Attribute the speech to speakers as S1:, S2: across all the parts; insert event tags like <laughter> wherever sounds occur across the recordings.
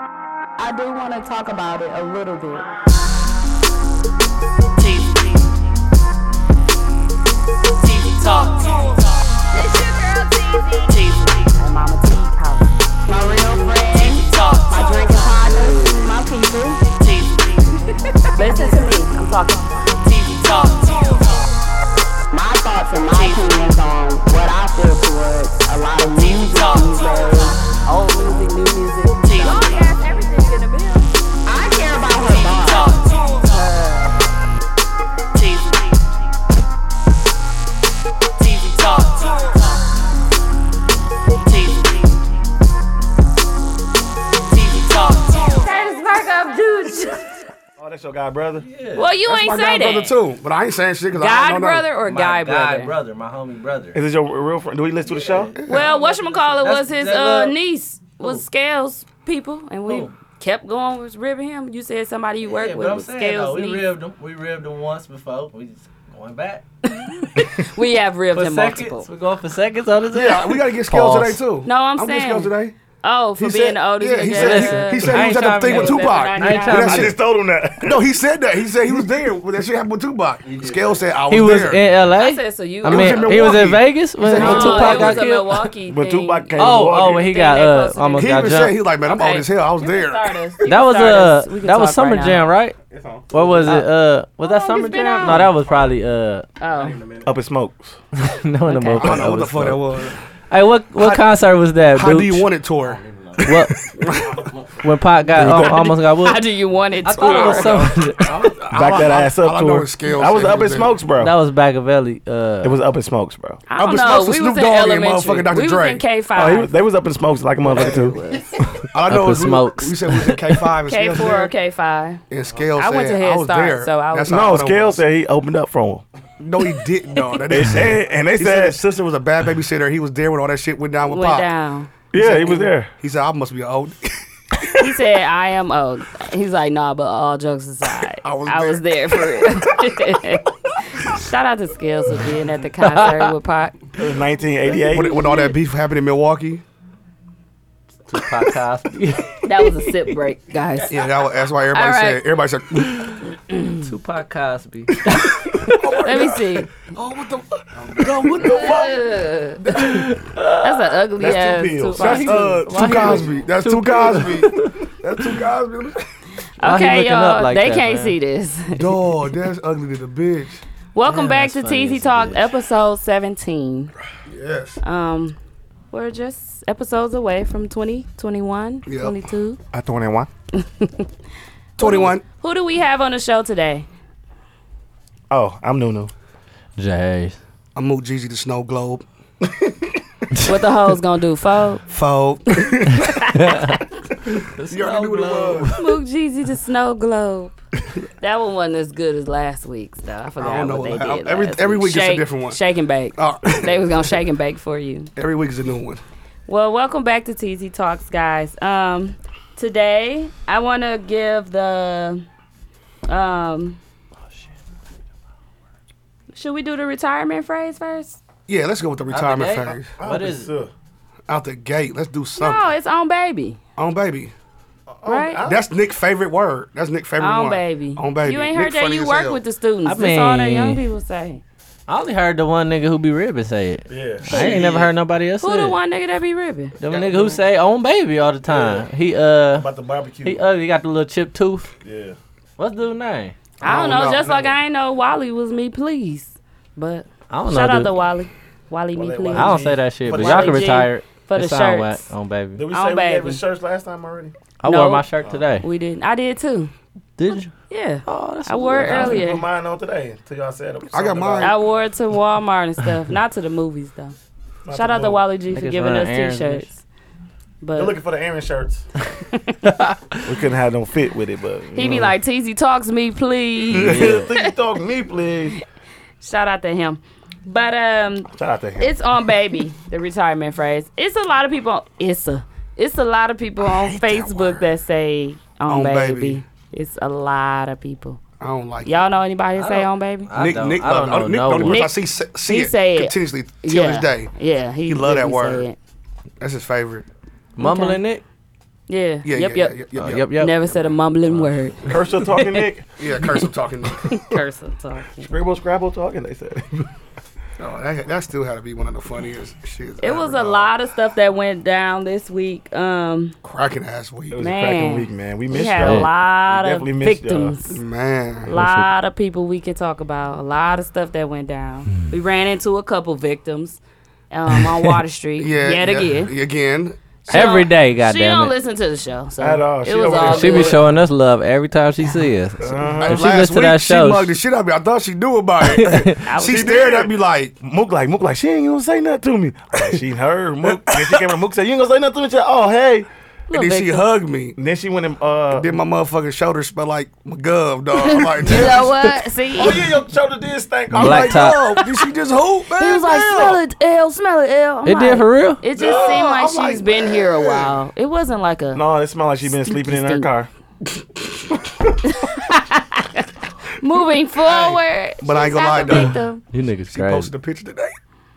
S1: I do want to talk about it a little bit.
S2: TV. TV talk. TV.
S1: My mama T Collins. My real friend,
S2: TV talk.
S1: my drinking partners, my people.
S2: TV.
S1: Listen to me. I'm talking
S2: TV talk.
S1: my thoughts and my opinions on what I feel towards a lot of music these days. Old music, new music.
S2: TV talk.
S1: I care about her
S2: TV
S1: thoughts.
S2: talk. TV. TV talk. TV. TV talk.
S3: Oh, that's your guy, brother.
S4: Well, you ain't
S5: My
S4: say
S5: god brother
S4: that.
S5: too, but I ain't saying shit because I
S4: God
S5: don't know
S4: brother or
S6: My
S4: guy brother?
S6: brother, my homie brother.
S3: Is this your real friend? Do we listen to the show?
S4: <laughs> Well, whatchamacallit was his
S6: That's- that,
S4: uh,
S6: uh,
S4: niece, was Scales people, and we
S6: Who?
S4: kept going, was ribbing him. You said somebody you worked
S6: Yeah,
S4: with
S6: but I'm
S4: was
S6: saying though,
S4: Scales'
S6: we
S4: niece.
S6: ribbed him. We ribbed him once before. We just
S4: <laughs>
S6: going back
S4: we have ribbed
S6: for
S4: him
S6: seconds.
S4: multiple.
S6: We going for seconds on this.
S5: Yeah, we gotta get scales today
S6: Pause.
S5: too.
S4: No, I'm
S5: I'm getting
S4: saying-
S5: scales today.
S4: Oh, for
S5: He
S4: being
S5: said-
S4: the oldest.
S5: yeah, he
S4: nigga.
S5: said- he said he
S6: I
S5: was at
S6: ain't
S5: the
S6: trying
S5: thing
S6: to
S5: with
S6: make-
S5: Tupac.
S6: I ain't
S4: Yeah.
S6: trying
S5: I
S3: I
S6: to
S3: just told him that.
S5: No, he said that. He said he was there when that shit happened with Tupac. Scales said I was
S6: He was
S5: there.
S6: in
S4: I
S6: L.A.
S4: said so. You.
S6: I
S5: was
S6: mean,
S5: in
S6: he was
S5: Milwaukee.
S6: in Vegas when,
S5: said he
S4: no,
S6: when
S5: was in
S6: Tupac
S4: it was
S6: got
S4: a
S5: <laughs>
S6: killed.
S4: Milwaukee
S3: But
S4: thing.
S3: Tupac came.
S6: Oh,
S3: walking.
S6: oh, when he
S4: Thing
S6: got
S4: they
S6: uh,
S4: supposed to do.
S6: almost
S5: he
S6: got
S5: even said
S6: jumped.
S5: he like, man, I'm
S4: Okay.
S5: old as hell. I was
S4: You can
S5: there.
S4: start us. You
S6: That
S4: can
S6: was
S4: start
S6: uh,
S4: us. We can
S6: that was
S4: talk right
S6: Summer
S4: now.
S6: Jam, right? What was it? Uh, was that
S4: long
S6: Summer
S4: it's been
S6: Jam?
S4: out?
S6: No, that was probably uh,
S4: Oh,
S3: Up in smokes.
S6: <laughs> no, in the
S4: Okay.
S6: motherfucker.
S5: I don't know what the fuck that
S6: was.
S5: was.
S6: Hey, what what concert was that?
S5: How do
S6: Dooch?
S5: you want it, tour?
S6: What?
S5: <laughs>
S6: when Pac got oh, almost got
S4: how
S6: whooped.
S4: do you want it?
S6: I thought it was
S4: to?
S6: Summer. Jam.
S3: Back that ass
S5: all
S3: up
S5: I
S3: to
S5: know
S3: her.
S5: is Scales
S3: I was
S5: said he
S3: up in
S5: was there.
S3: smokes,
S6: That
S3: bro.
S6: was Bagaveli. Uh,
S3: It was up in smokes, bro.
S4: <laughs> I
S5: Up
S4: don't
S5: in
S4: know.
S5: smokes with
S4: We was
S5: Snoop
S4: in
S5: Dogg and
S4: elementary.
S5: motherfucking Dr.
S4: We was
S5: Dre.
S4: in K
S3: Oh, he was,
S4: five,
S3: they was up in smokes like a motherfucker too. <laughs>
S5: All I know
S6: Up in
S5: is we-
S6: smokes.
S5: We said we was in K5 and
S4: <laughs> K
S5: Scales
S4: four or
S5: there.
S4: K five.
S5: And Scales
S4: I went
S5: said,
S4: to Head
S5: I was
S4: Start,
S5: there.
S4: so I was-
S5: That's how
S3: no,
S5: I know it
S3: Scales
S5: was.
S3: said he opened up for him.
S5: No, he didn't. No, that
S3: They
S5: didn't say.
S3: said, and they
S5: He said
S3: said,
S5: his sister was a bad babysitter. He was there when all that shit went down with
S4: Went
S5: Pop.
S4: down.
S3: yeah, he was there.
S5: He said, I must be old.
S4: He said, "I am old." He's like, "Nah, but all jokes aside, I
S5: I
S4: was,
S5: was
S4: there. for real." <laughs> Shout out to Skills for being at the concert with Pac.
S3: 1988.
S5: when, when all that beef happened in Milwaukee.
S6: Tupac
S4: <laughs>
S6: Cosby.
S4: <laughs> That was a sip break, guys.
S5: Yeah, that was, that's why everybody
S4: All right.
S5: said, everybody said,
S6: <clears throat> Tupac Cosby.
S4: <laughs> Let me see.
S5: oh, what the fuck? No, what the fuck?
S4: Ugh. That's an ugly
S3: That's
S4: ass.
S3: two pills.
S4: Tupac.
S3: That's, uh,
S4: Why
S5: Two
S4: he-
S5: Cosby. That's two Cosby. That's two Cosby.
S6: Why he
S4: Okay,
S6: looking
S4: y'all,
S6: up like
S4: they
S6: that,
S4: can't
S6: man?
S4: see this.
S5: Dog, that's ugly to the bitch.
S4: Welcome
S6: Damn,
S4: back
S6: that's
S4: to
S6: funny
S4: TZ
S6: as a
S4: Talk,
S6: bitch.
S4: episode seventeen.
S5: Yes.
S4: Um, we're just episodes away from 20, 21,
S5: Yep.
S4: 22.
S5: I 21. 21.
S4: Who do we have on the show today?
S3: Oh, I'm Nunu.
S6: Jay.
S5: I moved Jeezy to Snow Globe.
S4: What the hoes gonna do, foe? <laughs>
S5: <laughs> Fold. you already knew what it was.
S4: Mook Jeezy to Snow Globe. <laughs> That one wasn't as good as last week's though. I forgot
S5: I don't
S4: what
S5: know.
S4: they
S5: I-
S4: did.
S5: every-
S4: last
S5: every week it's a
S4: Shake-
S5: different one. Oh.
S4: Shake and bake.
S5: All right.
S4: <laughs> They was gonna shake and bake for you.
S5: Every week is a new one.
S4: Well, welcome back to TZ Talks, guys. Um, today I want to give the um. Should we do the retirement phrase first?
S5: Yeah, let's go with the retirement
S6: gate?
S5: phase.
S6: What is it?
S5: Out the gate, let's do
S4: No,
S5: something.
S4: it's on baby,
S5: On baby.
S4: right?
S5: Oh, That's Nick's favorite word. That's Nick's favorite
S4: on
S5: one.
S4: baby.
S5: On baby.
S4: You ain't
S5: Nick
S4: heard that.
S5: funny
S4: You
S5: as
S4: work
S5: hell.
S4: with the students.
S6: I
S4: That's all that
S6: mean-
S4: young people say.
S6: I only heard the one nigga who be ribbing say it.
S3: Yeah.
S6: I ain't never heard nobody else
S4: Who
S6: say
S4: the
S6: it.
S4: one nigga that be ribbing?
S6: Them nigga who say own baby all the time. He uh
S3: the barbecue.
S6: he ugly got the little chip tooth.
S3: yeah.
S6: What's dude name?
S4: I don't
S5: don't
S4: know.
S5: know.
S4: Just like I ain't know Wally was me, please. But
S6: I don't
S4: shout
S6: know.
S4: out to
S6: dude.
S4: Wally. Wally me,
S3: Wally,
S4: please.
S6: I don't say that shit,
S3: For
S6: but
S3: the
S6: y'all can
S4: shirts.
S6: retire.
S4: For the
S6: It sound whack
S4: shirts.
S6: on baby.
S3: Did we
S4: say On we gave baby. his
S3: shirts last time already?
S6: I
S4: No.
S6: wore my shirt today.
S4: We didn't. I did too.
S6: Did you?
S4: Yeah.
S6: Oh, that's
S4: I wore it earlier.
S3: mine on today until y'all said
S5: I got mine.
S4: I wore it to Walmart and stuff. <laughs> Not to the movies though. Shout out to Wally G for
S6: Niggas
S4: giving
S6: running
S4: us
S6: errands and
S4: t-shirts. But
S3: for the Aaron shirts. we couldn't have no fit with it, but
S4: he be like, "TZ talks me, please." <laughs>
S3: think you talk me, please.
S4: Shout out to him. But um,
S3: Shout out to him.
S4: it's on baby the retirement phrase. It's a lot of people. It's a. It's a lot of people on Facebook that, say on,
S5: On
S4: baby.
S5: baby.
S4: It's a lot of people.
S5: I don't like
S4: Y'all know anybody that say on baby?
S6: I
S5: Nick,
S6: don't,
S5: Nick,
S6: I don't
S5: love-
S6: know
S5: Nick,
S6: no
S5: only
S6: one.
S5: person I see, say- see
S4: he
S5: it
S4: say it.
S5: continuously till this day.
S4: Yeah, he,
S5: He love that
S4: really
S5: word.
S4: say it.
S5: That's his favorite.
S6: Mumbling Nick.
S4: Yeah.
S5: Yeah,
S4: yep,
S5: yeah,
S4: yep.
S5: yeah,
S6: Uh,
S5: yeah, Uh,
S6: yep, yep.
S4: Never said a mumbling word.
S3: Cursor
S4: <laughs>
S3: talking, Nick.
S5: <laughs> Yeah, curse I'm talking. oh,
S4: Cursor talking.
S3: Scribble, scrabble talking.
S5: <laughs>
S3: They said.
S5: Oh, that, that still had to be one of the funniest shits.
S4: It
S5: ever,
S4: was a
S5: dog.
S4: lot of stuff that went down this week. Um,
S5: cracking ass week.
S3: It was
S4: Man.
S3: a cracking week, man. We
S4: we
S6: Missed
S3: missed
S4: had
S3: y'all.
S4: a
S6: y'all.
S4: lot
S3: We
S4: of
S3: definitely missed y'all.
S4: victims. A
S5: Man,
S4: lot of people we could talk about. A lot of stuff that went
S3: Hmm.
S4: down. We ran into a couple victims um, on
S3: <laughs>
S4: Water Street
S5: yeah,
S4: yet
S5: yeah,
S4: again.
S5: again.
S4: She
S6: Every
S4: don't-
S6: day,
S4: She don't
S6: goddamn it.
S4: listen to the show. So
S3: At all.
S4: It
S3: She
S4: was
S3: over
S4: all
S3: there-
S6: She be
S4: good.
S6: showing us love every time she see us.
S3: Uh-huh.
S5: Like,
S6: she
S5: Uh, last
S6: listen to
S5: week,
S6: that show,
S5: she mugged the shit out of me. I thought she knew about
S4: <laughs>
S5: it. <laughs> she stared at me like,
S3: Mook like Mook like she ain't gonna say nothing to me. she heard Mook. Then she came to Mook said you ain't gonna say nothing to me. She said, oh hey.
S4: Little
S5: and then she
S4: victim.
S5: hugged me.
S3: And then she went and uh.
S5: Then my motherfucking shoulder smelled like McGov, dog. I'm
S4: <laughs>
S5: like,
S4: You know
S5: damn.
S4: what? See,
S3: oh yeah, your shoulder did stink.
S5: I'm
S3: I'm
S6: Black
S5: like,
S6: top.
S5: dog, did she just hoop, man?
S4: He was like,
S5: Damn.
S4: smell it, L, smell it, L. I'm
S6: It did
S4: like-
S6: for real?
S4: It just
S3: Yeah,
S4: seemed like
S3: I'm
S4: she's
S3: like,
S4: been here a while. It wasn't like a
S3: no, it smelled like she been sleeping in her
S4: Stink.
S3: car.
S4: <laughs> moving forward.
S5: But I ain't
S4: she's
S5: gonna lie,
S4: not the
S5: though.
S4: victim.
S6: You niggas
S5: She posted
S6: crazy.
S5: a picture today.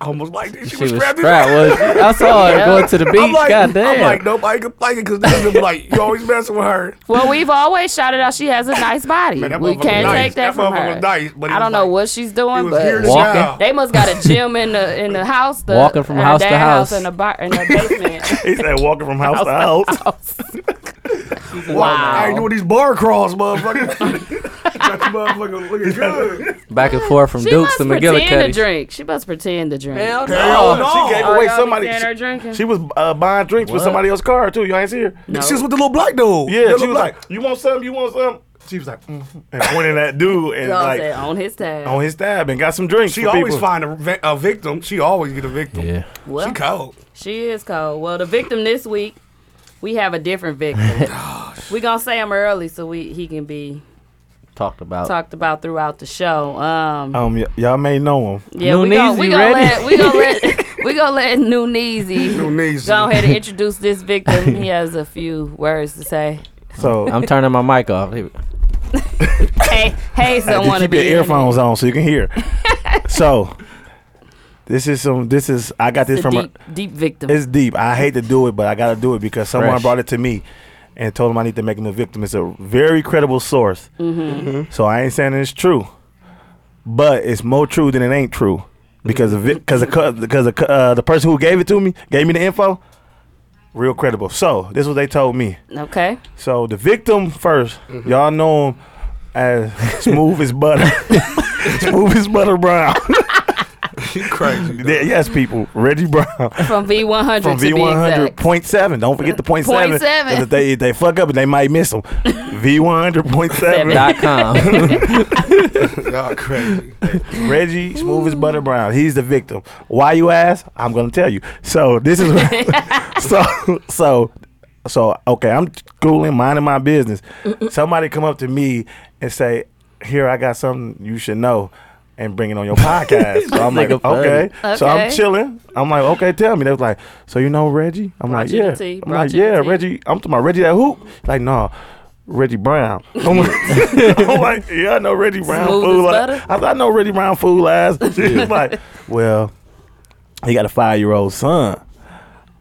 S5: I almost like this. She,
S6: She was
S5: strapped.
S6: strapped.
S5: in.
S6: Was she? I saw her
S4: Yeah.
S6: going to the
S5: I'm
S6: beach.
S5: like,
S6: Goddamn.
S5: I'm like, nobody can like it because niggas be like, you always messing with her.
S4: Well, we've always shouted out she has a nice body.
S5: Man, that
S4: we
S5: motherfucker
S4: can't
S5: nice.
S4: take that,
S5: That
S4: from
S5: motherfucker
S4: her.
S5: was nice, but it
S4: I don't
S5: was
S4: know
S5: like-
S4: what she's
S5: It
S4: doing,
S5: was here
S4: but
S5: to
S6: Walking.
S5: now.
S4: they must got a gym in the in the house. The,
S6: Walking from
S4: her
S6: house to
S4: dad
S6: house.
S4: in the bar
S5: <laughs>
S4: in the basement.
S3: He said walking from <laughs> house to house. <laughs>
S5: I ain't doing these bar crawls, motherfucker.
S4: <laughs>
S5: Got the motherfucker looking <laughs> good.
S6: Back and forth from
S4: she
S6: Dukes
S4: must
S6: to
S4: pretend to
S6: McGillicuddy.
S4: drink. She must pretend to drink.
S6: Hell no.
S5: Hell
S3: She gave
S5: no.
S4: Oh, y'all
S3: away
S4: be
S3: somebody.
S4: seeing her
S3: She,
S4: drinking?
S3: she was uh, buying drinks with somebody else's car too. You all ain't see her.
S4: No.
S5: She was with the little black dude.
S3: Yeah,
S5: Little
S3: she was
S5: black-
S3: like, "You want some? You want some?" She was like, mm and pointing at dude and
S4: Y'all
S3: like
S4: said "Oh, on his tab.
S3: on his tab and got some drinks.
S5: She
S3: for
S5: always
S3: people.
S5: find a, vi- a victim. She always get a victim.
S6: Yeah.
S4: well,
S5: She cold.
S4: She is cold. Well, the victim this week, we have a different
S6: <laughs>
S4: victim. we gonna say him early so we he can be
S6: Talked about.
S4: talked about throughout the show. Um,
S3: Um, y- y'all may know him.
S4: yeah, we
S6: Nuneezy
S4: gonna, we gonna
S6: ready?
S4: let we gonna let
S6: <laughs>
S4: we gonna let New Neasy
S5: New knees.
S4: go ahead and introduce this victim. He has a few words to say. <laughs>
S3: So
S6: I'm turning my mic off. Here-
S4: Hey, hey,
S3: Hey,
S4: someone
S3: just keep your earphones on so you
S4: <laughs>
S3: can hear. so this is some. This is I got this
S4: It's a
S3: from.
S4: deep,
S3: A,
S4: deep victim.
S3: it's deep. I hate to do it, but I got to do it because someone
S6: Fresh.
S3: brought it to me and told him I need to make him a victim. It's a very credible source.
S4: Mm-hmm.
S3: So I ain't saying it's true, but it's more true than it ain't true because of
S4: Mm-hmm.
S3: it, because because uh, the person who gave it to me gave me the info. Real credible. So this is what they told me.
S4: okay,
S3: So the victim 1st you y'all know him as smooth as butter, smooth as butter Brown.
S5: She crazy. dog.
S3: Yeah, yes, people, Reggie Brown
S4: from V one hundred
S3: from
S4: to be
S3: V100
S4: exact.
S3: point seven. Don't forget the point
S4: Point
S3: seven.
S4: seven.
S3: If they if they fuck up, they might
S4: <laughs>
S3: miss them. V100 point seven.
S6: Dot
S3: <laughs>
S6: com.
S5: Y'all crazy.
S3: Reggie, smooth as butter Brown. He's the victim. Why you ask? I'm gonna tell you. So this is
S4: <laughs>
S3: so so so okay. I'm schooling, minding my business. Somebody come up to me and say, "Here, I got something you should know." And bring it on your podcast. So I'm like,
S6: Nigga funny.
S3: okay. So I'm
S4: Okay.
S3: chilling. I'm like, okay, tell me. They was like, so you know Reggie? I'm
S4: Brought
S3: like,
S4: you the
S3: yeah.
S4: tea,
S3: I'm
S4: brought
S3: like,
S4: you the
S3: yeah,
S4: tea.
S3: Reggie. I'm talking about Reggie that hoop. Like, no, Reggie Brown. I'm like,
S7: Oh,
S3: I'm like, yeah, I know Reggie Brown
S4: Smooth as
S3: fool. Like,
S4: butter.
S3: I, I know Reggie Brown fool ass. She was like, well, he got a five year old son.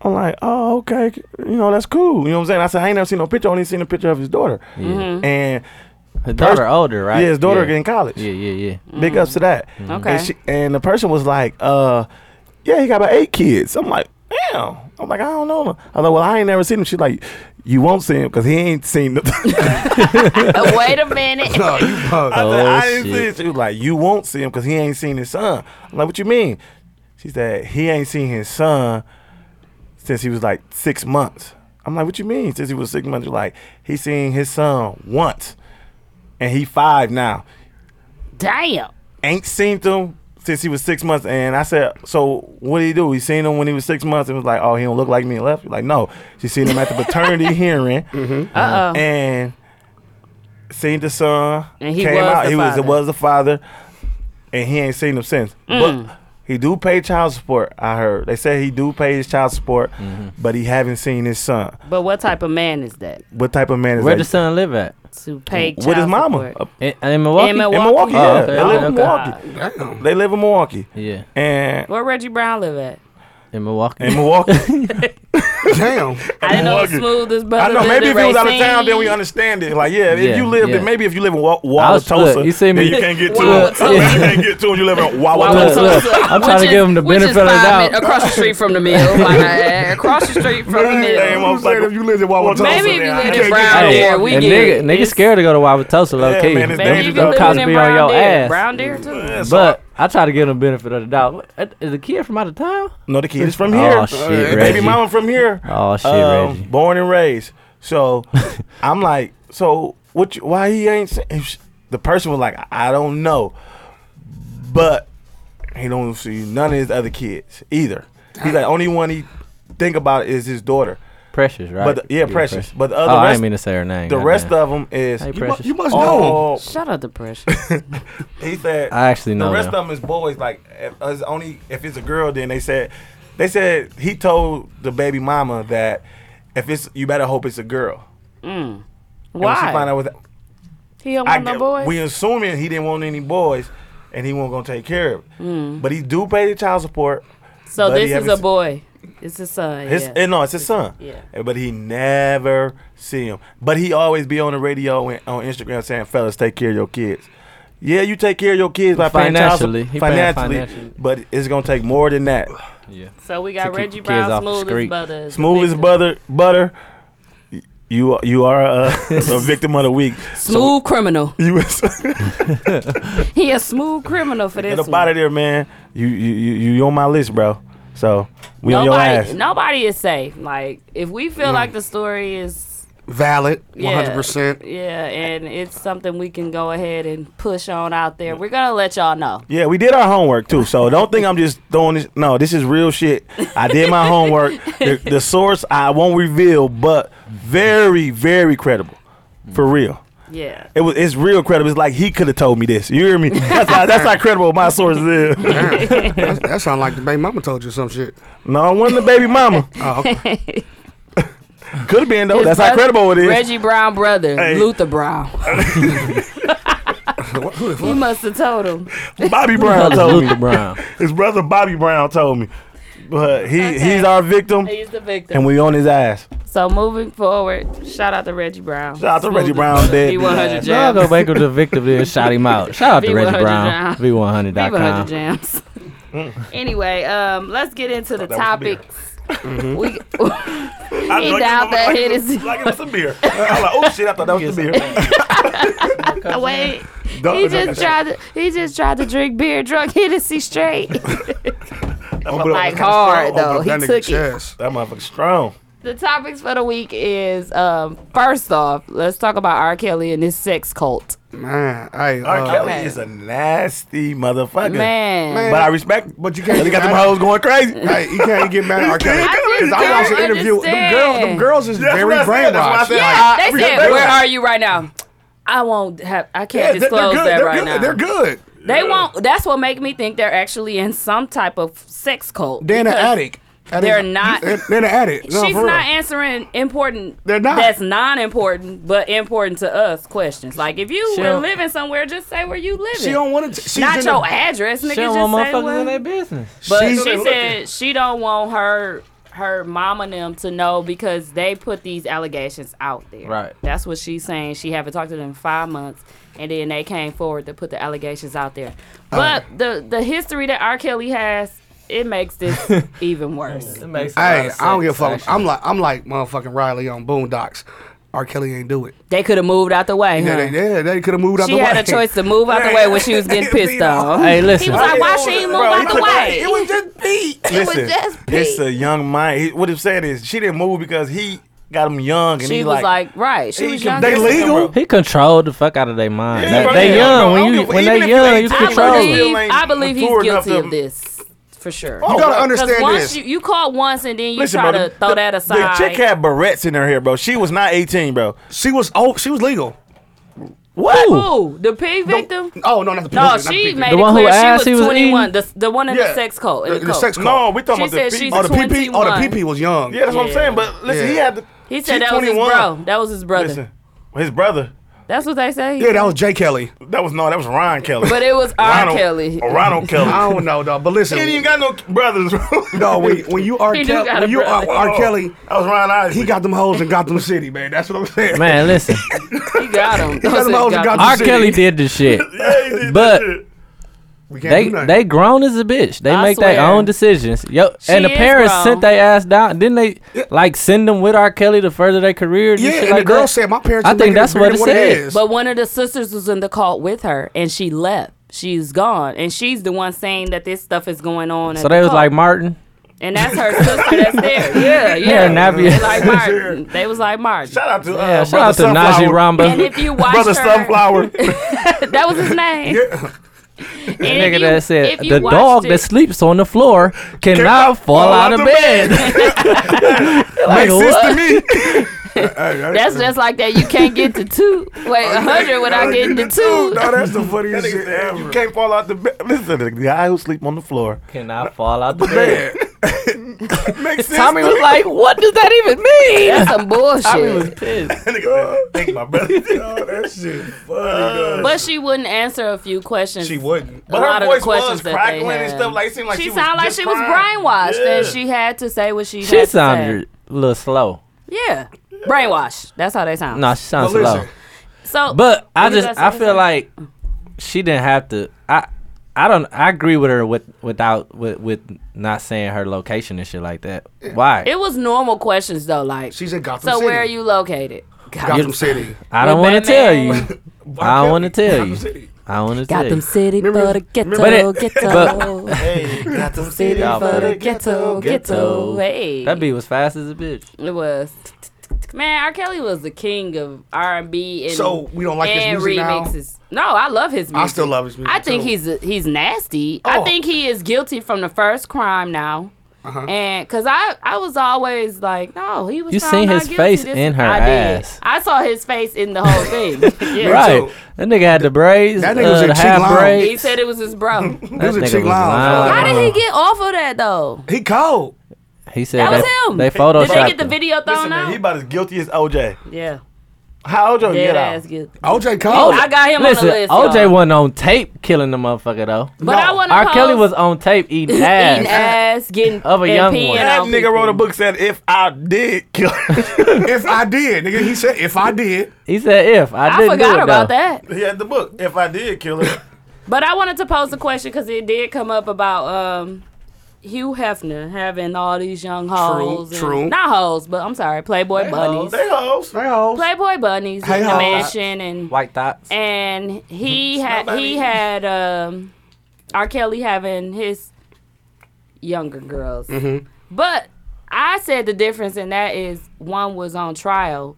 S3: I'm like, oh, okay, you know that's cool. You know what I'm saying? I said I ain't never seen no picture. I only seen a picture of his daughter, and
S6: Her daughter older, right?
S3: yeah, his daughter
S6: yeah.
S3: in college.
S6: Yeah, yeah, yeah.
S3: Big ups to that.
S4: Okay.
S3: And, she, and the person was like, uh, yeah, he got about eight kids. I'm like, damn. I'm like, I don't know. I'm like, well, I ain't never seen him. She's like, you won't see him because he ain't seen the.
S4: Uh, Wait a <laughs> minute.
S5: <laughs> No,
S3: <laughs>
S5: you bugged.
S3: I, said,
S6: Oh,
S3: I didn't see
S6: shit.
S3: it. She was like, you won't see him because he ain't seen his son. I'm like, what you mean? She said, he ain't seen his son since he was like six months. I'm like, what you mean? Since he was six months, She's like, he seen his son once. And he five now.
S4: Damn.
S3: ain't seen him since he was six months. And I said, so what did he do? He seen him when he was six months and was like, oh, he don't look like me and left. Like, no, she seen him at the
S6: <laughs>
S3: paternity hearing
S6: Mm-hmm.
S4: Uh oh.
S3: and seen the son.
S4: And he was the
S3: he was
S4: father.
S3: was the father, and he ain't seen him since.
S4: Mm.
S3: But he do pay child support. I heard they say he do pay his child support,
S6: Mm-hmm.
S3: but he haven't seen his son.
S4: But what type of man is that
S3: What type of man is
S6: Where
S3: that?
S6: the son live at?
S4: to pay
S3: With his
S4: child
S3: mama
S4: support?
S3: Uh,
S6: In, in Milwaukee.
S4: In Milwaukee.
S3: in Milwaukee.
S6: Oh,
S3: yeah,
S6: okay,
S3: they live in
S6: okay, okay.
S3: Milwaukee.
S5: Damn.
S3: They live in Milwaukee,
S6: Yeah,
S3: and
S4: Where Reggie Brown live at?
S6: <laughs> in Milwaukee.
S3: in Milwaukee.
S5: Damn.
S4: I didn't know it was
S3: Morgan.
S4: smooth as butter.
S3: I know.
S4: lived
S3: Maybe
S4: in
S3: if you was out of
S4: Racine.
S3: town, then we understand it. Like, yeah,
S6: Yeah,
S3: if you lived,
S6: yeah.
S3: in, maybe if you live in Wa-
S6: I was-
S3: Wauwatosa,
S6: look, you see me-
S3: then you can't get to
S6: Look,
S3: it. Maybe <laughs> you can't get to it. You live in
S6: Look,
S3: Wauwatosa.
S6: look, I'm trying to
S8: Which
S6: give
S8: is-
S6: him the
S8: which is
S6: benefit of the
S8: five
S6: doubt.
S8: min- Across the street from the mill.
S3: <laughs>
S6: <laughs>
S8: Like, uh, across the street from the
S3: Damn,
S8: mill.
S3: I'm
S5: I'm saying if
S3: like,
S5: you live in Wauwatosa,
S4: Maybe if you
S5: then I
S4: live in
S5: can't get
S8: Brown
S5: you.
S8: Hey,
S6: Hey,
S8: Yeah, we
S6: and
S8: did.
S6: nigga, nigga
S4: It's-
S6: scared to go to Wauwatosa low
S3: Yeah,
S6: key.
S3: man, it's
S4: Maybe
S3: dangerous
S4: if
S3: though.
S4: you
S3: Bill
S4: living in
S6: Cosby on
S4: Brown
S6: your
S4: Deer.
S6: ass.
S4: Brown Deer too.
S3: Yeah, so-
S6: But I try to give him the benefit of the doubt. What- uh, Is the kid from out of town?
S3: no, the kid is from here. Uh,
S6: Oh shit,
S3: Baby
S6: Reggie.
S3: mama from here.
S6: Oh shit,
S3: um,
S6: Reggie.
S3: born and raised.
S6: <laughs>
S3: So I'm like, so what? You, why he ain't? say- if sh- The person was like, I don't know, but he don't see none of his other kids either. He's like, only one he think about is his daughter.
S6: Precious, right?
S3: But the- yeah, Precious. But the other
S6: oh, I
S3: rest-
S6: didn't mean to say her name.
S3: The
S6: God
S3: rest
S6: damn.
S3: of them is
S6: Hey,
S3: you
S6: Precious.
S5: You must
S8: Oh.
S5: know.
S3: all.
S4: Shut up, depression.
S3: Oh. <laughs> He said
S6: I actually know
S3: the rest
S6: them.
S3: of them is boys. Like if, uh, it's only if it's a girl, then they said they said he told the baby mama that if it's you better hope it's a girl. And when she find
S4: Mm. Why?
S3: out was
S4: He don't
S3: I
S4: want no
S3: get-
S4: boys.
S3: we assuming he didn't want any boys, and he wasn't gonna take care of it. But he do pay the child support.
S4: Mm. So
S3: but he
S4: this is
S3: haven't
S4: a
S3: se-
S4: boy. It's his son.
S3: His
S4: yeah.
S3: eh, no, it's his son.
S4: Yeah.
S3: Eh, But he never see him. But he always be on the radio and on Instagram saying, "Fellas, take care of your kids." Yeah, you take care of your kids by paying child sup-
S6: Financially. He paying
S3: financially,
S6: financially.
S3: but it's gonna take more than that.
S4: so we
S6: To
S4: got
S6: keep
S4: Reggie
S6: the kids
S4: Brown,
S6: off the
S4: smooth as
S6: street.
S4: butter. is the
S3: Smooth as
S4: victim.
S3: butter, butter. y- You are- you are a,
S6: <laughs>
S3: a victim of <laughs> the week.
S4: Smooth criminal.
S3: <laughs> You was-
S4: He a smooth criminal for
S3: get
S4: this
S3: up out
S4: one.
S3: of there, man. You you you you on my list, bro. So we on your
S4: Nobody,
S3: ass. Mm.
S4: nobody is safe. Like if we feel like the story is
S5: Valid,
S4: Yeah.
S5: 100%.
S4: yeah, and it's something we can go ahead and push on out there. We're gonna let y'all know.
S3: Yeah, we did our homework too. So don't think I'm just throwing this. No, this is real shit. I did my homework. The, the source I won't reveal, but very, very credible, for real.
S4: Yeah.
S3: It was. It's real credible. It's like he could have told me this. You hear me? That's how, that's how credible my
S5: <laughs>
S3: source is.
S5: That, that sounds like the baby mama told you some shit.
S3: No, it wasn't the baby mama.
S5: <laughs> Oh, okay.
S4: <laughs>
S3: Could have been though.
S4: His
S3: That's how
S4: brother-
S3: credible it is.
S4: Reggie Brown brother,
S3: Hey.
S4: Luther
S3: <laughs>
S4: Brown. he must have told him.
S3: Bobby
S4: <laughs>
S6: Hell
S3: Brown
S6: is
S3: told me.
S6: Luther Brown.
S3: <laughs> His brother Bobby Brown told me. But he
S4: Okay.
S3: he's our victim,
S4: He's the victim.
S3: and we on his ass.
S4: so moving forward, shout out to Reggie Brown.
S3: Shout out to Reggie
S4: Smooth
S3: Brown, dead.
S4: B one hundred
S6: Y'all
S4: jams.
S6: go back with the victim then shout him out. Shout out to Reggie
S4: V100
S6: Brown.
S4: Jam. B one hundred
S6: V100.com.
S4: jams. anyway, um, let's get into the
S3: Mm. Thought that was
S4: topics. <laughs> We
S3: I
S4: He
S3: know, I
S4: down
S3: give him-
S4: that
S3: I give
S4: hit
S3: him-
S4: is-
S3: I give him some beer. I'm like, oh shit, I thought that was the beer. <laughs>
S4: <laughs> wait.
S3: Don't-
S4: He
S3: don't-
S4: just tried to he just tried to drink beer, drunk Hennessy straight.
S3: Open up-
S4: like hard
S5: Open up
S4: though. He
S5: that nigga
S4: took it.
S5: chest.
S3: That motherfucker strong.
S4: The topics for the week is um, first off, let's talk about R. Kelly and his sex cult.
S5: Man, hey,
S3: R.
S5: uh,
S3: Kelly is a nasty motherfucker.
S4: Man.
S5: Man.
S3: But I respect. But
S5: But you can't.
S3: he got them
S5: I-
S3: hoes going crazy.
S5: <laughs> Hey, you can't get mad at R. Kelly.
S3: I
S5: Because
S4: just
S5: I watched
S4: don't
S5: an interview. Them
S4: understand.
S5: girls, them girls is
S3: That's
S5: very
S3: what I said, that's what I
S5: brainwashed.
S3: said.
S4: Yeah, they
S3: we-
S4: said,
S3: they-
S4: "Where are you right now?" I won't have. I can't
S5: Yeah, they're-
S4: disclose
S5: they're good.
S4: that
S5: they're
S4: right
S5: good.
S4: now.
S5: They're good.
S4: They won't. That's what make me think they're actually in some type of sex cult.
S5: They're in an
S4: because
S5: attic. That
S4: They're
S5: is-
S4: not-
S5: They're they're in an attic. No,
S4: She's
S5: for real.
S4: not answering important.
S5: They're not.
S4: That's non-important, but important to us questions. Like if you
S6: She
S4: were
S6: don't-
S4: living somewhere, just say where you living.
S5: She don't want to. She's
S4: not
S5: in
S4: your
S5: the,
S4: address, nigga.
S6: She don't
S4: just
S6: want
S4: say
S6: motherfuckers
S4: where- <laughs>
S6: in their business.
S4: But
S5: she's
S4: she
S5: in-
S4: said she don't want her her mom and them to know because they put these allegations out there.
S6: Right.
S4: That's what she's saying. She haven't talked to them in five months, and then they came forward to put the allegations out there.
S6: Uh,
S4: But the the history that R. Kelly has, it makes
S6: <laughs>
S4: this even worse.
S6: It makes a lot
S5: Hey,
S6: of
S5: I don't give a
S6: sense,
S5: fuck.
S6: actually.
S5: I'm like, I'm like motherfucking Riley on Boondocks. R. Kelly ain't do it.
S4: They could have moved out the way.
S5: Yeah,
S4: huh?
S5: they, yeah, they could have moved out
S4: she
S5: the
S4: had
S5: way.
S4: a choice to move out the way when she was
S5: <laughs>
S4: getting pissed off.
S6: Hey, listen.
S4: He was like, why she ain't move out the way?
S5: It was just beat.
S3: Listen,
S4: just
S3: it's a young mind. He, what I'm saying is, she didn't move because he got him young, and
S4: She
S3: he
S4: was like, right. She
S3: he
S4: was
S3: can-
S4: young.
S3: they
S4: as-
S3: legal.
S6: He controlled the fuck out of their mind.
S3: Yeah,
S6: They-
S3: bro, yeah,
S6: they
S3: bro,
S6: young
S3: I don't
S6: when you
S3: give a-
S6: when
S3: even
S6: they
S3: if you
S6: young,
S3: ain't
S6: you
S3: tired,
S4: I
S3: control.
S4: believe,
S3: Still ain't
S4: I believe he's
S3: mature enough
S4: guilty
S3: to-
S4: of this for sure.
S5: You gotta
S4: Because
S5: understand
S4: once
S5: this.
S4: you, you caught once and then you
S3: Listen,
S4: try
S3: bro,
S4: to throw that aside.
S3: The chick had barrettes in her hair, bro. She was not 18, bro.
S5: She was oh, she was legal.
S6: Woo!
S4: Who? The pig victim?
S5: Oh no, not the
S4: No,
S5: not the
S4: she
S5: pig.
S4: made
S6: The
S4: it
S6: one who
S4: clear
S6: asked
S4: she
S6: he
S4: was,
S6: was
S4: 21. The, the one in
S5: Yeah.
S4: the sex cult. In
S5: The,
S4: the,
S5: the
S4: cult.
S5: sex cult.
S3: No, we
S4: She
S3: talking about the
S4: said she's
S3: people.
S5: Oh, the
S4: She's
S5: PP. Oh,
S4: 21.
S5: the PP was young.
S3: yeah, that's what I'm
S4: Yeah.
S3: saying. But listen,
S5: Yeah.
S3: he had the.
S4: He said
S3: she's
S4: that was his
S3: 21.
S4: bro. That was his brother.
S3: Listen, his brother.
S4: That's what they say.
S5: Yeah, that was J. Kelly.
S3: That was no, that was Ron Kelly.
S4: But it was R.
S3: Ronald,
S4: Kelly.
S3: Or
S4: <laughs>
S3: Ronald Kelly.
S5: I don't know, dog. But
S3: <laughs> He
S5: listen,
S3: ain't even got no brothers. bro. Oh,
S5: no, when, when you are
S4: <laughs> He do
S5: Kelly,
S4: got
S5: when
S4: a
S5: you are
S4: brother.
S5: R. Kelly,
S3: That was Ron Isaac.
S5: he got them hoes in Gotham City, man. That's what I'm saying.
S6: Man, listen.
S4: He got
S5: <laughs>
S4: him.
S5: got him hoes in Gotham
S6: R.
S5: City.
S6: Kelly did this shit.
S3: Yeah, he did
S6: But-
S3: that shit.
S5: we can't
S6: They
S5: do nothing.
S6: they grown as a bitch. They
S4: I
S6: make
S4: swear.
S6: their own decisions. Yo,
S4: She
S6: and the
S4: is
S6: parents
S4: grown.
S6: sent their ass down. Didn't they like send them with R. Kelly to further their career? and
S5: yeah,
S6: shit
S5: and
S6: like
S5: the girl
S6: that?
S5: said my parents.
S6: I
S5: are
S6: think
S5: making
S6: that's
S5: bigger
S6: what
S5: than
S6: it
S5: it
S6: said.
S5: is.
S4: But one of the sisters was in the cult with her, and she left. She's gone, and she's the one saying that this stuff is going on. at
S6: So they
S4: the
S6: was
S4: cult.
S6: like Martin.
S4: and that's her sister that's there. Yeah,
S6: <laughs> Yeah,
S4: yeah. They
S6: Navi.
S4: like Martin. They was like Martin.
S3: Shout out to uh,
S6: Yeah, shout
S3: brother
S6: out to
S3: Sunflower.
S6: Najee
S4: And
S6: Ramba.
S4: if you watch her, <laughs>
S3: Brother Sunflower.
S4: that was his name. And if
S6: Nigga
S4: you-
S6: that said
S4: if you
S6: the
S4: watched
S6: dog
S4: it-
S6: that sleeps on the floor cannot fall out of bed. <laughs> like,
S3: Makes sense to
S6: what?
S3: me.
S4: That's just like that. You can't get to
S3: <laughs>
S4: two.
S3: Oh,
S4: Wait, a hundred without getting to two.
S5: No, that's the
S3: That
S5: funniest
S3: nigga
S5: shit
S3: said, You
S5: ever.
S3: can't fall out the bed. Listen, the guy who sleep on the floor.
S6: Cannot fall out the bed.
S3: Makes sense.
S6: Tommy was like, what does that even mean?
S4: That's some bullshit.
S6: Pissed.
S3: That nigga said, Thank my brother.
S5: Oh, that shit funny.
S4: But she wouldn't answer a few questions.
S5: She wouldn't.
S4: a
S3: But
S4: lot
S3: her
S4: of the
S3: voice
S4: questions
S3: was
S4: that they
S3: crackling and
S4: had.
S3: stuff. Like it seemed like
S4: she,
S3: she,
S4: sounded like
S3: was
S4: she was
S3: crying.
S4: brainwashed
S3: Yeah.
S4: and she had to say what she,
S6: She
S4: had
S6: sounded a little slow.
S4: to say. Yeah. Brainwashed. That's how they sound.
S6: No, she sounds
S5: But listen.
S6: slow.
S4: So
S6: But I
S4: What was
S6: just
S4: I
S6: I
S4: saying?
S6: feel like she didn't have to. I I don't. I agree with her with without with with not saying her location and shit like that. Why?
S4: it was normal questions though, like
S5: She's in Gotham
S4: So
S5: City.
S4: where are you located?
S5: Gotham City.
S6: I don't
S4: with
S6: want to tell you.
S4: Batman. <laughs>
S6: I don't want to tell
S5: Gotham
S6: you.
S5: City.
S6: I want to tell
S4: Gotham
S6: you.
S4: City for the ghetto,
S6: But it-
S4: ghetto.
S3: Hey, got them
S4: City
S6: Y'all
S4: for the
S6: funny.
S4: ghetto,
S6: Ghetto.
S4: ghetto. Hey,
S6: That beat was fast as a bitch.
S4: it was. Man, R. Kelly was the king of R and B and
S5: So, we don't like his
S4: and
S5: music now?
S4: remixes. No, I love his music.
S5: I still love his music,
S4: I think
S5: too.
S4: he's he's nasty. I
S5: Oh. Uh-huh.
S4: think he is guilty from the first crime now. And cause I I was always like, no, he was.
S6: You
S4: found
S6: seen
S4: not
S6: his
S4: guilty.
S6: face
S4: This-
S6: in her
S4: I did.
S6: ass.
S4: I saw his face in the whole
S5: <laughs>
S4: thing. Yeah.
S6: Right.
S5: too.
S6: That nigga had the braids.
S5: That
S6: That
S5: nigga
S6: nigga
S5: was
S6: uh,
S5: in
S6: the
S5: Cheek
S6: half
S5: Lounge.
S4: He
S6: braids.
S4: said it was his bro.
S5: <laughs> He was in
S6: nigga
S5: Cheek
S6: was
S5: Lounge.
S4: How
S6: lying.
S4: did he get off of that though?
S5: He cold.
S6: He said
S4: That
S6: they,
S4: was him.
S6: They
S4: Did
S6: photoshopped.
S4: they get the
S6: him.
S4: video
S3: Listen,
S4: thrown
S3: man, he
S4: out?
S3: about as guilty as OJ.
S4: Yeah.
S3: How OJ
S4: Dead
S3: get
S4: ass
S3: out?
S4: good.
S5: OJ
S4: Oh,
S5: cold.
S4: I got him
S6: Listen,
S4: on the list.
S6: OJ
S4: y'all.
S6: wasn't on tape killing the motherfucker though.
S4: But I want to
S6: R. Kelly was on tape
S4: <laughs>
S6: eating ass.
S4: eating ass, getting
S6: Of a
S4: and
S6: young
S4: peeing
S6: one.
S3: That
S4: on
S3: nigga
S4: people.
S3: wrote a book said, "If I did kill,"
S5: if I did, nigga, he said if I did.
S6: He said if I,
S4: I
S6: didn't do
S4: forgot
S6: it,
S4: about
S6: though.
S4: that.
S3: he had the book. If I did kill her,
S4: But I wanted to pose a question because it did come up about um, Hugh Hefner having all these young hoes. and-
S5: true.
S4: Not hoes, but I'm sorry, Playboy bunnies.
S3: they hoes.
S5: Hey, hoes.
S4: Playboy bunnies
S5: Hey,
S4: in the
S5: hoes.
S4: mansion and
S6: White thoughts.
S4: and
S3: <laughs>
S4: he had he had um, R. Kelly having his younger girls,
S5: Mm-hmm.
S4: but I said the difference in that is one was on trial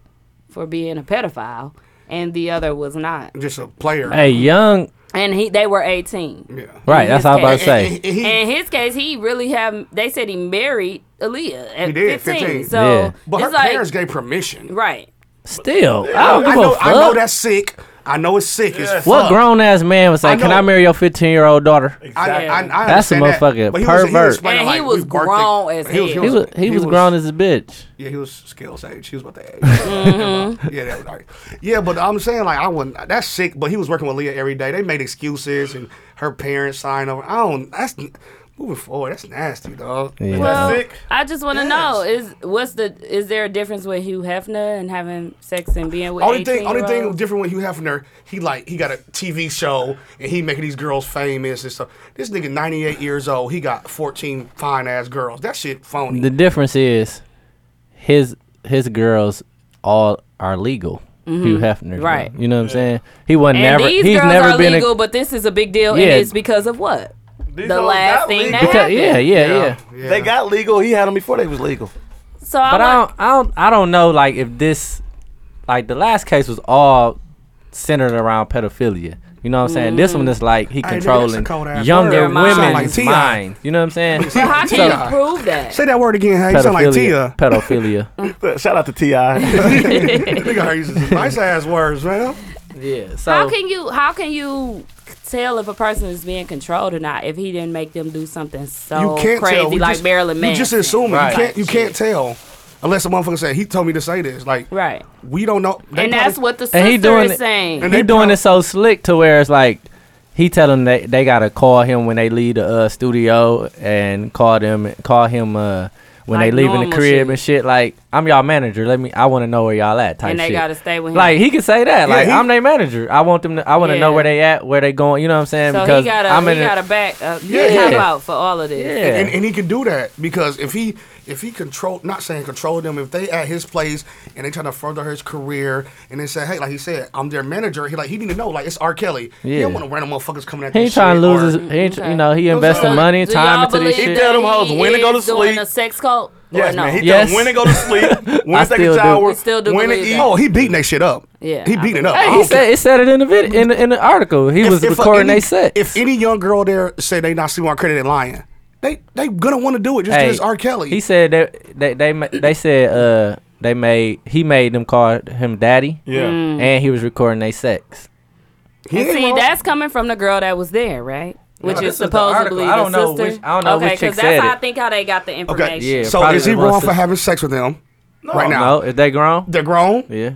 S4: for being a pedophile and the other was not,
S5: Just a player.
S6: Hey, young.
S4: and he they were eighteen.
S5: Yeah.
S6: Right, that's all I was about to
S5: And-
S6: say.
S5: and- and he-
S4: In his case, he really have. They said he married Aaliyah at
S5: He did,
S4: 15,
S5: 15.
S4: So
S6: Yeah.
S5: but her
S4: it's like
S5: parents gave permission.
S4: right.
S6: Still, I don't give
S5: I know,
S6: a fuck.
S5: I know that's sick. I know it's sick. as
S3: Yes.
S5: fuck.
S6: what grown ass man would say,
S5: I
S6: "Can
S5: know-
S6: I marry your fifteen year old daughter?"
S5: I, I, I
S4: Yeah.
S6: That's a
S5: understand that,
S6: motherfucker
S5: but he
S6: pervert.
S5: explaining,
S4: And he
S5: we
S4: was
S5: worked
S4: grown
S5: it.
S4: as
S5: He was,
S4: hell.
S5: he
S6: He was he was grown as a bitch.
S5: Yeah, he was skills age. He was
S4: <laughs>
S5: about that age. yeah, that was all right. Yeah, but I'm saying like I wouldn't. That's sick. But he was working with Leah every day. They made excuses and her parents signed over. I don't. That's moving forward. That's nasty, dog.
S6: Yeah.
S4: Well,
S3: sick?
S4: I just want to know is what's the is there a difference with Hugh Hefner and having sex and being with
S5: Only thing,
S4: 18
S5: only thing
S4: -year-olds?
S5: different with Hugh Hefner, he like he got a TV show and he making these girls famous and stuff. This nigga 98 years old, he got 14 fine ass girls. That shit phony.
S6: The difference is his his girls all are legal. Hugh Hefner,
S4: Mm-hmm. Right.
S6: You know what I'm saying? He was
S4: And
S6: never.
S4: these
S6: He's
S4: girls
S6: never
S4: are
S6: been
S4: legal,
S6: a,
S4: but this is a big deal,
S6: Yeah.
S4: and it's because of what
S3: These
S4: the
S3: hoes
S4: last
S3: got
S4: thing
S3: legal.
S4: that
S6: because
S4: happened.
S6: yeah, yeah, <laughs> yeah.
S5: Yeah.
S3: They got legal. He had them before they was legal.
S4: So I
S6: But I
S4: want,
S6: don't, I don't, I don't know. Like if this, like the last case was all centered around pedophilia. You know what I'm saying? This one is like he
S5: Hey, nigga, that's a
S6: controlling
S5: cold-ass
S4: word. Their
S6: younger women's
S4: Mm. mind.
S5: Sound like T.I.
S6: mind. You know what I'm saying?
S4: how
S6: So-
S4: can you prove that?
S5: Say that word again. How you sound like
S6: <laughs> pedophilia.
S5: Tia?
S6: pedophilia.
S3: <laughs> Shout out to Ti.
S5: nigga, her uses some nice ass words, man.
S6: yeah. <laughs> So
S4: How can you how can you tell if a person is being controlled or not if he didn't make them do something so
S5: you can't
S4: crazy
S5: tell. We
S4: like
S5: just,
S4: Marilyn
S5: You
S4: Manson?
S5: just assuming.
S6: Right.
S5: You can't. You can't tell. Unless the motherfucker said he told me to say this, like
S4: Right.
S5: we don't know. They
S4: and that's
S5: probably-
S4: what the
S6: And he
S4: sister
S6: doing
S4: is
S6: it-
S4: saying.
S5: And
S6: He
S5: they
S6: doing
S5: prob-
S6: it so slick to where it's like he tell them they, they gotta call him when they leave the uh, studio and call them call him uh, when
S4: Like
S6: they leave in the
S4: normal
S6: crib
S4: shit.
S6: and shit. Like I'm y'all manager. Let me. I want to know where y'all at. Type
S4: and they
S6: shit.
S4: gotta stay with him.
S6: like he could say that.
S5: Yeah,
S6: like
S5: he-
S6: I'm their manager. I want them. To, I want to know
S4: Yeah.
S6: where they at, where they going. You know what I'm saying?
S4: so
S6: because
S4: he got a
S6: I'm
S4: he
S6: in. a-
S4: got a back uh,
S5: Yeah.
S4: yeah. cop out for all of this.
S6: yeah.
S5: and, and he can do that because if he if he control not saying control them if they at his place and they trying to further his career and they say hey like he said I'm their manager he like he need to know like it's R Kelly he
S6: Yeah.
S5: don't want to random motherfuckers coming at
S6: he
S5: him
S6: ain't trying to lose his. He ain't, tr-
S4: Okay.
S6: You know he investing
S5: so-
S6: money,
S4: Do
S6: time
S4: y'all
S6: into this
S4: believe
S6: shit.
S3: He tell them hoes
S4: he
S3: when to go to
S4: is doing
S3: sleep.
S4: a sex cult?
S3: Yes,
S4: or no?
S3: man. He
S6: Yes.
S3: tell them when to go to sleep, when
S6: <laughs> I
S3: to take a
S6: still do.
S3: shower,
S4: We still do
S3: when to
S4: believe
S3: eat.
S4: that.
S5: oh he beating that shit up
S4: Yeah,
S5: he
S4: I
S5: beating it up I
S6: Hey, he
S5: don't
S6: said
S5: care.
S6: it said it in the vid in the, in the article. He was
S5: if,
S6: recording
S5: any,
S6: they sex.
S5: if any young girl there say they not sleeping on credit and lying they they gonna want to do it just because R Kelly
S6: He said that they they ma- they said uh they made he made them call him daddy.
S3: Yeah.
S6: And he was recording they sex.
S5: He
S4: And
S5: ain't
S4: see,
S5: wrong.
S4: Mm. that's coming from the girl that was there, right? Which
S6: No,
S4: is
S6: this is the article.
S4: supposedly
S6: I don't
S4: the
S6: know
S4: sister.
S6: which- I don't know
S4: okay,
S6: which chick
S4: that's
S6: said
S4: how
S6: it.
S4: I think how they got the information.
S6: Yeah.
S5: so
S6: probably
S5: is he
S6: the
S5: wrong
S6: ones
S5: for
S6: that-
S5: having sex with them right
S6: I don't
S5: now
S6: know. if they grown,
S5: they're grown
S6: yeah,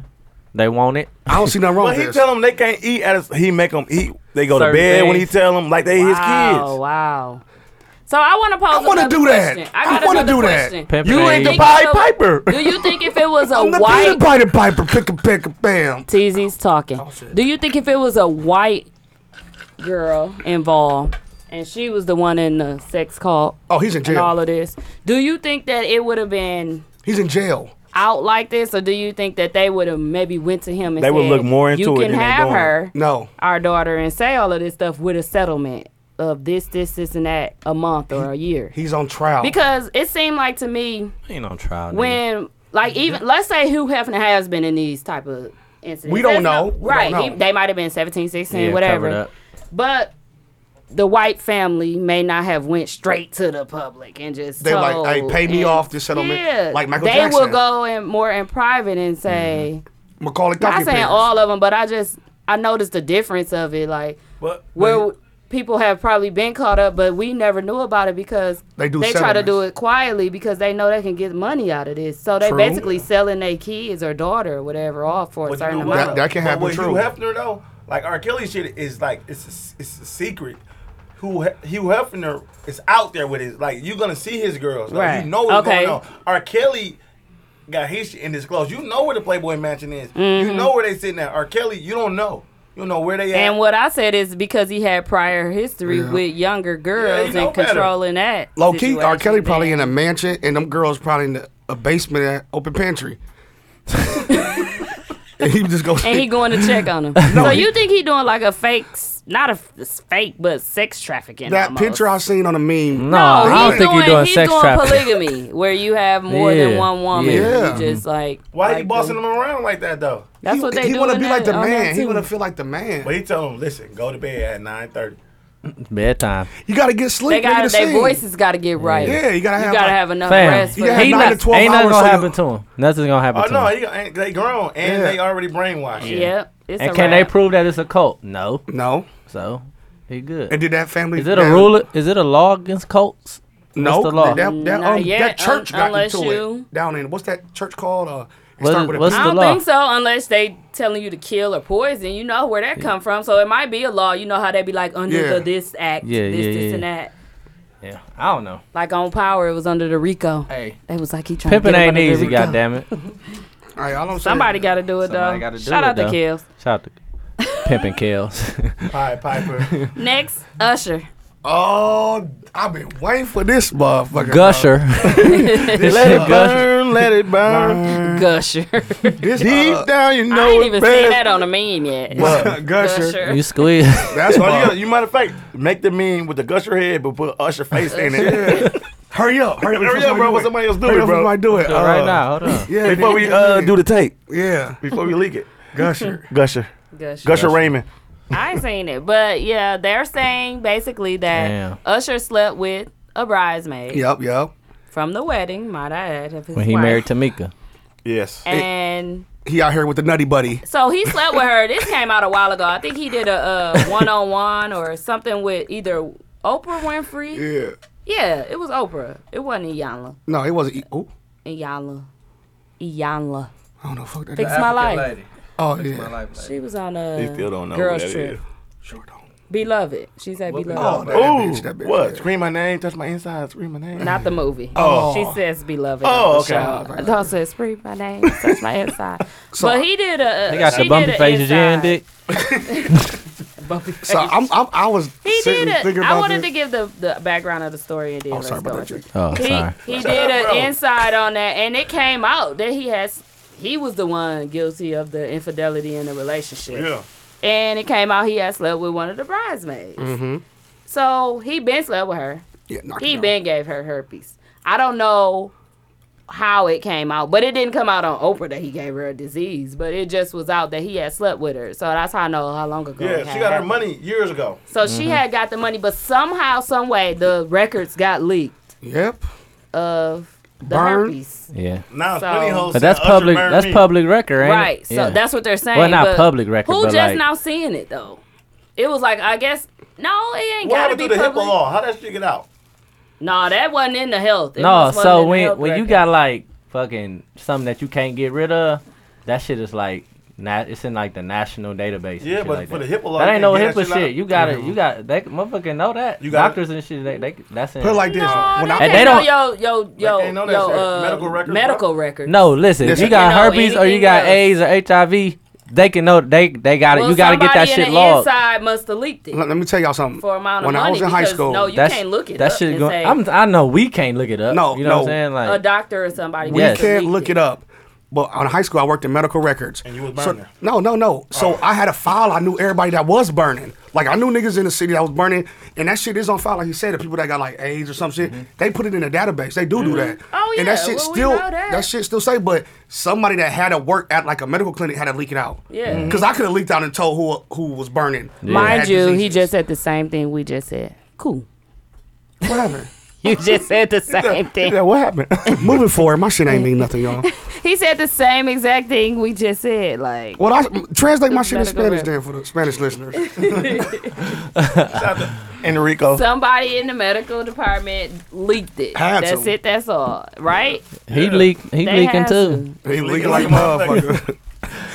S6: they want it.
S5: I don't see nothing wrong
S3: But he
S5: with
S3: tell
S5: this
S3: them they can't eat. At his, he make them eat. They go to
S6: Certain
S3: bed when he
S6: things.
S3: tell them like they his
S4: Wow,
S3: kids.
S4: wow. So I want to pose.
S5: I wanna
S4: another
S5: do that.
S4: question.
S5: I
S4: I, got
S5: wanna
S4: another
S5: do that.
S4: question.
S6: Pimpin'
S3: You ain't the
S4: Think
S3: Pied
S4: so-
S3: Piper.
S4: Do you think if it
S5: <laughs>
S4: was a
S5: I'm the
S4: white
S5: Peter Piper Piper pick a pick
S4: <laughs>
S5: a bam
S4: TZ's talking.
S5: Oh, shit.
S4: Do you think if it was a white girl involved and she was the one in the sex cult
S5: oh he's in
S4: and all
S5: jail
S4: of this, do you think that it would have been
S5: he's in jail
S4: out like this, or do you think that they would have maybe went to him and
S3: They would
S4: said,
S3: look more
S4: you
S3: into it
S4: can
S3: than they
S4: have
S3: doing."
S4: her,
S5: No.
S4: our daughter, and say all of this stuff with a settlement of this, this, this, and that a month or a year?
S5: He's on trial.
S4: Because it seemed like to me
S6: Ain't on trial. nigga.
S4: when like even let's say Hugh Hefner has been in these type of incidents.
S5: We
S4: That's
S5: don't know.
S4: not-
S5: We
S4: right.
S5: don't
S4: He,
S5: know.
S4: they might have been 17, <laughs> 16,
S6: Yeah, covered
S4: whatever.
S6: up.
S4: But the white family may not have went straight to the public and just
S5: They like,
S4: told,
S5: "Hey, pay me
S4: and-
S5: off this settlement,"
S4: Yeah,
S5: like Michael
S4: they
S5: Jackson. Mm-hmm.
S4: will go in more in private and say,
S5: Macaulay
S4: not
S5: Culkin.
S4: saying
S5: parents.
S4: all of them, but I just I noticed the difference of it, like
S3: But-
S4: where people have probably been caught up, but we never knew about it because
S5: They do
S4: try to
S5: settlements.
S4: do it quietly because they know they can get money out of this. So they
S5: True.
S4: basically selling their kids or daughter or whatever off for a
S3: But
S4: certain
S3: you know
S4: amount.
S5: That- that can
S3: but
S5: happen,
S3: With
S5: true.
S3: Hugh Hefner though, like R. Kelly shit is like it's a, s- it's a secret. Who He- Hugh Hefner is out there with his like you're gonna see his girls. Like,
S4: Right.
S3: You know what's
S4: Okay.
S3: going on. R. Kelly got his shit in his clothes. You know where the Playboy Mansion is. You know where they sitting at. R. Kelly, you don't know. You don't know where they at.
S4: Mm-hmm. and what I said is because he had prior history with younger girls
S3: know
S4: and
S3: better.
S4: controlling that.
S5: Low key, R.
S4: situation
S5: Kelly probably
S4: then.
S5: in a mansion, and them girls probably in the, a basement at open
S6: <laughs>
S5: pantry. and he just
S4: <laughs>
S5: goes.
S4: and he going to check
S5: <laughs>
S4: on him. so you think he doing like a fake, s- not a f- s- fake, but sex trafficking?
S5: that
S4: almost.
S5: picture I seen on a meme.
S4: No,
S6: no, I don't
S4: he's
S6: think
S4: doing,
S6: he's doing
S4: he's
S6: sex
S4: doing
S6: trafficking.
S4: polygamy where you have more than
S6: Yeah,
S4: one woman.
S5: yeah.
S4: You just like
S3: Why
S4: like
S3: he bossing
S4: the-
S3: them around like that though?
S4: That's
S5: he,
S4: what they
S5: He
S4: do.
S5: wanna
S4: in
S5: be like
S4: that-
S5: the
S4: on that
S5: man. He
S4: too.
S5: want to feel like the man.
S3: But he told him, listen, go to bed at nine thirty.
S6: Bedtime.
S5: you gotta get sleep.
S4: They
S5: nigga,
S4: got
S5: to
S4: their
S5: sing.
S4: voices got to get right.
S5: Yeah, you gotta have,
S4: you gotta
S5: like-
S4: have enough
S6: Fam,
S4: rest
S6: he
S4: for
S5: gotta
S4: him.
S5: nine to
S6: not,
S5: 12
S6: ain't nothing
S5: hours
S6: gonna
S5: so
S6: happen
S5: you-
S6: to him. Nothing's gonna happen
S3: Oh
S6: to
S3: no,
S6: him.
S3: he, ain't- they grown and
S5: Yeah.
S3: they already brainwashed.
S4: Yep. It's
S6: And
S4: a
S6: can they
S4: wrap.
S6: prove that it's a cult? No.
S5: No.
S6: So he
S5: And
S6: good.
S5: did that family?
S6: Is it a
S5: that-
S6: rule? Is it a law against cults?
S5: No.
S6: What's the law?
S5: That, that,
S4: Not
S5: um,
S4: yet,
S5: that church
S4: un-
S5: got
S4: unless
S5: into
S4: you-
S5: it down in what's that church called? Uh, it
S6: What
S5: start
S6: is-
S5: with a
S6: what's
S5: P.
S4: I
S6: the
S4: don't
S6: law?
S4: think so unless they telling you to kill or poison. You know where that come from. So it might be a law. You know how they be like under
S5: Yeah.
S4: the this act,
S6: Yeah,
S4: this,
S6: yeah,
S4: this,
S6: yeah,
S4: and that.
S6: Yeah, I don't know.
S4: Like on power, it was under the Rico.
S6: Hey,
S4: They was like he trying
S6: pimping
S4: to get him
S6: ain't
S4: under the
S6: easy.
S4: Rico.
S6: God damn it.
S5: All right, I don't say-
S4: Somebody got to do it
S6: Somebody
S4: though.
S6: gotta do
S4: Shout
S6: it,
S4: out to
S6: though.
S4: Kills. <laughs>
S6: Shout out to Pimpin' Kels.
S5: <laughs>
S3: Pied Piper.
S4: Next, Usher.
S5: Oh, I've been waiting for this motherfucker.
S6: <laughs> Gusher. this
S3: let
S6: shit
S3: it
S6: Gusher.
S3: burn, let it burn.
S4: <laughs> Gusher.
S5: bro. This,
S3: Deep
S5: uh,
S3: down, you
S4: I
S3: know
S4: ain't
S3: it
S4: even seen
S3: best.
S4: that on a meme yet.
S5: Gusher.
S4: Usher.
S6: You squeeze.
S5: That's
S3: So you,
S5: why.
S3: gotta, you matter of fact, make the meme with the gusher head, but put Usher face
S5: <laughs>
S3: in it.
S5: Hurry up. Hurry up.
S3: Hurry
S5: before
S3: up, bro. What
S5: do
S3: somebody else do
S5: Hurry
S3: it,
S5: up
S3: bro.
S5: before I do it. Uh,
S6: right now, hold on.
S5: Yeah.
S3: Before we
S5: yeah,
S3: uh,
S5: yeah.
S3: do the tape,
S5: Yeah.
S3: before we leak it,
S5: Gusher.
S3: Gusher,
S4: Gusher.
S3: Gusher Raymond.
S4: I ain't seen it, but yeah, they're saying basically that
S6: Damn.
S4: Usher slept with a bridesmaid
S5: Yep, yep.
S4: from the wedding, might I add, of his
S6: When he
S4: wife.
S6: married Tamika.
S3: Yes.
S4: and
S5: He out here with the nutty buddy.
S4: so he slept with her. This came out a while ago. I think he did a
S3: <laughs>
S4: uh, one-on-one or something with either Oprah Winfrey.
S5: Yeah.
S4: Yeah, it was Oprah. It wasn't Iyanla.
S5: No, it wasn't. e- Oh,
S4: Iyanla. Iyanla.
S5: I don't know. Fuck that.
S4: Fix
S5: guy.
S4: my life.
S5: Oh yeah.
S4: She was on
S3: They
S4: a
S3: still don't know
S4: girls
S3: who that
S4: trip.
S3: is.
S5: Sure don't.
S4: Beloved. She said
S5: Oh,
S4: beloved.
S5: that
S3: Ooh,
S5: bitch. That bitch.
S3: what?
S5: yeah.
S3: Scream my name, touch my insides, scream my name.
S4: Not the movie.
S3: Oh.
S4: She says beloved.
S3: Oh,
S4: Oh,
S3: okay.
S4: okay. I thought said "Scream my name, touch my
S5: <laughs>
S4: inside. but he did a.
S6: They got
S4: she
S6: the bumpy
S4: did a
S6: faces in,
S4: inside.
S6: dick.
S5: <laughs> So I'm, I'm, I was
S4: He
S5: sitting
S4: did a.
S5: thinking
S4: I
S5: about
S4: wanted
S5: this.
S4: to give the, the background of the story and then
S5: I'm
S4: let's
S5: sorry
S4: go.
S5: about that.
S4: into
S5: Jake.
S6: Oh,
S4: He
S6: sorry.
S4: he did an inside on that, and it came out that he has he was the one guilty of the infidelity in the relationship.
S3: Yeah.
S4: And it came out he had slept with one of the bridesmaids.
S3: Mm-hmm.
S5: Mm-hmm.
S4: So he been slept with her.
S5: Yeah, knock it
S4: He
S5: down.
S4: been gave her herpes. I don't know how it came out, but it didn't come out on Oprah that he gave her a disease. But it just was out that he had slept with her. So that's how I know how long ago. it
S3: Yeah,
S4: had
S3: she got her
S4: happened.
S3: money Mm-hmm. years ago.
S4: So
S5: Mm-hmm.
S4: she had got the money, but somehow, some way, the records got leaked
S5: Yep.
S4: of the
S5: Burn.
S4: herpes.
S6: Yeah.
S3: Now
S4: So-
S3: plenty hoes
S6: But
S3: said
S6: that's
S3: Usher
S6: public.
S3: married
S6: That's
S3: me.
S6: public record, ain't
S4: Right.
S6: it?
S4: So
S6: Yeah.
S4: that's what they're saying.
S6: Well, not
S4: but
S6: public record,
S4: Who
S6: but
S4: just
S6: like-
S4: now seeing it though? It was like I guess no, it ain't
S3: What
S4: gotta
S3: happened
S4: be
S3: to the HIPAA
S4: public.
S3: law? How that shit get out?
S4: No, that wasn't in the health. It
S6: No,
S4: was- wasn't in
S6: so
S4: the
S6: when
S4: health
S6: when you
S4: record.
S6: got like fucking something that you can't get rid of, that shit is like nat it's in like the national database. and
S3: Yeah,
S6: shit
S3: but
S6: like
S3: for
S6: that.
S3: the HIPAA law,
S6: that
S3: you
S6: ain't no
S3: can't get
S6: HIPAA
S3: that
S6: shit.
S3: shit out.
S6: You got to
S5: Mm-hmm.
S6: You got they motherfucking know that.
S3: You gotta-
S6: Doctors and shit. They, they that's in.
S5: Put it like this.
S4: No,
S5: when
S4: they,
S5: I,
S6: And they
S4: know
S6: don't-
S4: yo yo yo
S3: they know that
S4: yo
S3: shit.
S4: uh,
S3: Medical records,
S4: medical records.
S6: no, listen. If
S5: Listen.
S6: you
S4: They
S6: got
S4: can know
S6: herpes or you got
S4: anything
S6: AIDS or HIV, they can know. They they got it.
S4: Well,
S6: You got to get that
S4: somebody in the
S6: shit logged.
S4: Inside must have leaked it
S5: let, let me tell y'all something.
S4: for amount of
S5: when
S4: money.
S5: I was in high
S4: because,
S5: school,
S4: no, you
S6: That's-
S4: can't look it.
S6: That
S4: up
S6: shit
S4: and
S6: go-
S4: say
S6: I'm. I know we can't look it up.
S5: No,
S6: you know
S5: no.
S6: what I'm saying.
S4: a
S6: Like
S4: doctor or somebody.
S5: we
S6: Yes.
S5: can't look it up. But on high school, I worked in medical records.
S3: And you was
S5: so,
S3: burning.
S5: No, no, no. So I had a file. I knew everybody that was burning. Like I knew niggas in the city that was burning, and that shit is on file. Like you said, the people that got like AIDS or some shit,
S3: Mm-hmm.
S5: they put it in a database. They do do that.
S4: Oh,
S5: And that
S4: yeah.
S5: shit
S4: Well, we
S5: still,
S4: know that.
S5: shit still say. But somebody that had to work at like a medical clinic had to leak it out.
S4: Yeah.
S3: Mm-hmm.
S4: Mhm.
S5: Because I could have leaked out and told who who was burning.
S4: Mind
S5: Had
S4: you, he
S5: diseases.
S4: just said the same thing we just said. <laughs> Cool.
S5: whatever.
S4: You just said the same thing.
S5: <laughs> yeah, what happened? <laughs> Moving forward, my shit ain't
S4: <laughs>
S5: mean nothing, y'all.
S4: He said the same exact thing we just said. Like
S5: Well, I translate my shit in
S4: Medical
S5: Spanish
S4: rep.
S5: then for the Spanish listeners. <laughs>
S3: Enrico.
S4: somebody in the medical department leaked it.
S5: Had
S4: that's
S5: to.
S4: it. That's all. Right?
S6: he leak. He
S4: They
S6: leaking
S4: had
S6: too.
S5: He leaking
S3: leaking
S5: like a
S3: like a
S5: motherfucker.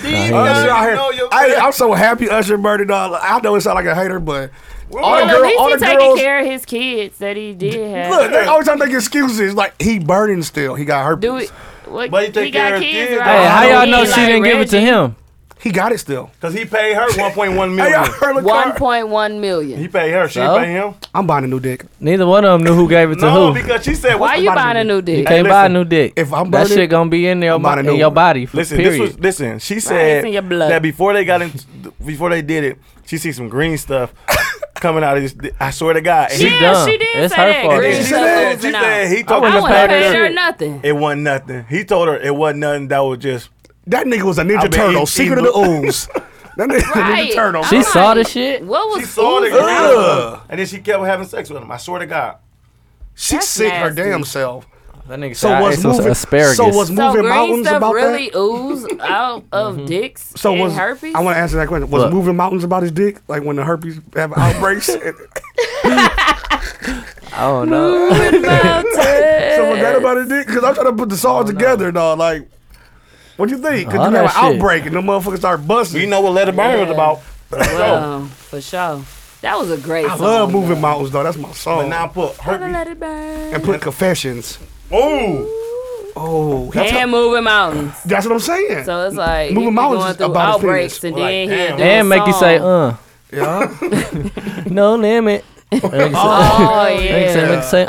S3: Do you
S5: Usher out here.
S3: Oh, know your
S5: I, I'm so happy Usher murdered all. I know it sound like a hater, but all
S4: Well,
S5: the,
S4: at
S5: girl,
S4: least
S5: all
S4: he
S5: the
S4: taking
S5: girls.
S4: care of his kids that he did have.
S5: Look, they always trying to make excuses. Like he burning still. He got herpes.
S4: Do it. What,
S3: But he take
S4: he got
S3: care of
S4: kids,
S3: kids,
S4: right?
S3: though.
S6: Hey, how
S4: He
S6: y'all know
S4: like
S6: she didn't give it to
S4: Reggie.
S6: him?
S5: He got it still.
S3: Cause he paid
S5: <laughs>
S3: her 1.1
S5: Hey, I
S3: million.
S5: heard a
S4: One
S5: car.
S4: point one million.
S3: He paid her. She
S6: So?
S3: didn't pay him.
S5: I'm buying a new dick.
S6: Neither one of them knew who gave it to
S3: No,
S6: who.
S3: because she said,
S4: Why
S3: "What's the
S4: you
S3: matter
S4: buying a
S3: with you?"
S4: new dick?
S6: Can't buy a
S3: listen,
S6: new dick.
S5: if I'm
S6: that
S5: burning,
S6: shit gonna be in there
S5: I'm buying a
S6: in
S5: new
S6: your
S5: one. <laughs>
S6: body. For
S3: Listen,
S6: period.
S3: this was listen. She
S4: in
S3: said
S4: your blood.
S3: that before they got in, before they did it, she see some
S4: <laughs>
S3: green stuff coming out of this. I swear to God, and
S6: She
S3: he-
S4: yeah,
S6: done.
S4: she did
S6: It's
S4: say
S6: her
S4: that.
S6: fault.
S3: and
S4: Green
S3: she
S6: She
S4: stuff
S3: said,
S4: moving
S3: she
S4: out.
S3: said he
S6: I
S3: told
S6: wouldn't
S4: I
S3: her
S6: have
S4: wouldn't
S6: paid
S4: have
S6: her
S4: paid her
S6: shit.
S4: nothing.
S3: it wasn't nothing. He told her it wasn't nothing. That was just
S5: that nigga was a
S3: I
S5: Ninja
S3: been
S5: Turtle,
S3: eating-
S5: secret of the
S3: <laughs>
S5: ooze. That nigga
S4: Right.
S5: Ninja Turtle.
S6: She
S4: I'm
S6: saw
S4: like,
S6: the shit?
S4: What was
S3: she saw the
S4: Uzi?
S3: green stuff,
S5: Ugh.
S3: and then she kept having sex with him. I swear to God,
S5: She
S4: That's
S5: sick her
S4: nasty.
S5: damn self.
S6: That nigga
S5: So
S6: said I
S5: what's
S6: ate some
S5: moving?
S6: asparagus.
S5: So what's
S4: So
S5: moving
S4: green
S5: mountains
S4: stuff
S5: about that?
S4: really ooze out
S6: <laughs>
S4: of
S6: Mm-hmm.
S4: dicks
S5: So
S4: and
S5: was
S4: herpes.
S5: I want to answer that question. Was
S6: What?
S5: moving mountains about his dick? Like when the herpes
S3: <laughs>
S5: have outbreaks? and-
S6: I
S5: <laughs>
S6: don't
S7: <laughs>
S6: know.
S5: so was that about his dick? Because I'm trying to put the
S3: Oh,
S5: song together, dog. Like, what you think? Because
S6: All
S5: you have an
S6: that shit.
S5: outbreak and the motherfuckers start busting.
S3: you know what Let It Burn was about.
S4: Well, for sure. That was a great.
S5: I
S4: song,
S5: love
S4: though.
S5: moving mountains, though. That's my
S3: But
S5: song.
S3: now I put
S4: Gonna
S3: her.
S4: let it burn.
S5: and put confessions.
S3: Ooh,
S5: Oh, that's,
S4: And moving mountains.
S5: that's what I'm saying.
S4: So it's like
S5: Moving
S4: moving mountains
S5: mountains
S4: going
S5: is
S4: through
S5: about his
S4: outbreaks
S5: penis.
S4: and
S3: Like,
S4: then he
S3: damn.
S4: do
S6: and
S4: a
S6: make you say,
S4: song.
S6: uh,
S5: yeah.
S6: no limit. And nigga say-
S4: Oh
S6: nigga say-
S4: yeah,
S6: nigga say,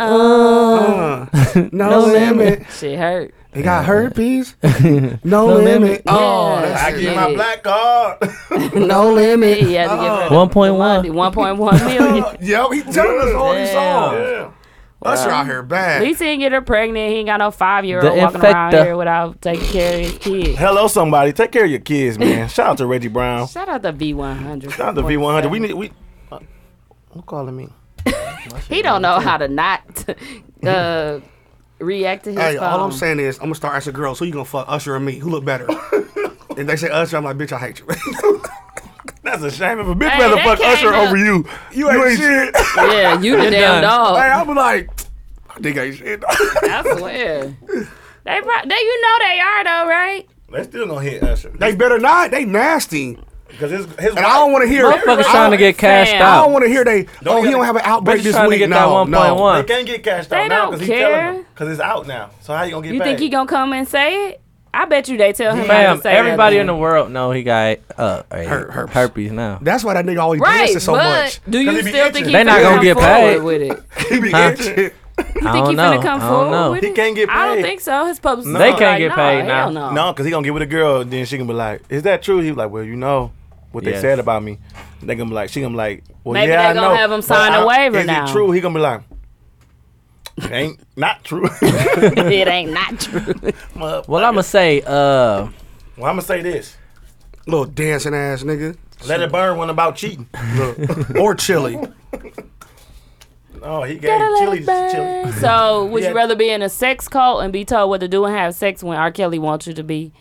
S6: uh,
S5: Uh, no,
S6: limit.
S5: limit.
S4: shit hurt.
S5: They got
S6: <laughs>
S5: herpes. No, limit.
S6: limit.
S4: Yeah.
S5: Oh, that's
S3: I
S5: it.
S3: get my
S4: Yeah. <laughs>
S3: black card.
S5: no limit.
S4: He had to give her
S6: One point <laughs> one.
S4: one point one million.
S5: <laughs> Yo, he telling us all these
S4: Damn.
S5: songs.
S3: Yeah.
S5: Usher out here
S4: At
S5: bad.
S4: least he didn't get her pregnant. He ain't got no five year
S6: The
S4: old walking around
S6: infecta.
S4: here without taking care of his kids.
S3: Hello, somebody. Take care of your
S4: <laughs>
S3: kids, man. Shout out to Reggie Brown.
S4: Shout out to V one hundred.
S3: Shout out to V one hundred. We need we. Who calling me?
S4: He don't know how to not <laughs> uh, react to his
S5: Hey,
S4: phone.
S5: all I'm saying is, I'm gonna start asking girls, who you gonna fuck, Usher or me? Who look
S6: <laughs>
S5: better? and they say Usher, I'm like, bitch, I hate you.
S3: That's a shame if a bitch
S4: Hey,
S3: rather
S4: that
S3: fuck
S4: came
S3: Usher
S4: up-
S3: over you.
S5: you ain't shit. hey,
S4: Yeah, you the damn
S6: done.
S4: dog.
S5: I'm like, I think I ain't shit.
S4: I swear. They, pro- they, you know they are though, right?
S3: They still gonna hit Usher.
S5: They better not. They nasty.
S3: because his his.
S5: And I don't want to hear.
S6: Motherfuckers
S5: I
S6: trying to
S5: don't-
S6: get cashed
S4: Fam.
S5: I
S6: out.
S5: don't want to hear they. oh, he
S3: hear
S5: don't
S3: the-
S5: have an
S6: But
S5: outbreak
S6: he's
S5: this
S6: trying
S5: week.
S6: to get
S5: no,
S6: that one
S5: no.
S6: point one.
S3: They can't get cashed
S4: They
S3: out now
S4: don't
S3: because he's
S4: care.
S3: telling them because it's out now. So how you gonna get
S4: You
S3: paid?
S4: think he gonna come and say it? I bet you they tell him. not
S6: Fam,
S4: to say
S6: everybody
S4: nothing.
S6: in the world know he got uh, a
S5: Her- herpes.
S6: herpes now.
S5: That's why that nigga always
S4: right,
S5: dancing so
S4: but
S5: much.
S4: do you
S3: Cause he be
S4: still
S3: itching.
S4: think he's
S6: They not gonna get paid.
S4: with it?
S5: <laughs> He be itching.
S3: <laughs>
S4: You
S6: I
S4: think
S6: don't
S4: he's
S6: know.
S4: gonna come
S6: I don't
S4: forward
S6: know.
S4: with
S3: He
S4: it?
S3: can't get paid.
S4: I don't think so. His publicist
S6: They
S4: is
S6: can't
S4: like,
S6: get
S4: "Nah,
S6: paid now."
S4: hell No.
S3: No, because he gonna get with a girl, then she gonna be like, "Is that true?" He be like, "Well, you know what they
S6: Yes.
S3: said about me." They gonna be like, "She gonna be like, well,
S4: Maybe
S3: yeah,
S4: they
S3: I
S4: gonna
S3: know,
S4: have him
S3: but
S4: sign a
S3: I-
S4: waiver
S3: is
S4: now."
S3: It true? He gonna be like, "It "Ain't not
S6: <laughs>
S3: true."
S4: <laughs>
S3: <laughs>
S4: it ain't not true.
S3: well,
S6: Well, I'ma say, uh,
S3: I'm gonna say this:
S5: Little dancing ass nigga.
S3: Let it burn. One about cheating.
S5: Look. or
S6: <laughs>
S5: chili.
S3: Oh, he gave chili,
S5: <laughs>
S3: chili.
S4: So, would
S3: Yeah.
S4: you rather be in a sex cult and be told what to do and have sex when R. Kelly wants you to be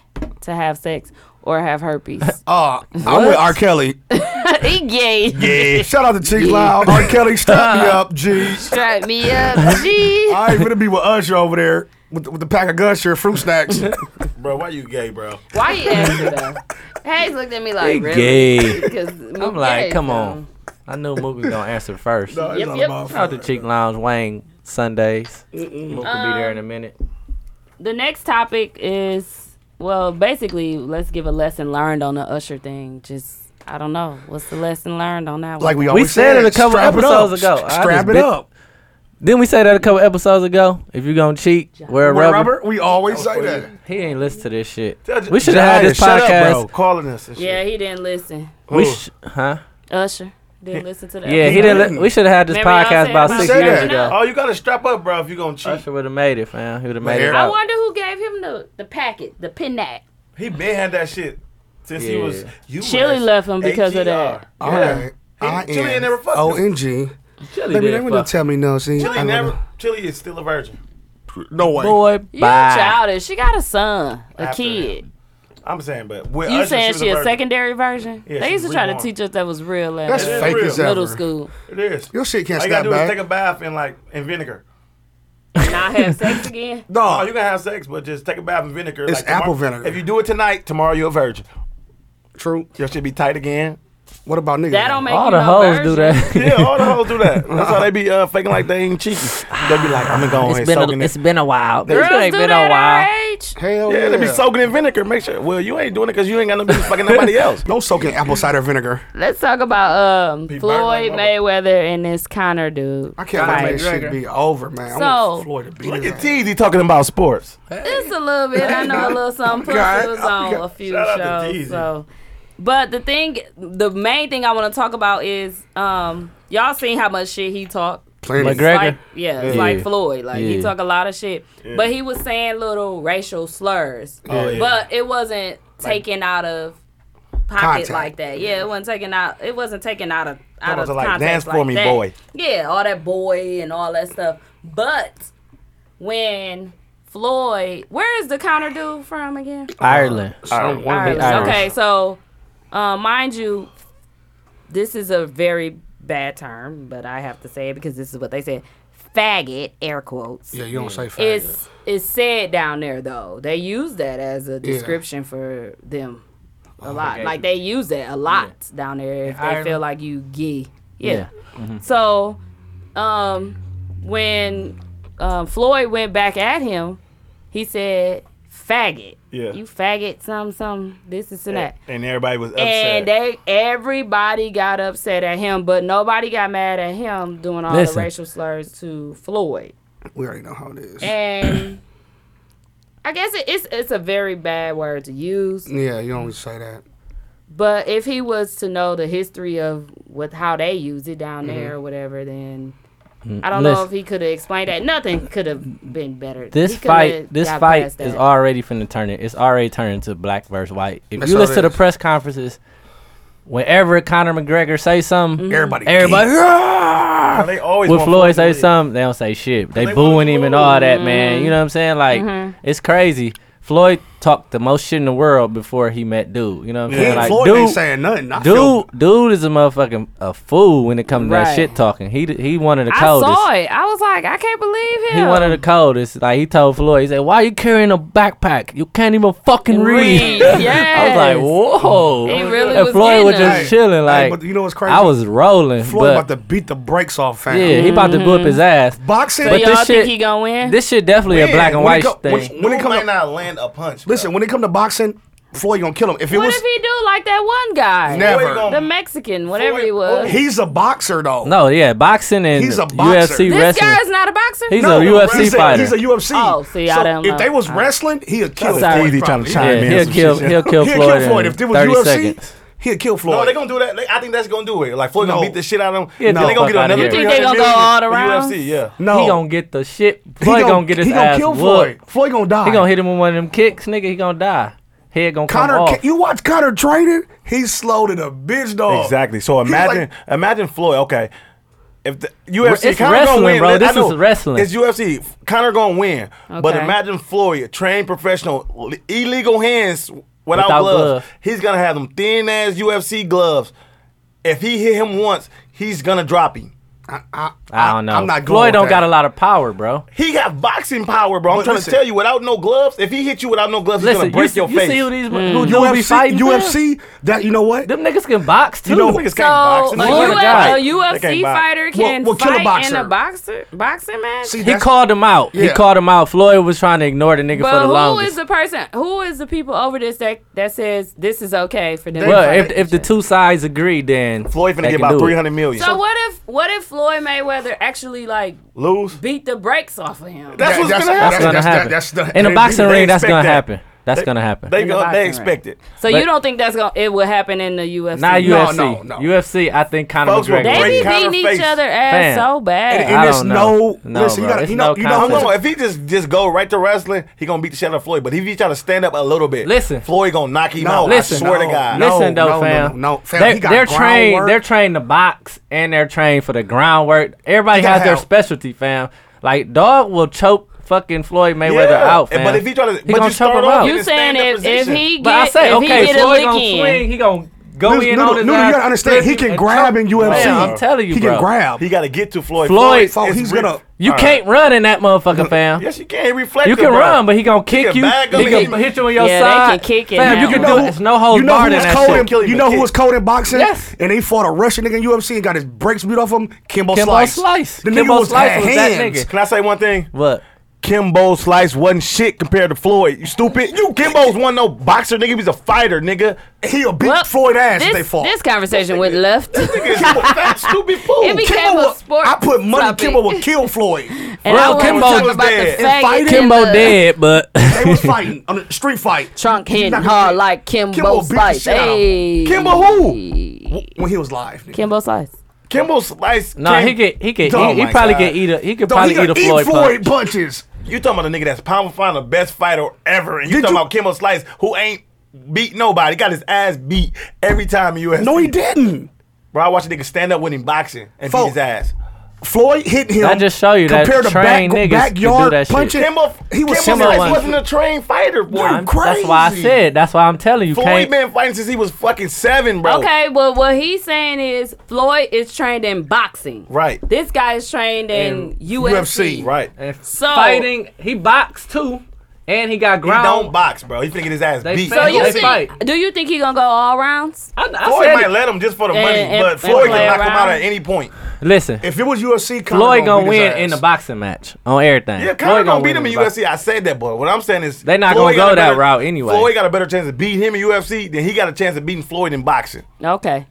S4: to have sex or have herpes?
S5: <laughs> Uh, I'm with
S4: <laughs>
S5: R. Kelly.
S4: he gay.
S5: Yeah. Shout out to Cheek Loud. R. Kelly, strap
S6: <laughs>
S5: me up, G.
S4: Strap me up, G.
S5: I ain't gonna be with Usher over there with, the- with the pack of Gusher fruit snacks.
S3: bro. Why you gay, bro?
S4: Why
S5: <laughs>
S3: <laughs>
S4: you answer that? Hayes looked at me like, really? <laughs>
S6: gay.
S4: Because
S6: <laughs> I'm like, come on. I knew Mook was gonna answer
S5: <laughs>
S6: first. Shout
S4: Yep, yep.
S6: out to Cheek Lounge, Wang Sundays. Mook will be there in a minute.
S4: The next topic is well, basically, let's give a lesson learned on the Usher thing. Just I don't know what's the lesson learned on that one.
S5: Like we
S6: We
S5: always
S6: said it a couple
S5: strap
S6: episodes
S5: it up.
S6: ago.
S5: S-
S6: I
S5: Strap
S6: just
S5: it
S6: bit-
S5: up.
S6: Didn't we say that a couple episodes ago? If you gonna cheat, wear a
S5: Wear
S6: rubber.
S5: rubber? We always say
S3: for
S5: that.
S3: you.
S6: <laughs> He ain't listen to this shit.
S3: Tell J-
S6: We should have had
S3: Jaya,
S6: this
S3: shut up,
S6: podcast.
S3: bro. Calling us. And shit.
S4: yeah, he didn't listen.
S6: we sh- huh?
S4: Usher didn't listen to that.
S6: Yeah, he didn't. Li- we should have had this
S4: Remember y'all
S6: podcast
S4: said
S6: about
S4: about
S6: six
S3: Say
S4: Usher?
S6: years
S3: that.
S6: ago.
S3: Oh, you gotta strap up, bro. If you gonna cheat,
S6: Usher would have made it, fam. He would have made
S5: Hair.
S6: it
S5: I
S4: I
S6: out.
S4: wonder who gave him the the packet, the pinnack.
S3: he been had that shit since he
S6: Yeah.
S3: was. You
S4: Chili
S3: was
S4: left him because of
S3: AGR.
S4: that.
S5: All right. I
S3: Chili ain't never
S5: am
S3: fucked us.
S5: OMG.
S6: Chili
S5: Baby,
S6: did
S5: they wouldn't
S6: fuck.
S5: tell me no. See,
S3: Chili
S5: I don't
S3: never.
S5: know.
S3: Chili is still a virgin.
S5: No way.
S6: Boy,
S4: You
S6: bye.
S4: childish. She got a son, a
S3: After
S4: kid.
S3: I'm saying, but with
S4: You
S3: Usher,
S4: saying
S3: was
S4: she a
S3: virgin.
S4: secondary version?
S3: Yeah,
S4: they
S3: she
S4: used to
S3: was
S4: try to
S3: reborn.
S4: teach us that was real in
S5: That's
S3: Yeah,
S5: fake
S3: real.
S5: as ever.
S4: middle school.
S3: It is.
S5: Your shit can't
S3: All you
S5: snap
S3: gotta do
S5: back.
S3: is take a bath in like in vinegar.
S4: Not have sex
S3: <laughs>
S4: again.
S3: Oh,
S5: Dog,
S3: you can have sex, but just take a bath in vinegar.
S5: It's
S3: like, tomorrow-
S5: apple vinegar.
S3: If you do it tonight, tomorrow you're a virgin.
S5: true.
S3: Your shit be tight again.
S5: What about niggas?
S4: That don't make
S6: All
S4: you
S6: the
S4: no
S6: hoes do
S4: virgin.
S6: that.
S3: <laughs> Yeah, all the hoes do
S5: <laughs>
S3: that. That's how they be uh, faking like they ain't cheating. They be like, I'm gonna go ahead soaking it.
S6: been a
S4: <laughs>
S6: while.
S4: Girls
S6: It ain't
S4: do
S6: been
S4: that at
S6: a while.
S4: our age.
S5: Hell Oh, yeah.
S3: Yeah, they be soaking in vinegar. Make sure. Well, you ain't doing it because you ain't got no business
S5: <laughs>
S3: fucking nobody else.
S5: Don't soak in apple cider vinegar.
S4: Let's talk about um,
S3: Pete
S4: Floyd
S3: Burton,
S4: Mayweather and this Connor dude.
S5: I can't let
S4: <laughs>
S5: that
S4: Right.
S5: shit be over, man. I
S4: So-
S5: want Floyd to beat
S3: Look
S5: his
S3: at
S5: ass.
S3: TZ talking about sports.
S4: It's a little bit. I know a little something. Pussy
S5: God,
S4: was on a few
S3: Shout out to
S4: shows.
S3: Jeezy.
S4: So, but the thing, the main thing I want to talk about is, um, y'all seen how much shit he talked.
S5: Plenty.
S6: McGregor.
S4: Like, yeah, it's like
S6: Yeah.
S4: Floyd. Like he
S6: Yeah.
S4: talk a lot of shit, but he was saying little racial slurs.
S3: Oh, yeah.
S4: But it wasn't taken out of pocket
S5: Contact.
S4: like that. Yeah, it wasn't taken out. It wasn't taken out of out
S3: Someone
S4: of
S3: was like,
S4: context
S3: "Dance for
S4: like
S3: me,
S4: that."
S3: boy.
S4: Yeah, all that boy and all that stuff. But when Floyd, where is the counter dude from again?
S6: Ireland.
S3: Ireland.
S4: Ireland.
S6: Ireland.
S4: Okay, so uh, mind you, this is a very bad term, but I have to say it because this is what they said. Faggot, air quotes.
S5: Yeah, you don't say faggot.
S4: It's it's said down there though. They use that as a description for them a lot. Like they use that a lot down there if they feel like you gay. Yeah. Mm-hmm.
S5: <laughs>
S4: So, um, when um, Floyd went back at him, he said, "Faggot,
S3: Yeah.
S4: you faggot, some some this this and that."
S3: And everybody was upset.
S4: And they everybody got upset at him, but nobody got mad at him doing all the
S6: Listen.
S4: racial slurs to Floyd
S5: we already know how it is.
S4: and I guess it, it's it's a very bad word to use.
S5: yeah, you don't say that.
S4: But if he was to know the history of with how they use it down there or whatever, then I don't know
S6: Mm-hmm. Mm, Listen.
S4: if he could have explained that. Nothing could have been better.
S6: This
S4: He coulda
S6: fight, this
S4: got
S6: fight
S4: past that.
S6: is already finna turn it. It's already turning to black versus white. If
S5: That's
S6: you
S5: all
S6: listen
S5: it
S6: to the
S5: is.
S6: press conferences, whenever Conor McGregor say something,
S4: Mm-hmm.
S5: Everybody.
S6: everybody.
S3: Now, they always
S6: When
S3: want
S6: Floyd say
S3: to win.
S6: something, they don't say shit. They
S3: they
S6: booing
S3: wanna
S6: him and
S3: boo.
S4: Mm-hmm.
S6: all that, man. You know what I'm saying? Like, it's crazy. Floyd talked the most shit in the world before he met dude. You know what I'm saying?
S5: Pink
S6: Like,
S5: Floyd ain't
S6: dude,
S5: saying nothing. I feel-
S6: dude, dude is a motherfucking a fool when it comes to
S4: Right.
S6: that shit talking. He he one of the
S4: I
S6: coldest.
S4: saw it. I was like, I can't believe him.
S6: He one of the coldest. Like he told Floyd, he said, "Why you carrying a backpack? You can't even fucking read."
S4: Read,
S6: <laughs> I
S4: yes.
S6: was like, "Whoa!"
S4: He really
S6: and
S4: was
S6: Floyd
S4: getting
S6: was just
S4: us.
S6: chilling. Like,
S5: Hey, but you know what's crazy?
S6: I was rolling,
S5: Floyd
S6: but
S5: about to beat the brakes off fam.
S6: yeah, he about to whip his ass.
S5: Boxing.
S4: Mm-hmm. So
S6: But
S4: y'all
S6: this
S4: think
S6: shit-
S4: he gonna win?
S6: This shit definitely a
S5: Yeah,
S6: black and
S5: when
S6: white
S5: it co-
S6: thing.
S5: when- when it come
S9: might
S5: to-
S9: not land a punch. bro.
S5: Listen, when it come to boxing, Floyd gonna kill him. If it
S4: what
S5: was
S4: if he do like that one guy?
S5: never,
S9: Floyd gonna-
S4: The Mexican, whatever
S3: oh,
S4: he was.
S5: he's a boxer though.
S6: no, yeah, boxing and
S5: He's a boxer.
S6: UFC
S4: This
S6: wrestling.
S4: guy's not a boxer.
S6: He's
S5: No,
S6: a UFC
S5: he's
S6: fighter.
S5: A, he's a UFC.
S4: Oh, see, I
S5: so
S4: don't
S5: if
S4: know.
S5: they was
S4: All right.
S5: wrestling, he'd kill
S4: That's
S5: Floyd.
S4: all right.
S3: Easy trying
S5: probably.
S3: to chime in.
S6: yeah, he'll
S3: some
S6: kill,
S3: shit.
S6: <laughs> he'll kill
S5: He'd
S6: Floyd.
S5: kill Floyd.
S6: in
S5: If there was
S6: 30
S5: UFC,
S6: seconds.
S5: he'd kill Floyd.
S9: No, they gonna do that. They- I think that's gonna do it. Like Floyd
S5: No.
S9: gonna beat the shit out of him.
S6: Yeah,
S9: and they
S6: no.
S9: gonna get another.
S6: You
S4: think they
S9: 300
S4: gonna go
S9: million
S4: all
S9: in
S4: around?
S9: UFC, yeah.
S5: no,
S6: He gonna get the shit.
S5: He
S6: Floyd gonna, get his
S5: he
S6: ass
S5: kill
S6: whooped.
S5: Floyd. Floyd gonna die.
S6: He gonna hit him with one of them kicks, nigga. He gonna die. Head gonna
S5: Connor,
S6: come off.
S5: Ca- you watch Connor training? He's slow to the bitch dog.
S3: Exactly. So
S5: He's like-
S3: imagine, imagine Floyd. Okay, if the UFC
S6: It's
S3: Conor
S6: wrestling,
S3: gonna win,
S6: bro.
S3: let-
S6: This
S3: I know,
S6: is wrestling.
S3: It's UFC. Conor gonna win, but
S4: Okay.
S3: imagine Floyd, a trained professional, l- illegal hands without,
S6: Without
S3: gloves.
S6: glove.
S3: He's gonna have them thin ass UFC gloves. If he hit him once, he's gonna drop him.
S6: I don't know.
S5: I'm not going
S6: Floyd
S5: with
S6: don't
S5: that.
S6: got a lot of power, bro.
S3: He got boxing power, bro. I'm
S5: But
S3: trying
S5: listen-
S3: to tell you, without no gloves, if he hit you without no gloves,
S6: Listen,
S3: he's gonna
S6: you,
S3: break
S6: see-
S3: your
S6: you
S3: face.
S6: see who
S5: Hmm.
S6: these who dude be
S5: UFC,
S6: fighting? fam?
S5: UFC, that you know what?
S6: Them niggas can box too.
S3: You know, niggas can't
S4: So
S3: box.
S4: a,
S3: They can't
S6: US
S4: U-
S3: box.
S4: a
S6: fight.
S3: They can't
S4: UFC
S3: box.
S4: fighter can
S5: well, kill a
S4: fight
S5: boxer.
S4: in a boxer boxing match.
S5: See,
S6: he
S5: that's-
S6: called him out. He
S5: Yeah.
S6: called him out. Floyd was trying to ignore the nigga for
S4: but
S6: the
S4: who is
S6: longest.
S4: the person? Who is the people over this that that says this is okay for them? to
S6: well,
S4: fight
S6: if
S4: and
S6: if the
S4: shit?
S6: two sides agree, then
S3: Floyd
S6: they
S3: finna get
S6: can do
S3: about
S6: it.
S3: three hundred million.
S4: so what if what if Floyd Mayweather actually like
S3: Lose.
S4: beat the brakes off of him?
S3: That's what's
S5: that's-
S3: gonna happen.
S6: That's
S5: That-
S6: gonna
S5: that's-
S6: happen.
S5: that's the-
S6: in a
S5: they-
S6: boxing
S3: they
S6: ring, that's
S3: expect
S6: gonna
S3: that.
S6: happen. That's gonna happen.
S3: They
S4: In the
S3: go,
S4: boxing
S3: they
S4: ring.
S3: expect it.
S4: so
S6: but-
S4: you don't think that's gonna it will happen in the UFC?
S6: Not
S5: No,
S6: UFC.
S5: no, no.
S6: UFC, I think Conor
S3: Folks will
S6: McGregor.
S3: break
S4: They be
S3: Right.
S4: beating
S3: Counterface.
S4: each other ass
S6: Fam.
S4: so bad.
S5: And- and
S6: I
S5: there's
S6: don't know.
S5: no-
S6: No,
S5: listen, you
S6: bro,
S5: gotta-
S6: it's
S5: you know-
S6: no
S5: you know how
S3: No,
S6: contest.
S5: much-
S3: no, if he just just go right to wrestling, he gonna beat the shit out of Floyd. But if he try to stand up a little bit,
S6: Listen.
S3: Floyd gonna knock him
S5: No,
S3: out.
S6: listen,
S3: I swear to
S5: no,
S3: God.
S5: no.
S6: Listen though,
S5: no,
S6: fam.
S5: no, no, fam,
S6: They,
S5: he got
S6: they're trained.
S5: groundwork.
S6: They're trained to box, and they're trained for the groundwork. Everybody
S5: You gotta
S6: has their
S5: have-
S6: specialty, fam. Like dog will choke fucking Floyd Mayweather
S3: Yeah,
S6: out, fam.
S3: But if he try to, but
S6: gonna
S3: you start
S6: choke him
S3: off
S6: out.
S3: in
S4: you
S3: a
S4: saying
S3: stand-up
S4: if, if
S3: position.
S4: he
S6: but I
S4: get
S6: say,
S4: if
S6: okay,
S4: he get
S6: Floyd
S4: a
S6: gonna
S4: lick in,
S6: swing. He gonna go
S5: Noodle-
S6: in
S5: Noodle-
S6: on his
S5: Noodle,
S6: ass.
S5: you gotta understand, he
S6: listen,
S5: can
S6: and
S5: grab in
S6: choke.
S5: UFC.
S6: Man, I'm telling you,
S5: he
S6: bro.
S5: can grab.
S3: he got to get to Floyd.
S6: Floyd-
S5: Folks, he's
S3: re-
S5: gonna-
S6: You
S3: All right.
S6: can't run in that motherfucker, fam.
S3: Yes, you can. He reflected.
S6: You can
S3: bro.
S6: run, but he gonna kick
S3: can
S6: you.
S3: bag him
S6: He
S3: and
S6: can
S3: hit him.
S6: hit you on your
S4: Yeah, they
S6: side.
S4: can kick it
S6: Fam,
S4: now.
S6: you can
S4: You
S6: do
S4: know
S6: it. It's no holds
S5: you know
S6: barred
S5: who
S6: in
S5: was
S6: that
S5: cold
S6: shit.
S5: in,
S3: Kill him
S5: you
S3: and
S5: know who
S3: kick.
S5: was cold in boxing?
S6: Yes.
S5: And they fought a Russian nigga in UFC and got his brakes beat off him. Kimbo,
S6: Kimbo
S5: Slice.
S6: Slice.
S5: The
S6: Kimbo
S5: nigga was
S6: Slice
S5: had
S6: was that
S5: hands.
S6: nigga.
S3: Can I say one thing?
S6: What?
S3: Kimbo Slice wasn't shit compared to Floyd. You stupid. You Kimbo's one no boxer nigga. He's a fighter nigga.
S5: He'll beat
S4: Well,
S5: Floyd ass
S4: this,
S5: if they fought.
S4: This conversation went left.
S3: Nigga is a fat,
S4: <laughs>
S3: stupid fool.
S4: It became
S5: Kimbo
S4: a
S5: will-
S4: sport
S5: I put money
S4: topic.
S5: Kimbo would kill Floyd.
S4: <laughs> And
S6: Well,
S4: I was
S6: Kimbo
S4: talking
S3: was
S4: about
S3: dead.
S4: the
S5: And
S4: faggot
S5: fighting-
S6: Kimbo
S4: the
S6: dead, but
S5: They was fighting on a street fight.
S4: Trunk hitting
S5: Not-
S4: hard like Kimbo,
S5: Kimbo beat the
S4: Slice.
S5: shit out of him.
S4: Hey.
S3: Kimbo who?
S5: when he was live. nigga.
S4: Kimbo Slice.
S3: Kimbo Slice.
S6: no,
S3: came-
S6: he could he could
S3: Oh
S6: he, he
S3: my
S6: probably
S3: God.
S6: could eat a he could
S5: Dog,
S6: probably
S5: he
S6: eat a
S5: gonna eat
S6: Floyd punch.
S5: punches.
S3: You talking about a nigga that's pound for pound the best fighter ever, and you
S5: Did
S3: talking
S5: you-
S3: about Kimbo Slice who ain't beat nobody, got his ass beat every time in UFC.
S5: No, he didn't.
S3: Bro, I watched a nigga stand up with him boxing and
S5: Folk.
S3: beat his ass.
S5: Floyd hit him.
S6: That just show you that
S5: compared to
S6: trained
S5: back,
S6: niggas can do
S5: backyard
S6: that shit.
S5: punching.
S3: Kimbo,
S5: he was
S3: Kimbo
S5: similar.
S3: Slice
S6: one.
S3: wasn't a trained fighter, boy.
S6: <laughs> I'm- That's why I
S5: crazy.
S6: said. That's why I'm telling you.
S3: Floyd
S6: can't,
S3: been fighting since he was fucking seven, bro.
S4: Okay, well, what he's saying is Floyd is trained in boxing.
S3: Right.
S4: This guy is trained in UFC.
S5: UFC,
S3: Right.
S6: and
S4: So-
S6: fighting, he boxed too, and he got
S3: He don't
S6: ground.
S3: box, bro. He finna get his ass
S6: They
S3: beat.
S6: fat.
S4: So you
S6: They
S4: think,
S6: fight.
S4: do you think he gonna go all rounds?
S6: I, I
S3: Floyd
S6: said
S3: might
S6: it.
S3: let him just for the money,
S4: and-
S3: but
S4: and
S3: Floyd
S4: play
S3: can knock him out
S4: around.
S3: at any point.
S6: Listen,
S5: If it was UFC, Conor
S6: Floyd gonna
S5: beat his
S6: win
S5: ass.
S6: in the boxing match on everything.
S3: Yeah,
S6: Floyd
S3: Conor gonna beat
S6: win
S3: him in
S6: the box-
S3: UFC. I said that, but what I'm saying is
S6: They not
S3: Floyd
S6: gonna
S3: got
S6: go
S3: a
S6: that
S3: better-
S6: route anyway.
S3: Floyd got a better chance of beating him in UFC than he got a chance of beating Floyd in boxing.
S4: Okay.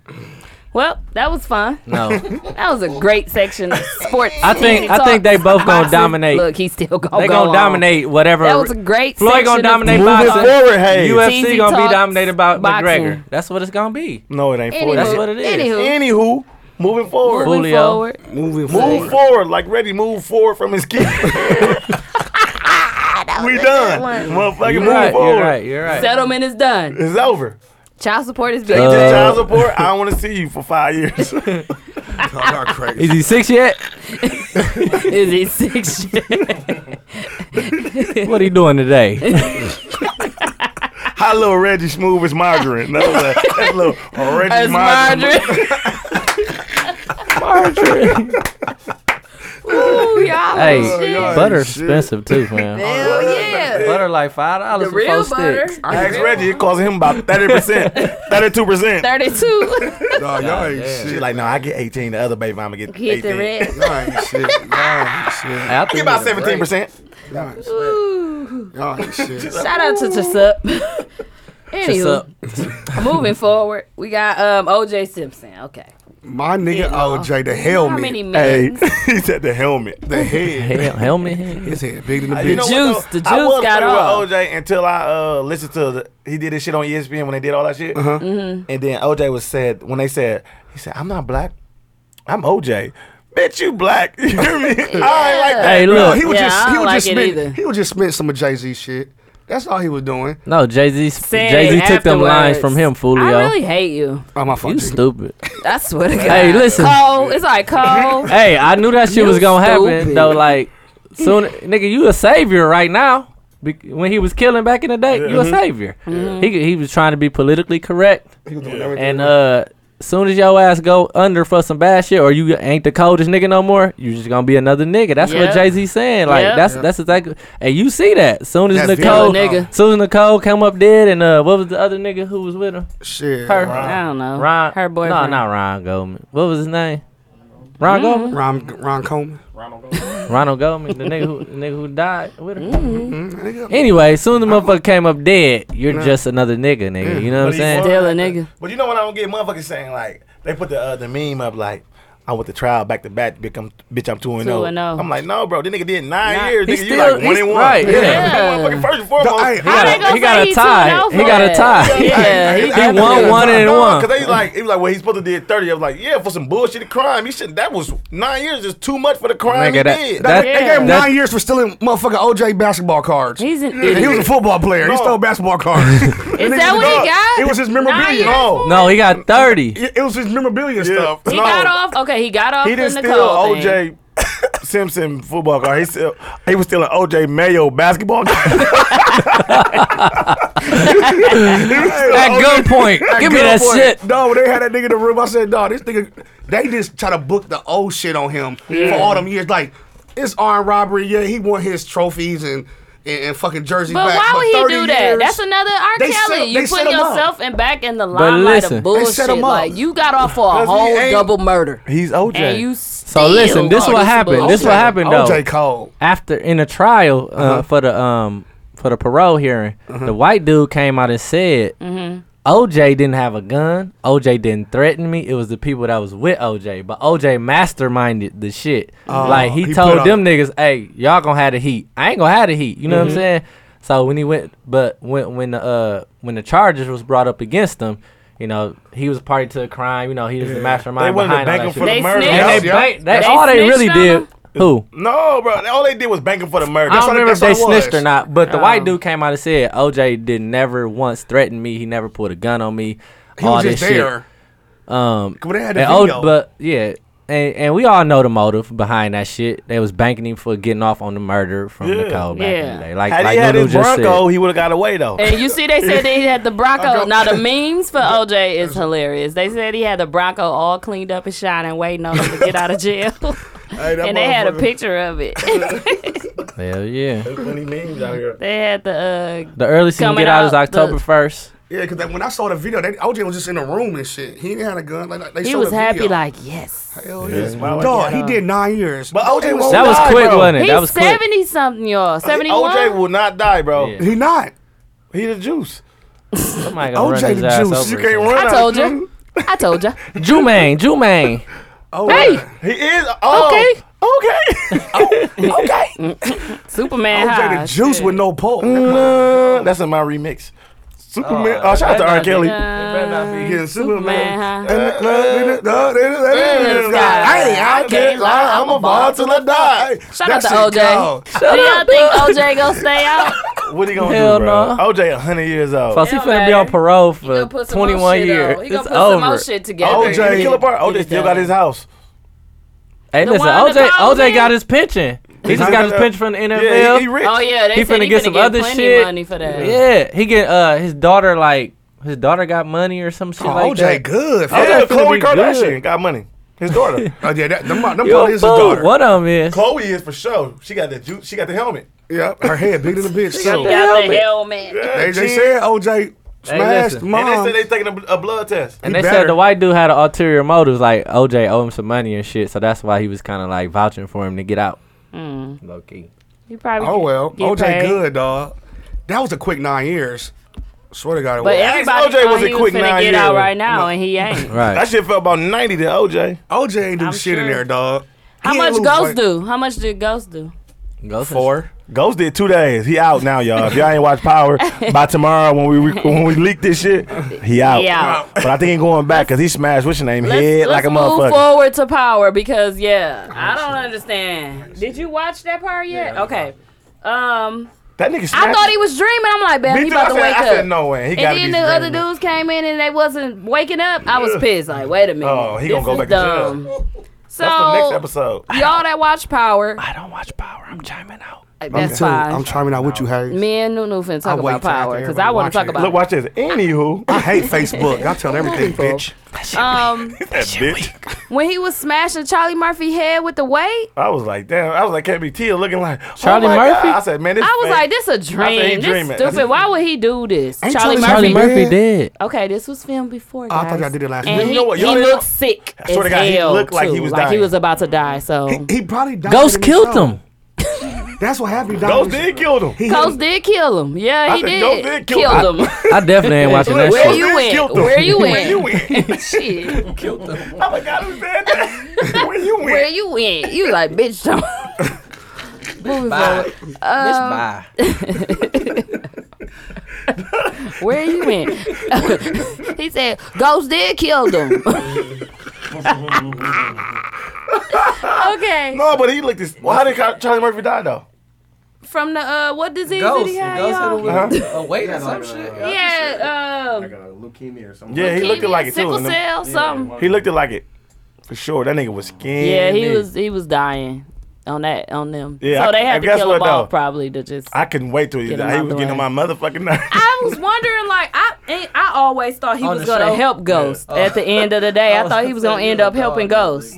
S4: Well, that was fun.
S6: No,
S4: <laughs> That was a great section
S6: <laughs>
S4: of sports.
S6: I think I think they both gonna dominate.
S4: Look, he's still gonna
S6: They
S4: go
S6: gonna
S4: on.
S6: dominate whatever.
S4: That was a great
S6: Floyd
S4: section
S6: gonna
S4: of-
S6: dominate
S3: Move it
S6: boxing.
S3: forward, Hayes.
S6: UFC
S4: Easy
S6: gonna be
S4: talks,
S6: dominated by
S4: boxing.
S6: McGregor. That's what it's gonna be.
S3: No, it ain't
S4: Anywho,
S3: Floyd.
S6: That's what it is.
S4: Anywho,
S3: Anywho, moving forward.
S6: Fool.
S4: moving
S6: Julio.
S4: forward.
S5: Moving
S3: Move forward, like ready. Move forward from his
S4: <laughs>
S3: <laughs> kid. we done. Motherfucker,
S6: You're
S3: move
S6: right.
S3: forward.
S6: You're right. You're right.
S4: Settlement is done.
S3: It's over.
S4: Child support is
S3: Take
S4: big.
S6: Uh,
S3: this child support. I don't want to see you for five
S6: <laughs>
S3: years.
S5: Y'all crazy.
S6: Is he <laughs> six yet?
S4: is he
S3: <laughs>
S4: six? <laughs>
S6: What he doing today?
S3: How little Reggie Smooth is margarine. That was a, that's little
S7: Oh,
S3: Reggie
S8: As
S3: margarine.
S8: Marjorie.
S7: <laughs>
S4: Ooh, y'all.
S6: Hey,
S4: shit.
S6: butter expensive too, <laughs> man.
S4: Hell yeah.
S6: butter like five dollars
S8: The
S6: for four
S8: real
S6: sticks.
S8: butter.
S3: I asked Reggie, it cost him about thirty percent, thirty-two percent.
S4: 32.
S6: <laughs>
S5: Nah, y'all ain't
S3: She's
S5: shit.
S3: like, no, I get eighteen. The other baby mama get
S4: Hit the
S3: eighteen.
S4: red.
S5: Y'all ain't shit. Y'all ain't shit.
S6: After
S3: Get about seventeen percent.
S5: Y'all ain't shit.
S4: Ooh.
S5: Y'all ain't Oh,
S6: <laughs>
S5: shit.
S8: Shout out to Tasup.
S4: <laughs>
S6: What's
S8: Anywho,
S6: up? <laughs>
S8: moving forward, we got um OJ Simpson. Okay.
S5: My nigga
S8: Yeah.
S5: OJ, the
S4: How
S5: helmet.
S4: many
S3: Hey,
S4: minutes?
S5: <laughs>
S3: he said the helmet.
S5: The head.
S6: Hell, helmet.
S5: His head bigger than the bitch.
S3: Uh, You know what,
S8: juice-
S3: though?
S8: the
S3: I
S8: juice
S3: was
S8: got
S3: familiar
S8: off.
S3: with OJ until I uh, listened to the, he did his shit on E ESPN when they did all that shit.
S5: Uh-huh.
S6: Mm-hmm.
S3: And then OJ was said when they said he said I'm not black, I'm OJ. Bitch, you black. <laughs> You hear me? I ain't like that.
S6: Hey,
S5: Bro,
S6: look.
S5: he was
S4: Yeah,
S5: just
S4: I
S5: he
S4: don't
S5: was
S4: like
S5: just
S4: it either.
S5: spent he was just spent some of Jay Z shit. That's all he was doing.
S6: No, Jay Z.
S4: Said
S6: Jay Z took them lines
S4: afterwards.
S6: from him,
S4: I
S6: Fulio.
S4: really hate you.
S5: Oh my fuck.
S6: you stupid.
S8: I swear to God.
S6: Hey, listen.
S4: Cole. It's like
S5: <laughs>
S4: Cole.
S6: Hey, I knew that shit
S4: You
S6: was gonna happen
S4: stupid.
S6: though. Like,
S4: <laughs>
S6: soon, nigga, you a savior right now. Be- when he was killing back in the day, you a
S5: Mm-hmm.
S6: savior.
S4: Mm-hmm.
S6: He he was trying to be politically correct,
S5: He was doing everything.
S6: and uh, soon as your ass go under for some bad shit, or you ain't the coldest nigga no more, you just gonna be another nigga. That's
S4: Yep.
S6: what Jay Z saying. Like,
S4: Yep.
S6: that's that's exactly. And you see that soon as
S5: That's
S6: Nicole,
S5: villain,
S4: nigga.
S6: soon as Nicole come up dead, and uh, what was the other nigga who was with her?
S5: shit.
S6: Her.
S4: I don't know.
S6: Ron.
S4: Her boyfriend. Mm-hmm.
S6: No, not Ron Goldman. What was his name? Ron Goldman.
S5: Ron Ron Coleman.
S6: <laughs> Ronald Goldman, the nigga who the nigga who died with her.
S4: Mm-hmm.
S9: Mm-hmm.
S6: Mm-hmm. Anyway, soon the motherfucker came up dead, you're just another nigga, nigga. You know
S9: But
S6: what I'm
S9: he
S6: saying?
S9: was.
S4: Still a nigga.
S9: But you know what I don't get? Motherfuckers saying like they put the uh, the meme up like. I went to trial back to back. Bitch, I'm bitch. I'm two and zero.
S4: 2-0.
S9: I'm like, no, bro. This nigga did nine
S4: oh. Nah,
S9: years.
S6: he
S9: Nigga, you
S6: still-
S9: like one
S6: he's-
S9: and one. <laughs>
S6: right, yeah.
S9: Motherfucking first and foremost.
S5: No, I ain't-
S4: How they
S6: got a-
S4: gonna
S6: he got
S4: say
S6: a
S4: he
S6: tie.
S4: two and oh
S6: He
S4: for
S6: got a
S4: that?
S6: tie.
S4: Yeah.
S6: He
S4: got
S6: won
S4: the-
S6: one and one.
S9: Cause they like, he was like, well, he's supposed to did thirty. I was like, yeah, for some bullshit crime. He should. That was nine years. Is too much for the crime
S6: Nigga,
S9: he
S6: that-
S9: did.
S6: that-
S5: They gave him
S6: That's-
S5: nine years for stealing motherfucking OJ basketball cards.
S4: He's an
S5: he was a
S4: idiot.
S5: football player. He
S9: No.
S5: stole basketball cards. Is
S4: Is that what he got?
S5: It was his
S4: Nine
S5: memorabilia.
S4: years?
S9: No.
S6: No, he got thirty.
S5: It, it was his memorabilia
S9: Yeah.
S5: stuff.
S4: He
S9: No.
S4: got off. Okay, he got off
S3: He
S4: the
S3: didn't
S4: Nicole
S3: steal
S4: thing.
S3: OJ Simpson football card. He still he was stealing OJ Mayo basketball <laughs> card. <laughs>
S5: <laughs>
S6: At gunpoint. Give me that
S5: Gunpoint.
S6: shit.
S5: No, when they had that nigga in the room, I said, no, this nigga, they just try to book the old shit on him for all them years. Like, it's armed robbery. Yeah, he won his trophies and, and, and fucking jersey
S4: But
S5: back.
S4: why
S5: but
S4: would
S5: 30
S4: he do that?
S5: years-
S4: That's another R.
S5: They
S4: Kelly.
S5: set- they
S4: you
S5: set
S4: put
S5: him up.
S4: yourself and back in the limelight
S6: listen,
S4: of
S6: they
S5: set
S4: bullshit.
S5: him up.
S4: Like you got off for a whole
S5: ain't-
S4: double murder,
S3: He's OJ.
S4: and you
S6: So listen,
S3: Oh,
S6: this what happened. This what happened though.
S5: OJ Cole. Uh-huh.
S6: after in a trial uh, for the um for the parole hearing, the white dude came out and said OJ didn't have a gun. OJ didn't threaten me. It was the people that was with OJ. But OJ masterminded the shit. like he,
S5: Oh, he put
S6: told
S5: on-
S6: them niggas, "Hey, y'all gonna have the heat. I ain't gonna have the heat." You know what I'm saying? So when he went, but when when the uh when the charges was brought up against him, you know he was a party to the crime. You know he was the
S3: they
S6: mastermind
S3: wanted to
S6: behind all
S3: bank him for
S6: that shit.
S4: They
S3: the murder.
S4: snitched.
S6: And
S4: Yeah.
S6: they, bank, they,
S4: They
S6: all they
S4: snitched
S6: really
S4: on
S6: did.
S4: him?
S6: Who?
S3: No, bro. All they did was bank him for the murder.
S6: I don't remember if they
S5: that's what it
S6: snitched or
S5: was.
S6: not, but the
S3: um,
S6: white dude came out and said OJ did never once threaten me. He never put a gun on me.
S5: He
S6: all
S5: was just
S6: this shit.
S5: there.
S6: Um,
S5: But they had the
S6: and O-
S5: video.
S6: but yeah, and, and we all know the motive behind that shit. They was banking him for getting off on the murder from
S3: Yeah.
S6: Nicole back in
S4: Yeah.
S6: the day. Like,
S3: Had
S6: like
S3: he had
S6: Lulu
S3: his
S6: just said.
S3: Bronco, oh, he would have got away though.
S4: And you see, they said
S3: <laughs>
S4: that he had the Bronco. Now the memes for OJ is hilarious. They said he had the Bronco all cleaned up and shining, waiting on him to get out of jail.
S5: <laughs> Hey, that
S4: and they had a
S5: motherfucker-
S4: picture of
S5: <laughs>
S4: it.
S6: Hell yeah.
S9: Plenty memes out here.
S4: they had the uh,
S6: The earliest he can
S4: Coming
S6: get out is
S4: out the-
S6: October first.
S5: Yeah, because when I saw the video, they, OJ was just in the room and shit. He didn't have a gun. Like, they
S4: he
S5: showed
S4: was
S5: the
S4: happy
S5: video.
S4: like yes.
S5: Hell yeah. Dog, he did nine years.
S9: But OJ was
S6: That was
S9: die,
S6: quick,
S9: bro.
S6: wasn't it? that
S4: He's
S6: was quick.
S4: seventy something, y'all. Seventy
S9: OJ
S4: one.
S9: will not die, bro.
S6: Yeah.
S5: he not.
S3: He the juice.
S6: Somebody gonna run
S5: OJ
S6: his
S5: the
S6: ass
S5: juice.
S6: over
S5: You
S6: or
S5: can't
S6: something.
S5: run.
S4: I told you. I told you.
S6: Jumaine, Jumaine.
S5: Oh,
S4: Hey,
S9: He is. Oh,
S4: Okay. <laughs>
S9: Okay.
S3: Oh,
S5: okay.
S4: Superman
S5: OJ
S4: high.
S5: the juice with no pulp.
S3: Uh, that's in my remix. Superman. Oh, shout out to R. Kelly.
S5: Getting
S4: Superman
S5: Superman.
S4: high.
S3: uh,
S5: I can't lie, I'm a ball till I die.
S4: Shout out to
S6: <laughs>
S4: OJ. Do y'all think OJ gonna stay out?
S3: What he gonna
S6: Hell
S3: do, bro?
S6: no.
S3: OJ OJ hundred years old.
S6: Plus, he
S4: It don't
S6: finna be on
S4: matter.
S6: parole
S4: He gonna
S6: for
S4: put some more
S6: 21
S4: shit
S6: years.
S4: on. He gonna
S6: It's
S4: put some more
S6: over.
S4: shit together.
S3: OJ, the killer part.
S4: He
S3: OJ still
S4: done.
S3: got his house.
S6: Hey,
S4: The
S6: listen,
S4: one that
S6: OJ,
S4: calls
S6: OJ got
S4: in?
S6: his pension. He just got his pinch from the NFL.
S3: Yeah, he, he rich.
S4: Oh yeah, they
S6: He
S4: said
S6: finna
S4: he
S6: get
S4: finna
S6: some
S4: get
S6: other
S4: plenty
S6: shit.
S4: money for that.
S6: Yeah, he get uh his daughter like his daughter got money or some shit
S3: Oh,
S6: like
S5: OJ
S6: that.
S5: Oh, good.
S3: Yeah,
S6: that's gonna
S3: Khloe
S6: be
S3: Kardashian
S6: good.
S3: got money. His daughter.
S5: Oh, yeah, that, them, them probably
S6: Yo,
S5: is his
S6: fool,
S5: daughter.
S6: One of them is.
S9: Chloe is for sure. She got the ju- she got the helmet.
S5: Yeah, her head bigger than a bitch.
S4: Got
S5: So
S4: the
S5: they,
S4: helmet. helmet.
S5: they said OJ smashed
S6: listen.
S5: mom.
S9: And they said they taking a, a blood test.
S6: <laughs> And
S5: He
S6: they said
S5: better.
S6: the white dude had an ulterior motive, like OJ owed him some money and shit, so that's why he was kind of like vouching for him to get out.
S4: Mm.
S6: Low key.
S4: You probably
S5: oh well,
S4: get
S5: OJ
S4: paid.
S5: good dog. That was a quick nine years. Swear to God, it
S4: But
S5: was.
S4: everybody
S3: OJ
S4: thought
S3: was a
S4: he was
S3: quick
S4: finna
S3: nine
S4: get out
S3: year.
S4: right now, and he
S5: <laughs>
S4: ain't.
S6: Right.
S3: That shit felt about 90 to OJ.
S5: OJ ain't do
S4: I'm
S5: shit in
S4: sure.
S5: there, dog.
S4: How
S5: He
S4: much
S5: ain't
S4: Ghost
S5: lose weight.
S4: do? How much did Ghost do?
S6: Go for
S5: Four.
S3: Ghost did two days. He out now, y'all. If y'all ain't
S4: <laughs>
S3: watch Power by tomorrow when we rec- when we leak this shit, he out.
S4: He out.
S3: But I think he going back because he smashed what's your name
S4: Let's,
S3: head
S4: let's
S3: like a
S4: move
S3: motherfucker.
S4: forward to power because yeah, I don't understand. Did you watch that part yet? okay. Um,
S3: That nigga smashed.
S4: I thought he was dreaming. I'm like, man,
S3: Me
S4: he
S3: too.
S4: about
S3: I
S4: to
S3: said-
S4: wake
S3: I
S4: up.
S3: said, no way. He
S4: and
S3: gotta
S4: then
S3: be
S4: the other
S3: dreaming.
S4: dudes came in and they wasn't waking up. I was pissed. Like, wait a minute.
S3: Oh, he
S4: this
S3: gonna go
S4: is
S3: back to jail. <laughs>
S4: dumb. So
S3: That's the next episode.
S4: y'all that watch Power, Uh,
S6: I don't watch Power. I'm chiming out.
S5: I'm
S4: that's
S5: telling you,
S4: fine.
S5: I'm chiming out with you, Hayes.
S4: Me
S3: <laughs>
S4: and Nunu finna
S5: I'll
S4: talk
S5: wait
S4: about
S5: till after
S4: power because I want
S5: everybody watch
S4: to talk
S5: it.
S4: about.
S3: Look, watch this. Anywho,
S5: <laughs> I hate Facebook. I tell everything, bitch.
S4: um,
S3: that bitch.
S4: when he was smashing Charlie Murphy head with the weight,
S3: I was like, damn. I was like, KBT looking like oh
S6: Charlie
S3: my
S6: Murphy?
S3: God. I said, man, this.
S4: I was
S3: fake.
S4: like, "This a
S3: I said he
S4: dream. This
S3: dreaming.
S4: stupid. Why would he do this?"
S5: Ain't
S4: Charlie,
S5: Charlie
S4: Murphy.
S5: Murphy
S6: did.
S4: Okay, this was filmed before.
S5: Oh, I
S4: Guys.
S5: thought y'all did it last
S4: And
S5: week.
S4: he,
S3: You know what,
S4: he
S3: y'all didn't-
S4: looked sick. I
S3: swear to God, he
S4: looked like he was like he
S3: dying.
S4: was about to die. So
S5: He, he probably died.
S6: Ghost
S5: in the
S6: killed
S5: show.
S6: him.
S5: That's what happened. He died
S3: Ghost
S5: in the
S3: did
S5: show.
S3: kill him.
S5: He
S4: Ghost did kill him. Yeah, he
S3: said,
S4: did.
S3: Ghost did kill
S4: killed him.
S6: I definitely ain't watching that
S4: Where
S6: shit.
S4: you
S3: killed
S4: went?
S3: him.
S4: Where you
S3: Where you
S4: went?
S3: went?
S4: Shit.
S3: oh my God, who said that?
S4: <laughs>
S3: Where you went?
S4: Where you went? You like bitch. Don't. Moving forward.
S6: Bye.
S4: um,
S5: <laughs>
S4: <laughs> Where you went? he said, Ghost did kill
S6: <laughs>
S4: them. <laughs>
S3: <laughs>
S4: okay.
S3: No, but he looked this. Well, how did Car- Charlie Murphy die though?
S4: From the uh what disease did he have? y'all?
S6: a weight or some shit.
S4: He had um
S9: Uh, leukemia or something.
S3: <laughs> Yeah, he looked
S4: leukemia,
S3: like it too.
S4: sickle
S3: And them-
S4: cell, something.
S3: He looked it like it. For sure. That nigga was skinny.
S4: Yeah, he was he was dying on that on them.
S3: Yeah,
S4: so
S3: I-
S4: they
S3: and
S4: had to
S3: guess
S4: kill
S3: what,
S4: them all
S3: though?
S4: probably to just
S3: I couldn't wait till he
S4: Get him
S3: died. He
S4: out
S3: was
S4: the
S3: getting
S4: way.
S3: on my motherfucking nerves.
S4: I was wondering, like, I ain't- I always thought he
S6: On
S4: was
S6: the
S4: gonna
S6: show?
S4: help Ghost at the end of the day. I,
S6: was
S4: thought he was
S6: gonna
S4: gonna
S6: say,
S4: end
S6: you
S4: up
S6: a
S4: helping
S6: dog,
S4: Ghost,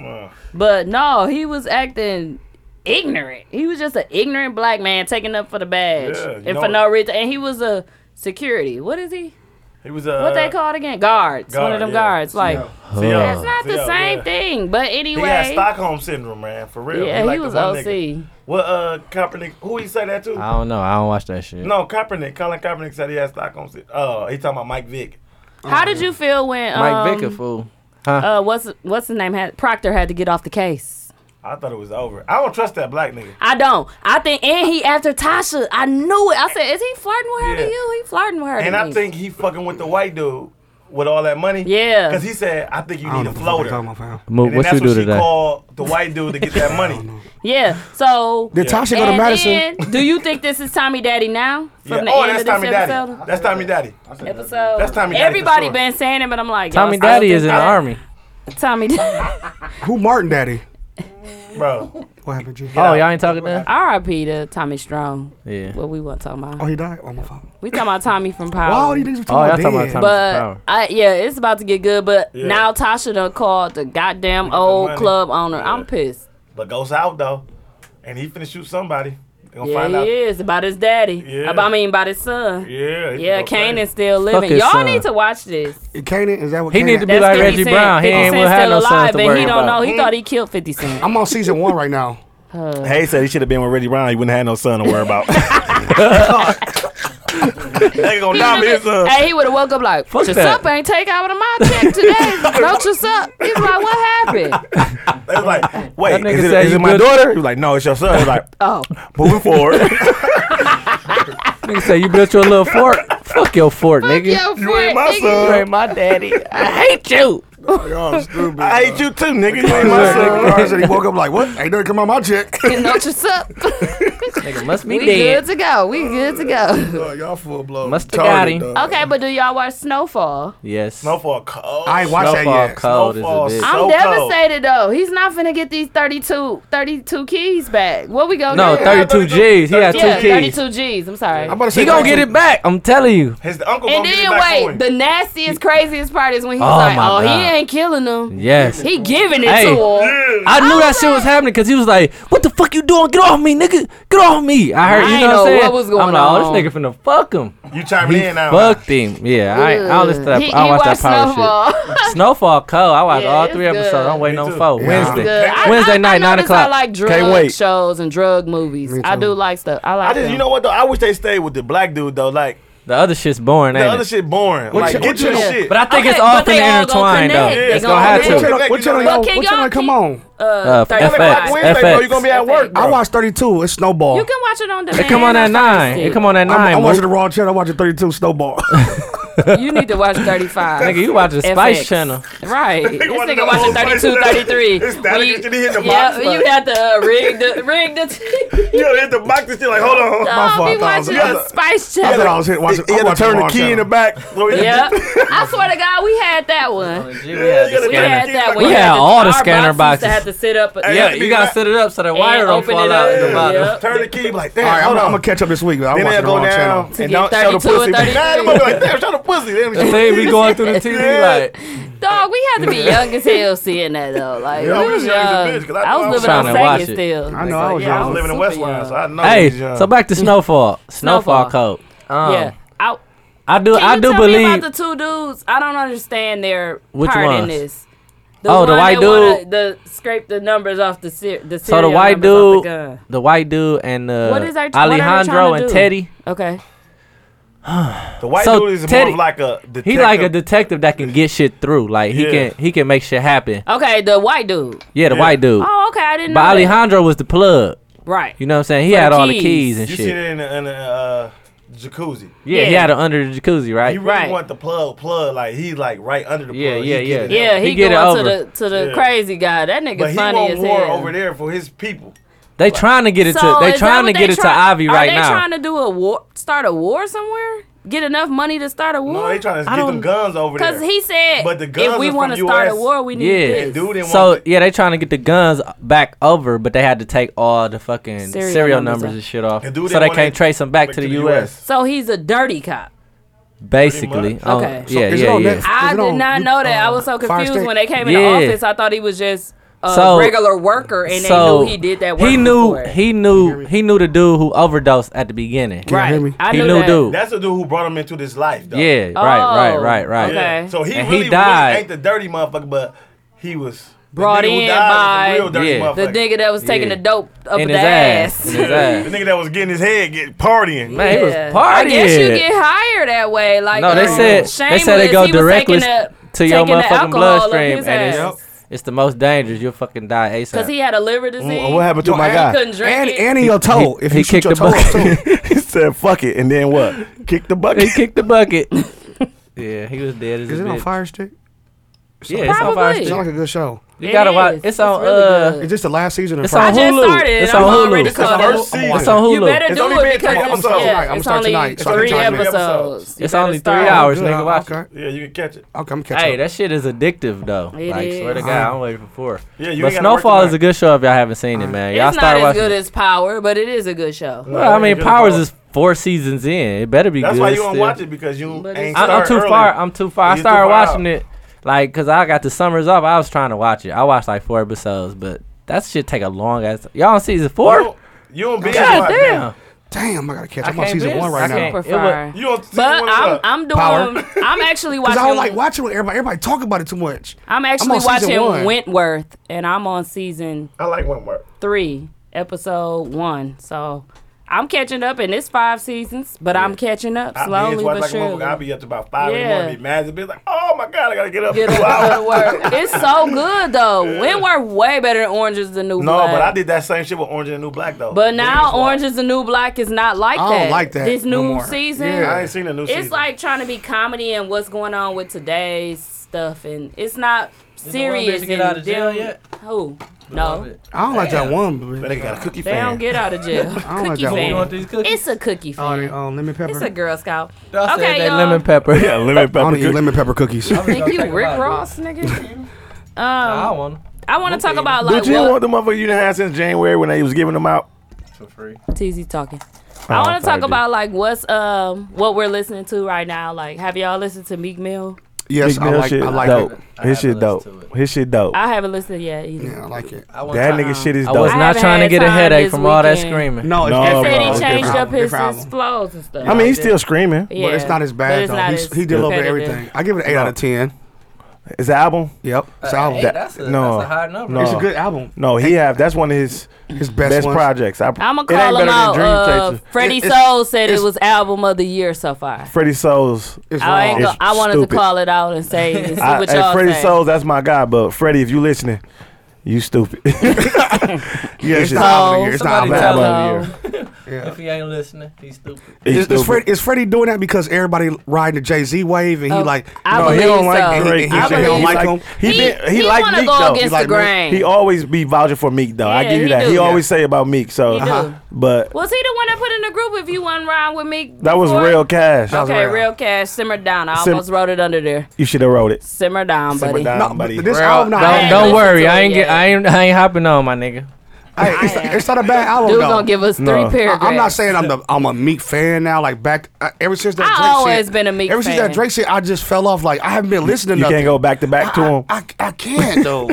S4: but no, he was acting ignorant. He was just an ignorant black man taking up for the badge
S3: Yeah, you
S4: and
S3: know
S4: for
S3: it.
S4: no reason. And he was a security. What is he?
S3: He was uh,
S4: What they called again? Guards. One of
S3: guard,
S4: them
S3: yeah.
S4: guards. Like
S3: See, yo,
S4: it's not
S3: see,
S4: the
S3: yo,
S4: same
S3: yeah.
S4: thing. But
S3: He had
S4: anyway,
S3: Stockholm syndrome, man. For real.
S4: yeah, he,
S3: like the
S4: was
S3: one
S4: OC.
S3: nigga. What uh Kaepernick who he say that to?
S6: I don't know. I don't watch that shit.
S3: no, Kaepernick. Colin Kaepernick said he had Stockholm syndrome. Oh, he talking about Mike Vick.
S4: How did you feel when um,
S6: Mike Vick a fool.
S4: Uh, what's what's his name? Had Proctor had to get off the case.
S3: I thought it was over. I don't trust that black nigga.
S4: I don't. I think, and he after Tasha. I knew it. I said, is he flirting with her
S3: Yeah.
S4: to you? He flirting with her.
S3: And
S4: to
S3: I
S4: me.
S3: think he fucking with the white dude with all that money.
S4: Yeah.
S3: Cause he said, I think you
S5: I don't
S3: need
S5: know
S3: a
S5: what the fuck you're
S3: floater.
S5: talking about, fam.
S6: Mook,
S3: And then
S6: what you
S3: that's
S6: do
S3: what she
S6: today? <laughs>
S3: called the white dude to get
S4: <laughs>
S3: that money.
S4: yeah. So
S5: Did Tasha go to
S4: and
S5: Madison?
S4: then, do you think this is Tommy Daddy
S3: <laughs>
S4: now
S3: Yeah.
S4: from the
S3: Oh,
S4: end
S3: that's
S4: of this
S3: Tommy
S4: episode?
S3: Daddy. That's Tommy Daddy.
S4: Episode.
S3: That's Tommy Daddy for
S4: Everybody
S3: sure.
S4: been saying it, but I'm like, y'all
S6: Tommy
S4: still
S6: Daddy
S4: think
S6: is in the
S4: that-
S6: army.
S4: Tommy. Daddy.
S5: Who Martin Daddy?
S3: Bro.
S5: What happened, G?
S6: <laughs> Oh, y'all ain't talking that?
S4: R.I.P. to Tommy Strong.
S6: Yeah.
S4: What we want talking
S5: Oh,
S4: about?
S5: <laughs> he died. Oh my phone.
S4: We talking about Tommy from Power.
S5: Why all these niggas were
S6: Oh, y'all
S5: talking
S6: talking
S5: about
S6: about
S5: dead?
S6: Tommy
S4: But
S6: Power.
S4: I, yeah, it's about to get good. But
S3: Yeah.
S4: now Tasha done called the goddamn old
S3: money.
S4: club owner. I'm pissed.
S3: But goes out though. And he finna shoot somebody. They gonna
S4: Yeah,
S3: find
S4: he
S3: out.
S4: is about his daddy.
S3: Yeah.
S4: About, I mean, about his son. Yeah,
S3: Yeah. he finna go crazy.
S4: Kanan's still living.
S6: his
S4: Y'all
S6: son.
S4: need to watch this.
S5: Kanan, is that what
S6: He
S5: Kanan-
S6: need to be
S4: That's
S6: like
S4: 50
S6: Reggie
S4: Cent.
S6: Brown. He
S4: 50
S6: ain't
S4: Cent
S6: will have
S4: still
S6: no
S4: alive,
S6: sons to
S4: and
S6: worry
S4: he don't know.
S6: about.
S4: He thought he killed
S5: <laughs>
S4: 50 Cent.
S5: I'm on season one right now.
S3: Hey, said he should have been with Reggie Brown. He wouldn't have had no son to worry <laughs> about. they gonna
S4: He
S3: die uh, with
S4: would've-
S3: his son.
S4: Hey, he would have woke up like,
S6: Fuck
S4: "What's
S6: that."
S4: up? Ain't take out of my check today.
S5: <laughs>
S4: Don't you up?" He was like, "What happened?"
S3: They was like, wait,
S6: That nigga
S3: is it,
S6: said
S3: is
S6: you
S3: it my
S6: good-
S3: daughter? He was like, no, it's your son. He was like,
S4: Oh,
S3: moving forward.
S6: <laughs>
S3: <laughs>
S6: Nigga say you built your little fort. Fuck your fort, nigga.
S4: yo,
S3: you
S4: friend,
S3: ain't my
S4: nigga.
S6: You
S3: son.
S6: ain't
S3: <laughs>
S6: my daddy. I hate you.
S3: Oh,
S5: Y'all stupid.
S3: I hate <laughs> you too, nigga. You ain't my son.
S4: <laughs>
S5: <laughs> he woke up like, what? Ain't nothing come on my check.
S4: Don't you up?
S6: Nigga must be
S10: We
S6: dead.
S10: good to go. We good to
S3: <laughs>
S10: go.
S3: Dog, Oh, y'all full blown.
S6: Must have got him.
S4: Okay, but do y'all watch Snowfall?
S6: Yes.
S3: Snowfall cold.
S5: I ain't watched that
S6: Snowfall
S5: yet.
S6: cold
S3: Snowfall
S6: is a bitch.
S4: I'm
S3: So
S4: devastated though. He's not finna get these 32, 32 keys back. What we gonna
S6: No,
S4: do?
S6: 32 G's. He had
S4: yeah,
S6: two keys.
S4: 32 G's. I'm sorry.
S5: I'm about to say
S6: He gonna
S5: 32.
S6: get it back. I'm telling you.
S3: His uncle
S4: and
S3: gonna get it
S4: then
S3: back for
S4: wait,
S3: him.
S4: the nastiest, craziest part is when he's
S6: Oh,
S4: like,
S6: my
S4: "Oh,
S6: God.
S4: he ain't killing them.
S6: Yes.
S4: He giving it
S6: Hey.
S4: to him."
S6: I knew that shit was happening because he was like, "What the fuck you doing? Get off me, nigga! Get off me!" I heard
S4: I
S6: you
S4: ain't
S6: know,
S4: know
S6: what I'm saying.
S4: what was going
S6: I'm like, "Oh,
S4: on.
S6: this nigga finna fuck him."
S3: you chiming
S6: He
S3: in now.
S6: fucked him. Yeah, I ain't, I don't listen to that.
S4: He,
S6: I
S4: he
S6: don't watch
S4: watched
S6: that pirate
S4: Snowfall. <laughs>
S6: shit. Snowfall cold. I watched
S4: Yeah,
S6: all
S4: it's
S6: three episodes.
S4: good.
S6: I'm waiting
S3: Me
S6: on
S3: too.
S6: four
S3: Yeah.
S6: Wednesday.
S4: Good. I-
S6: Wednesday
S4: I,
S6: night,
S4: I
S6: nine
S4: notice
S6: o'clock.
S4: I like
S11: Can't
S4: drug
S11: wait.
S4: shows and drug movies. I
S5: too.
S4: do like stuff. I like.
S3: I just,
S4: them.
S3: you know what though? I wish they stayed with the black dude though. Like
S6: The other shit's boring,
S3: the
S6: ain't
S3: other
S6: it?
S3: shit boring. Like
S5: your-
S3: get to the
S5: what's your-
S3: shit.
S6: But I think
S4: Okay,
S6: it's
S4: but
S6: all
S4: they
S6: finna
S4: all gonna
S6: intertwine though.
S4: connect. They
S6: It's gonna
S4: gonna
S6: have
S3: connect.
S6: to.
S3: Like,
S5: What
S3: you
S5: channel
S3: know,
S5: y'all?
S4: can
S5: What channel
S4: y'all
S5: come
S4: keep-
S5: on?
S4: uh,
S6: Uh,
S4: 35.
S6: FX.
S3: Like Wednesday, bro,
S6: FX.
S3: you gonna be at work.
S5: I watched 32. It's Snowball.
S4: You can watch it on demand.
S6: It come on at
S4: That's how
S6: nine.
S4: you see
S6: It come on at
S5: I'm, I'm
S6: nine.
S5: watching
S6: Mook.
S5: the wrong channel. I'm watching 32
S6: <laughs>
S5: Snowball.
S4: You need to
S3: <laughs>
S4: watch 35.
S6: Nigga, you watch the Spice
S4: FX.
S6: Channel.
S4: Right. this
S3: watching
S4: nigga
S3: the
S4: watching
S3: whole place.
S4: 32, 33.
S3: <laughs> It's that
S4: We-
S3: nigga that he hit the
S4: yeah,
S3: box,
S4: you
S3: but-
S4: have to uh, rig
S3: <laughs>
S4: the rig the. T-
S3: You hit the box and shit. Like hold on. hold on.
S5: My
S4: I'll
S5: fault,
S4: be
S5: I was-
S4: watching
S5: I
S4: a
S5: was-
S4: Spice
S5: I thought I
S4: Channel.
S5: was hit watching.
S3: He
S5: I'm
S3: had to
S5: watching
S3: turn the
S5: wrong
S3: key in the
S4: <laughs>
S5: channel.
S3: back.
S4: Yep. I swear to God, we had that one. We
S3: Yeah,
S4: had that
S3: the key-
S4: one.
S6: Oh, We
S4: You
S6: had
S4: to-
S6: all the
S4: our
S6: scanner
S4: box used to
S6: boxes.
S4: have to sit up.
S3: Hey,
S6: Yeah,
S3: yeah,
S6: you gotta set it up so that wire don't
S4: open
S6: fall
S4: it
S6: out in the
S4: up.
S6: bottom.
S4: Yep.
S3: Turn the key. Like
S5: All right, hold
S3: damn.
S5: on. I'm gonna
S3: gonna.
S5: catch up this week. I'm
S3: Then
S5: watching
S3: they'll
S5: the
S3: go
S5: wrong
S3: down
S5: channel.
S3: and
S4: get
S3: don't show the
S4: 32 or
S3: pussy. Nah,
S4: 33.
S3: them motherfuckers like damn, show the pussy. They
S6: The
S3: don't show-
S6: thing be going through the TV like
S4: Dog, we
S6: <laughs>
S4: had to be young as hell seeing that though. Like
S3: Yeah,
S4: we
S3: I was
S4: was
S3: young as a
S4: young.
S3: bitch, 'cause I
S4: I
S3: knew I
S4: was
S3: was
S4: living on
S6: trying to watch
S4: Vegas
S6: it.
S4: still.
S5: I know I was
S4: yeah,
S3: I was living in
S4: super
S3: Westline, so I know.
S6: Hey,
S3: these young-
S6: so back to Snowfall.
S4: <laughs> Snowfall.
S6: Snowfall, code.
S3: Oh.
S6: Um,
S4: Yeah. I,
S6: I do.
S4: can you
S6: I do
S4: tell me
S6: believe.
S4: about the two dudes? I don't understand their
S6: Which
S4: part
S6: ones?
S4: in this.
S6: Oh, the
S4: one
S6: white
S4: that wanna-
S6: dude?
S4: The scrape the numbers off the ser- the
S6: so the
S4: serial
S6: white
S4: numbers off
S6: dude,
S4: the
S6: the,
S4: gun.
S6: white dude, and uh,
S4: What is our- what are they trying
S6: Alejandro
S4: to
S6: and
S4: do?
S6: Teddy.
S4: Okay.
S3: The white
S6: So,
S3: dude is
S6: Teddy-
S3: more of like a detective.
S6: He like a detective that can get shit through. Like he
S3: Yeah.
S6: can he can make shit happen.
S4: Okay, the white dude.
S6: Yeah, the
S3: Yeah.
S6: white dude.
S4: Oh, okay. I didn't
S6: but
S4: know. that.
S6: Alejandro was the plug.
S4: Right.
S6: You know what I'm saying? He
S4: For the
S6: had all the
S4: keys.
S6: keys and
S3: You see
S6: shit.
S3: that in the, in the uh, jacuzzi.
S6: Yeah, he
S4: Yeah.
S6: had it under the jacuzzi, right?
S3: He really
S4: Right.
S3: want the plug, plug. Like he like right under the plug.
S6: Yeah, yeah,
S3: He
S6: yeah.
S3: getting it.
S4: yeah,
S6: He
S4: he,
S6: get it
S4: going
S6: over.
S4: to the to the
S3: Yeah.
S4: crazy guy. That nigga
S3: But he
S4: funny
S3: want
S4: as
S3: war
S4: hell.
S3: over there for his people.
S6: They trying to get it to.
S4: So
S6: They
S4: is that
S6: trying to
S4: what
S6: get
S4: they
S6: it to
S4: try-
S6: Ivy
S4: are
S6: right
S4: they
S6: now.
S4: trying to do a war, start a war somewhere? Get enough money to start a war?
S3: No, they trying to
S6: I
S3: get
S6: don't-
S3: them guns over there.
S4: Cause he said,
S3: But the guns
S4: if we
S3: are
S4: want to
S3: from
S4: start a
S3: US.
S4: war, we need
S6: Yeah.
S4: this.
S3: dude didn't
S6: So
S3: want
S6: yeah, they trying to get the guns back over, but they had to take all the fucking serial,
S4: Serial
S6: numbers,
S4: numbers
S6: and shit off,
S3: The dude
S6: so
S3: that
S6: they
S3: wanted
S6: can't trace them back, to the U.S.
S4: So he's a dirty cop.
S6: Basically,
S3: much.
S6: Oh,
S4: Okay. So
S6: yeah,
S5: Is it
S6: yeah,
S5: on
S6: yeah.
S5: Netflix? Is
S4: I
S5: it
S4: did
S5: on-
S4: not
S5: you-
S4: know that.
S5: uh,
S4: I was so
S5: Fire
S4: confused
S5: Stick?
S4: when they came
S6: Yeah.
S4: in the office. I thought he was just a
S6: So-
S4: regular worker, and
S6: so
S4: they knew he did that work.
S6: he knew
S4: before.
S6: he knew he knew the dude who overdosed at the beginning.
S5: Y'all hear
S4: right.
S5: me?
S4: I
S6: he
S4: knew,
S6: knew
S4: that.
S6: dude.
S3: That's the dude who brought him into this life. Though.
S6: yeah, right, right,
S4: Oh,
S6: right, right.
S4: okay.
S3: So he
S6: And he
S3: really,
S6: died.
S3: really ain't the dirty motherfucker, but he was the
S4: Brought
S3: nigga who
S4: in
S3: died was
S4: by
S3: a real dirty
S6: Yeah.
S3: motherfucker.
S4: The nigga that was taking
S6: Yeah.
S4: the dope up
S6: In
S4: the
S6: his ass.
S4: ass.
S6: In
S3: <laughs>
S6: his ass.
S3: The nigga that was getting his head get partying.
S6: Man, he was
S4: Yeah.
S6: partying.
S4: I guess you get hired that way. Like
S6: no, they
S4: um,
S6: said they said they
S4: Shameless,
S6: go
S4: he was
S6: directly
S4: taking
S6: s-
S4: the-
S6: to your
S4: taking the
S6: motherfucking
S4: alcohol up
S6: bloodstream,
S4: his
S6: and
S4: ass.
S6: it's it's the most dangerous. You'll fucking die
S4: because
S6: asap.
S4: he had a liver disease.
S11: What happened to my
S5: Yo,
S11: guy?
S4: Couldn't drink
S5: And
S4: it.
S5: and in your toe. If
S6: he
S5: you shoot
S6: kicked
S5: your
S6: the
S5: toe up,
S6: bucket.
S5: too.
S3: <laughs>
S11: he said, "Fuck it," and then what? Kick the bucket.
S6: He kicked
S3: <laughs>
S6: the bucket. yeah, he was dead as
S5: Is
S6: a
S5: it on
S6: bitch.
S5: Fire Stick?
S6: Yeah, it's on
S4: Probably.
S6: Fire
S5: It's
S6: Stick.
S5: like a good show.
S6: You
S4: It
S6: gotta
S4: is.
S6: watch. It's, on.
S4: really
S6: uh,
S4: good.
S5: Is this the last season? Or
S6: it's
S5: first
S6: on
S4: I just
S6: Hulu.
S4: started.
S6: It's
S4: I'm
S6: on
S4: already
S6: Hulu.
S3: It's the
S4: caught up.
S3: first
S6: It's
S3: season.
S6: on
S4: You better
S6: Hulu.
S3: It's
S4: do
S3: only
S4: it
S3: been
S4: because
S3: three
S4: it's,
S3: episodes.
S4: yeah,
S5: Tonight. I'm
S4: it's only
S5: starting tonight. It's only
S4: three
S5: three
S4: episodes.
S3: episodes.
S4: You
S6: It's
S4: better
S6: only three
S4: start.
S6: hours.
S5: Good,
S6: nigga, watch
S5: Okay.
S3: Yeah, you can catch it.
S5: Okay, I'm catching
S6: Hey,
S5: up.
S6: that shit is addictive though.
S4: It
S6: like, swear to
S4: is.
S6: God, I'm waiting for four.
S3: Yeah, you
S6: but
S3: ain't gotta work
S6: Snowfall is
S3: tonight.
S6: a good show if y'all haven't seen it, man. Y'all
S4: It's not
S6: start
S4: as
S6: watching.
S4: good as Power, but it is a good show.
S6: Well, I mean,
S3: Good
S6: Powers
S3: call.
S6: is four seasons in. It better be
S3: That's
S6: good.
S3: why you don't
S6: still.
S3: watch it because you
S4: But
S3: ain't.
S4: it's-
S6: I, am
S3: start
S6: too
S3: early.
S6: far. I'm too far. I
S3: You're too
S6: started
S3: far out.
S6: watching it like because I got the summers off. I was trying to watch it. I watched like four episodes, but that shit take a long ass. Y'all on season
S3: You
S6: four?
S3: don't- You don't be
S6: God damn!
S5: Damn, I gotta catch.
S6: I
S5: I'm on
S6: can't
S5: season
S6: miss.
S5: one
S6: I
S5: right now.
S6: can't.
S4: Super
S6: It wa-
S4: fire.
S3: You don't.
S4: But I'm I'm doing
S6: <laughs>
S5: Power.
S4: I'm actually
S5: Cause
S4: watching.
S5: I don't like watching with everybody. Everybody talk about it too much.
S4: I'm
S5: I'm
S4: actually
S5: on season one.
S4: watching Wentworth, and I'm on season
S3: I like one word.
S4: three, episode one. So I'm catching up, and it's five seasons, but I'm catching up
S3: I
S4: slowly
S3: binge watch
S4: but
S3: like a
S4: surely.
S3: motherfucker. I'll be up to about five in the
S4: Yeah.
S3: morning, be mad as a bitch, like, oh my god, I gotta get up.
S4: Get
S3: in two
S4: up,
S3: hours.
S4: go to
S3: <laughs>
S4: work. It's so good though. It worked way better than Orange is the New
S3: No,
S4: Black.
S3: but I did that same shit with Orange and the New Black though.
S4: But now
S3: Niggas wild.
S4: Orange is the New Black is not like
S5: I
S4: that.
S5: don't like that
S4: This
S5: no
S4: new
S5: more.
S4: season,
S5: Yeah.
S3: I ain't seen the new
S4: it's
S3: season.
S4: like trying to be comedy and what's going on with today's stuff, and it's not serious.
S6: get
S4: and
S6: out of jail
S4: them-
S6: yet?
S4: Who? No,
S5: I don't like that one.
S9: But
S5: but-
S9: they got a cookie
S4: they don't
S9: fan.
S4: get
S5: <laughs>
S4: out of jail.
S5: don't like
S4: cookie
S5: that one.
S6: You want
S4: fan.
S6: these cookies?
S4: It's a cookie
S5: Oh, they,
S4: fan.
S5: um, lemon pepper.
S4: It's a Girl Scout.
S6: Y'all said
S4: Okay,
S6: they
S4: y'all.
S6: lemon
S3: <laughs>
S6: pepper.
S3: Yeah, lemon
S5: I
S3: pepper
S5: don't eat
S3: cookie.
S5: lemon
S4: <laughs>
S5: pepper cookies.
S6: I'm gonna
S8: Think you
S3: <laughs>
S6: take a
S8: Rick
S6: bite, bro.
S8: Ross, nigga?
S6: I
S4: Um,
S6: want 'em
S4: I want to talk about like
S3: Dude, you
S4: what
S3: want the motherfucker you didn't have since January when they was giving them out?
S6: for free.
S4: TZ talking. I want to talk about like what's um what we're listening to right now. Like, have y'all listened to Meek Mill?
S5: Yes, I like,
S3: shit
S5: I like
S3: dope.
S5: it.
S6: I
S3: His shit
S6: haven't
S3: dope.
S6: listened to it.
S3: His shit dope.
S4: I haven't listened yet either.
S5: Yeah, I like it.
S6: I want
S3: That
S6: time.
S3: nigga shit is
S6: I
S3: dope.
S6: was not
S4: haven't
S6: trying to
S4: had
S6: get a
S4: time
S6: headache
S4: this
S6: from all that
S4: weekend.
S6: screaming.
S5: No, it's,
S3: No,
S5: it's
S3: bro.
S4: Said he
S3: it's
S4: changed
S5: different.
S4: up his,
S5: Different
S4: his
S5: album.
S4: flows and stuff.
S3: I mean, he's still screaming.
S4: yeah.
S5: But it's not as
S4: But
S5: bad
S4: it's
S5: though.
S4: not
S5: He's,
S4: as
S5: he did a little bit of
S4: competitive.
S5: everything. I give it an eight out of ten.
S3: His album?
S5: Yep, it's,
S6: Hey,
S4: Uh,
S5: album.
S3: that-
S6: that's, a,
S3: no.
S6: that's a high number.
S3: No.
S5: it's a good album.
S3: No, he have. That's one of his
S5: His
S3: best,
S5: best, ones.
S3: projects. I,
S4: I'm gonna
S3: it ain't
S4: call him
S3: better than
S4: out. Uh,
S3: Dream Chaser.
S4: Freddie
S5: It- it's-
S4: Soul said it
S5: it's-
S4: was album of the year so far.
S3: Freddie Souls.
S5: It's
S4: I, ain't
S5: wrong.
S4: go,
S3: It's
S4: I wanted to
S3: stupid.
S4: call it out and say and see
S3: I,
S4: what
S3: hey,
S4: y'all
S3: Freddie
S4: say.
S3: Souls, that's my guy. But Freddie, if you listening, you stupid. <laughs>
S5: yeah, it's
S3: So-
S5: not album of the year. It's not
S6: Somebody
S5: album.
S6: tell
S3: album
S6: him.
S3: of
S4: So,
S5: Yeah.
S6: <laughs> If he ain't listening, he's stupid.
S3: He
S5: Is, is,
S3: stupid.
S5: Fred, is Freddie doing that because everybody riding the Jay Z wave and he
S4: Oh,
S5: like
S4: I
S5: no,
S4: believe
S5: he don't
S4: so.
S5: like Drake.
S3: Drake,
S5: He,
S3: he
S5: he,
S4: I
S5: said
S3: said
S5: he
S4: believe
S5: don't
S3: he
S5: like
S3: like-
S5: him.
S3: He,
S4: he
S3: been, he,
S4: he
S3: like
S4: wanna
S3: Meek
S4: go
S3: though.
S4: against
S3: He like
S4: the
S3: Meek.
S4: grain.
S3: He always be vouching for Meek though. I
S4: Yeah,
S3: give you
S4: he
S3: that. He
S4: do.
S3: always say about Meek. So,
S4: He do. Uh-huh.
S3: but
S4: was he the one that put in the group if you won round with me?
S3: that was
S4: before?
S3: real cash.
S4: Okay, real. cash. Simmer down. I
S3: Sim-
S4: almost wrote it under there.
S3: You should have wrote it.
S4: Simmer down,
S3: Simmer
S4: buddy.
S3: down,
S5: No, but
S3: buddy.
S5: this album not
S6: Don't,
S4: I
S5: bad.
S4: listened
S6: don't worry,
S4: to
S6: I
S4: it
S6: ain't get,
S4: yet.
S6: I ain't, I ain't hopping on my nigga.
S5: Hey, it's, it's not a bad album
S4: Dude's
S5: though.
S4: gonna give us three
S5: I-
S4: paragraphs.
S5: I'm not saying I'm the I'm a Meek fan now. Like back uh, ever since that
S4: I
S5: Drake
S4: always
S5: shit,
S4: been a Meek
S5: Ever since
S4: fan.
S5: that Drake shit, I just fell off. Like I haven't been listening.
S3: You
S5: to
S3: can't go back to back to him.
S5: I, I <laughs> can't though.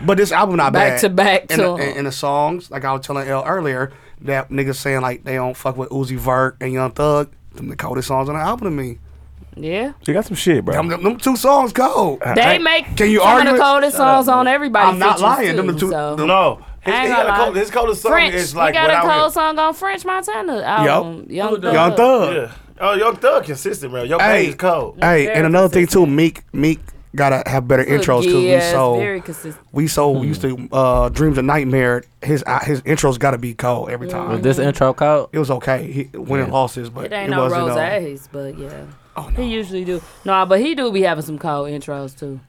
S5: but this album not
S4: Back
S5: bad.
S4: to back
S5: in,
S4: to
S5: the,
S4: him.
S5: in the songs. Like I was telling L earlier, that niggas saying like they don't fuck with Uzi Vert and Young Thug. Them the coldest songs on the album to me.
S4: Yeah.
S3: You got some shit, bro. Uh,
S5: Them, them, them two songs cold.
S4: They make
S5: Can you
S4: some of
S5: argue
S4: the
S5: it?
S4: coldest songs on everybody's
S5: I'm not
S4: features,
S5: lying. Them
S4: too,
S5: the two-
S4: so.
S5: them-
S3: No, his,
S4: I ain't
S3: he
S4: gonna
S3: got a cold,
S4: lie.
S3: his coldest song
S4: French.
S3: is like
S4: he got a
S3: what I
S4: cold
S3: would-
S4: song on French Montana album. Young Thug.
S5: Young Thug.
S3: Yeah. Oh, Young Thug consistent, bro. Your
S5: Hey.
S3: hey. is cold.
S5: Hey, and
S4: Very
S5: another thing too, Meek Meek gotta have better intros because
S4: yeah, it's
S5: we so
S4: very consistent.
S5: we so
S3: Hmm.
S5: used to uh, dreams of nightmare. His uh, his intros gotta be cold every time.
S6: Was this intro called?
S5: It was okay. He won and losses, but
S4: It
S5: it,
S4: ain't no
S5: wasn't. Oh,
S4: Rose
S5: uh,
S4: A's, but yeah. He usually do. No, but he do be having some cold intros too.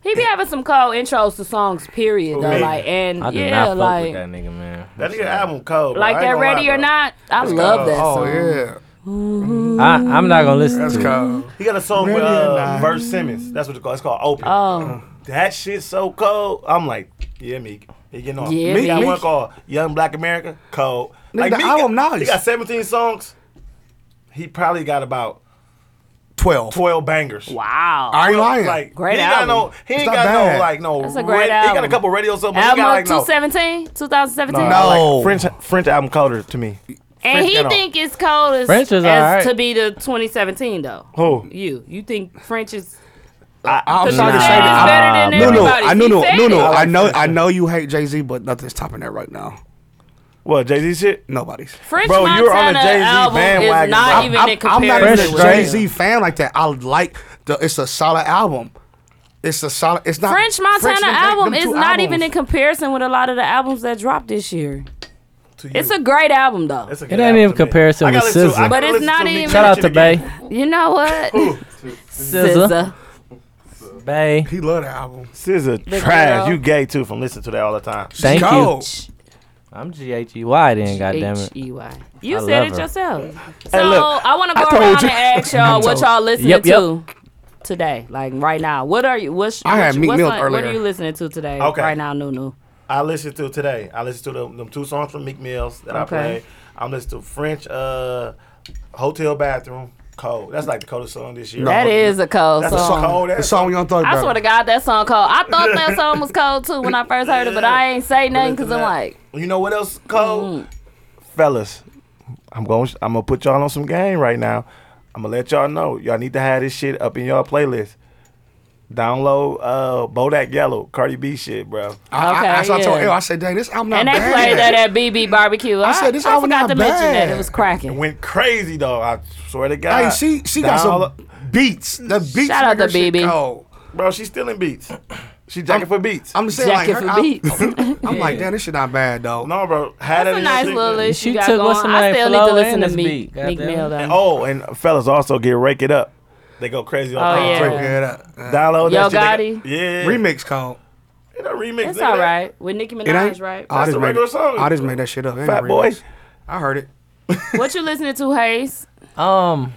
S4: He be having some cold intros to songs, period. Though,
S3: me?
S4: like and
S6: I do
S4: yeah,
S6: not fuck
S4: like
S6: with that nigga, man.
S3: That nigga album cold. bro. I
S4: like
S3: ain't
S4: that.
S3: gonna
S4: Ready
S3: lie,
S4: or
S3: bro.
S4: not, I love
S3: cold.
S4: that
S5: Oh
S4: song.
S5: yeah,
S6: I, I'm not gonna listen
S5: that's
S6: to
S5: cold.
S3: He got a song with
S5: Ready or
S3: uh,
S5: not.
S3: Verse Simmons. That's what it's called. It's called Open. Uh,
S4: Oh,
S3: That shit so cold. I'm like, yeah, Meek. He getting on.
S4: Yeah,
S3: Yeah, Meek got
S4: Meek.
S3: one called Young Black America. Cold.
S5: Nigga, the album
S3: got,
S5: nice.
S3: He got 17 songs. He probably got about
S5: Twelve.
S3: 12 bangers.
S4: wow.
S5: I ain't lying.
S3: Like
S4: Great
S3: he ain't
S4: album.
S3: Got no, he ain't
S5: not
S3: got no
S5: bad.
S3: like no.
S4: That's a great
S3: He got a
S4: album.
S3: couple radio songs. but he
S4: Album
S3: got like
S4: of
S3: no.
S4: 217, 2017.
S5: No.
S3: I like French French album colder to me.
S4: And
S3: French
S4: he
S3: got on.
S4: think it's cold as,
S6: French
S4: as
S6: is alright.
S4: to be the 2017 though.
S3: Who?
S4: You you think French is
S5: I'm
S4: Cause you
S5: sorry to
S4: said
S5: say
S4: it's better
S5: that.
S4: than
S5: No, no,
S4: everybody.
S5: I no,
S4: He
S5: no,
S4: said
S5: no, no.
S4: it.
S5: I know, I know you hate Jay Z, but nothing's topping that right now.
S3: What Jay Z shit?
S5: Nobody's.
S4: French
S3: Bro,
S4: Montana
S3: you're on the Jay-Z
S4: album is
S3: bandwagon,
S4: not
S3: bro.
S4: even
S5: I'm,
S4: in
S5: I'm not
S4: comparison.
S5: even
S6: Fresh
S5: a
S4: with
S5: Jay
S6: Drake.
S5: Z fan like that. I like the. It's a solid album. It's a solid. It's not
S4: French Montana
S5: and Drake,
S4: album
S5: them
S4: is
S5: two
S4: not even in
S5: albums.
S4: comparison with a lot of the albums that dropped this year.
S3: To you.
S4: It's a great album though.
S3: It's a
S6: ain't
S3: good album
S6: even
S3: to me.
S6: comparison
S3: I gotta
S6: with
S3: listen
S6: SZA.
S4: But
S3: I gotta
S4: it's
S3: listen
S4: not
S3: Meek
S4: even-
S3: Mill
S6: Shout out
S3: shit
S6: to
S3: again.
S6: Bay.
S4: you know what?
S6: SZA.
S4: SZA.
S6: Bay.
S5: He love that album.
S3: SZA
S4: The
S3: trash.
S4: girl.
S3: You gay too from listening to that all the time.
S6: Thank you.
S5: Go.
S6: I'm G H E Y then, goddamn it.
S5: E
S4: H-E-Y. <laughs> You
S6: I
S4: said
S6: love
S4: it
S6: her.
S4: yourself. So
S3: look,
S4: I want to go
S3: I told
S4: around
S3: you.
S4: and ask y'all what y'all listening
S6: Yep, yep.
S4: to today, like right now. What are you? What's
S5: I had
S4: what's-
S5: Meek
S4: what's
S5: Mill
S4: on- What are
S5: earlier.
S4: you listening to today?
S3: Okay.
S4: Right now, Nunu.
S3: I listened to today. I listened to them, them two songs from Meek Mills that I
S4: Okay.
S3: played. I'm listening to French uh, Hotel Bathroom. Cold. That's like the coldest song this year.
S4: That is a cold
S3: That's a
S4: song.
S3: cold
S5: The
S3: ass
S5: song Young Thug.
S4: I
S5: better.
S4: swear to God, that song cold. I thought that song was cold too when I first heard it, but I ain't say nothing because I'm like, mm-hmm.
S3: You know what else, Cole? Fellas, I'm going. I'm gonna put y'all on some game right now. I'm gonna let y'all know. Y'all need to have this shit up in y'all playlist. Download uh Bodak Yellow, Cardi B shit, bro.
S5: I,
S4: Okay,
S5: I, that's what I told
S4: yeah.
S5: L. I said, dang, this album not
S4: and they
S5: bad.
S4: played that at BB Barbecue. I,
S5: said, this
S4: I
S5: album
S4: forgot
S5: not
S4: to mention that
S5: bad.
S4: it was
S3: It
S4: cracking.
S3: went crazy though. I swear to God.
S5: Hey, she she got some beats. The beats
S4: Shout out
S5: make her
S4: to
S5: shit
S4: BB.
S5: cold.
S3: bro. She's still in beats. She jacking for beats.
S5: I'm just saying,
S4: Jacket
S5: like, her,
S4: for beats.
S5: I, <laughs> I'm
S4: <laughs>
S5: like, damn, this shit not bad though.
S3: no, Oh, bro. Had
S4: That's
S3: it
S4: a
S3: in
S4: nice
S3: sleep.
S4: little list
S6: She
S4: you got
S6: took what's
S4: going.
S6: her
S4: I
S6: name,
S4: still
S6: Flo
S4: need to listen
S6: and
S4: to
S6: this
S4: Meek,
S6: beat,
S4: Meek
S6: goddamn.
S4: Mill though.
S3: Oh, and fellas also get Rake It Up. They go crazy.
S4: Oh,
S3: on
S4: yeah.
S5: Drink it up. Uh,
S3: Download
S4: Yo
S3: that shit.
S4: Gotti.
S3: They got- yeah.
S5: Remix called.
S3: It's a remix.
S4: It's
S3: nigga.
S4: all right with Nicki
S5: It ain't. Oh,
S4: Minaj, right?
S5: I just
S3: a
S5: made.
S3: regular song.
S5: I just made that shit up. It ain't no
S3: Fat boy.
S5: remix. I heard it.
S4: <laughs> What you listening to, Hayes?
S6: Um,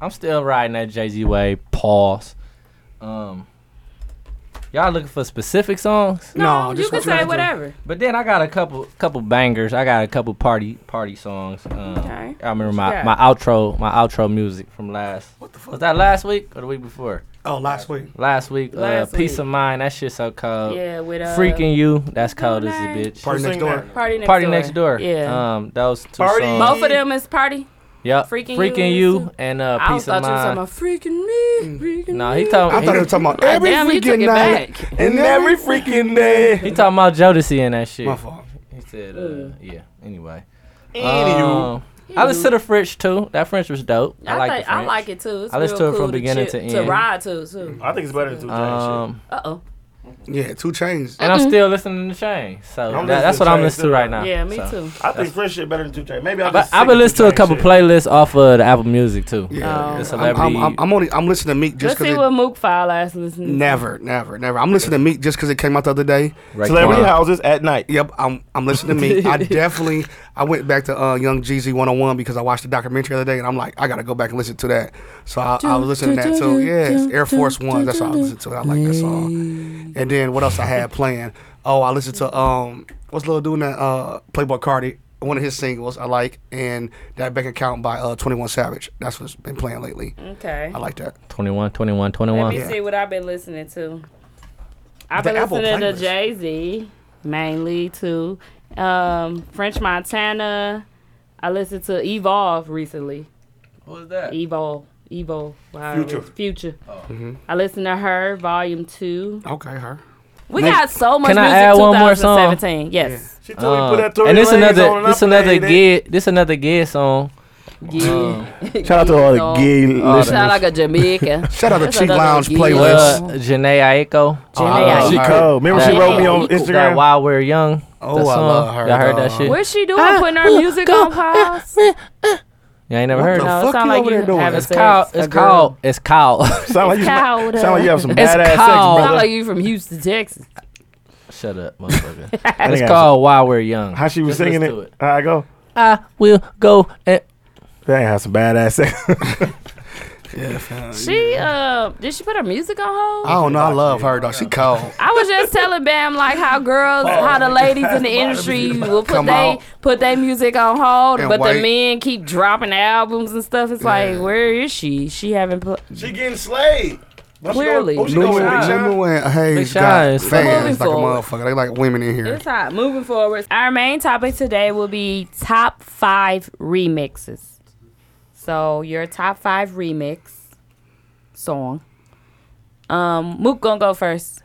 S6: I'm still riding that Jay Z way. Pause. Um, y'all looking for specific songs?
S5: No,
S4: you
S5: just
S4: can
S5: what you listen
S4: say
S5: to.
S4: whatever.
S6: But then I got a couple couple bangers. I got a couple party party songs. Um,
S4: Okay.
S6: I remember
S4: you
S6: my,
S4: got?
S6: my outro my outro music from last. What the fuck? Was that last week or the week before?
S5: Oh, last week.
S6: Last week.
S4: Last
S6: uh, Peace
S4: week.
S6: of mind. That shit so cold.
S4: Yeah, with uh,
S6: Freaking you. That's cold as a
S4: Night.
S6: bitch.
S5: Party next
S3: sing
S5: door.
S3: that?
S4: party next
S6: Party
S4: door.
S6: next door.
S4: Yeah,
S6: Um, those two
S3: Party.
S6: songs.
S4: both of them is party.
S6: Yep.
S4: Freaking You
S6: Freaking
S4: is
S6: you
S4: too.
S6: and uh,
S4: I always
S6: peace of
S4: thought you
S6: mind.
S4: were talking about freaking me, freaking
S6: no, he
S4: me.
S6: talking.
S5: Mm. I thought
S6: he,
S5: it was talking about every
S4: Damn, he took
S5: freaking
S4: it
S5: night
S4: back. <laughs>
S5: and every freaking day.
S6: He talking about Jodeci and that shit.
S5: My fault.
S6: He said, uh, yeah. Anyway.
S3: Anywho.
S6: Um, I listen to the French too. That French was dope. I,
S4: I,
S6: like
S4: think-
S6: the French.
S4: I like it too. It's
S6: I listen
S4: real
S6: to it
S4: cool
S6: from beginning
S4: chip-
S6: to
S4: To
S6: end.
S4: ride to too.
S3: I think it's better than two um,
S6: Um,
S4: Uh oh.
S5: Yeah, two chains.
S6: and I'm
S4: Mm-hmm.
S6: still listening to Chain. So
S3: I'm
S6: that,
S3: listening
S6: that's what
S3: to
S6: I'm
S3: Chain,
S6: listening to
S3: too.
S6: right now.
S4: Yeah, me
S6: so.
S4: too.
S3: I think French shit better than two chain. Maybe I
S6: But
S3: just
S6: I've
S3: sick
S6: been
S3: of
S6: listening to a
S3: Two Chainz
S6: couple
S3: shit.
S6: playlists off of the Apple Music too.
S5: Yeah.
S4: Oh.
S6: The
S5: I'm,
S6: uh, celebrity.
S5: I'm, I'm, I'm only I'm listening to Meek just
S4: Let's see
S5: because
S4: what Mook file ass listening. to.
S5: never, never, never. I'm listening to Meek just because it came out the other day.
S6: Raekwon.
S3: Celebrity houses at night.
S5: Yep, I'm I'm listening to Meek.
S6: <laughs>
S5: I definitely I went back to uh, Young Jeezy 101 because I watched the documentary the other day and I'm like I gotta go back and listen to that. So I, I was listening to that too. Yes, Air Force One. That's what I listened to. I like that song. And then what else I had playing? Oh, I listened to um what's little dude in that uh Playboy Cardi. One of his singles I like, and that bank account by uh, Twenty One Savage. That's what's been playing lately.
S4: Okay.
S5: I like that.
S6: 21, 21,
S4: Let
S6: 21.
S4: me see what I've been listening to. I've been
S5: The Apple
S4: listening to
S5: playlist.
S4: Jay Z mainly to um, French Montana. I listened to Evolve recently.
S6: What was that?
S4: Evolve. Evolve. Wow.
S3: Future. Oh.
S4: Future. I listened to her, Volume 2.
S5: Mm-hmm. Okay, her.
S4: We got so much
S6: Can I
S4: music
S6: add one more song?
S4: 2017. Yes.
S3: She told me
S6: Uh,
S3: put that Tory
S6: and this
S3: Lanez
S6: another,
S3: on and
S6: this
S3: I
S6: another
S3: played it.
S6: gig, this another gig song.
S4: <laughs>
S6: Uh,
S3: Shout
S5: uh,
S3: out to all the gay listeners.
S8: Sound like a Jamaica.
S5: Shout out to
S8: That's
S5: Cheek
S8: another
S5: Lounge
S8: gig.
S5: playlist.
S6: Uh, Janae Aiko.
S4: Janae
S3: She
S5: Alright.
S3: cold. Remember she
S6: Yeah.
S3: wrote me on
S6: That
S3: Instagram.
S6: While We're Young.
S5: Oh,
S6: that
S5: I
S6: song.
S5: love her,
S6: Y'all heard
S5: dog.
S6: that shit?
S4: What's she doing?
S3: Ah,
S4: putting her music on
S3: <laughs>
S4: pause?
S6: Y'all ain't never
S5: What
S6: heard
S5: the
S6: it?
S4: no,
S5: fuck
S4: it sound
S5: you
S4: like
S5: over
S4: you
S5: there doing?
S4: having
S6: It's
S4: sex,
S6: called,
S4: a
S6: it's
S4: girl.
S6: called, it's called.
S3: <laughs> Sound like you,
S4: cold,
S3: sound like you have some
S6: It's
S3: badass sex,
S6: cold.
S4: Sound
S3: brother.
S4: like you from Houston, Texas. <laughs>
S6: Shut up, motherfucker.
S3: I think
S6: it's
S3: I-
S6: called While We're Young.
S3: How she was
S6: Let's
S3: singing it.
S6: listen to it.
S3: How I go.
S6: I will go. And,
S3: They ain't have some badass sex.
S5: <laughs>
S3: <laughs>
S4: She uh did she put her music on hold?
S5: I don't know. I love her though. She cold.
S4: I was just telling Bam like how girls, how the ladies
S3: <laughs>
S4: in the industry will put
S5: Come
S4: they
S5: out.
S4: put their music on hold,
S5: And
S4: but
S5: wait.
S4: the men keep dropping albums and stuff. It's like, where is she? She haven't put.
S3: she getting slayed.
S4: Clearly.
S3: What she
S5: Nunu
S3: doing?
S5: and Nunu and Hayes
S6: Big Sean
S5: got
S6: is fucking-
S5: fans like a
S4: Moving forward.
S5: motherfucker. They like women in here.
S4: It's hot. Moving forward, our main topic today will be top five remixes. So your top five remix song. Um, Mook gonna go first.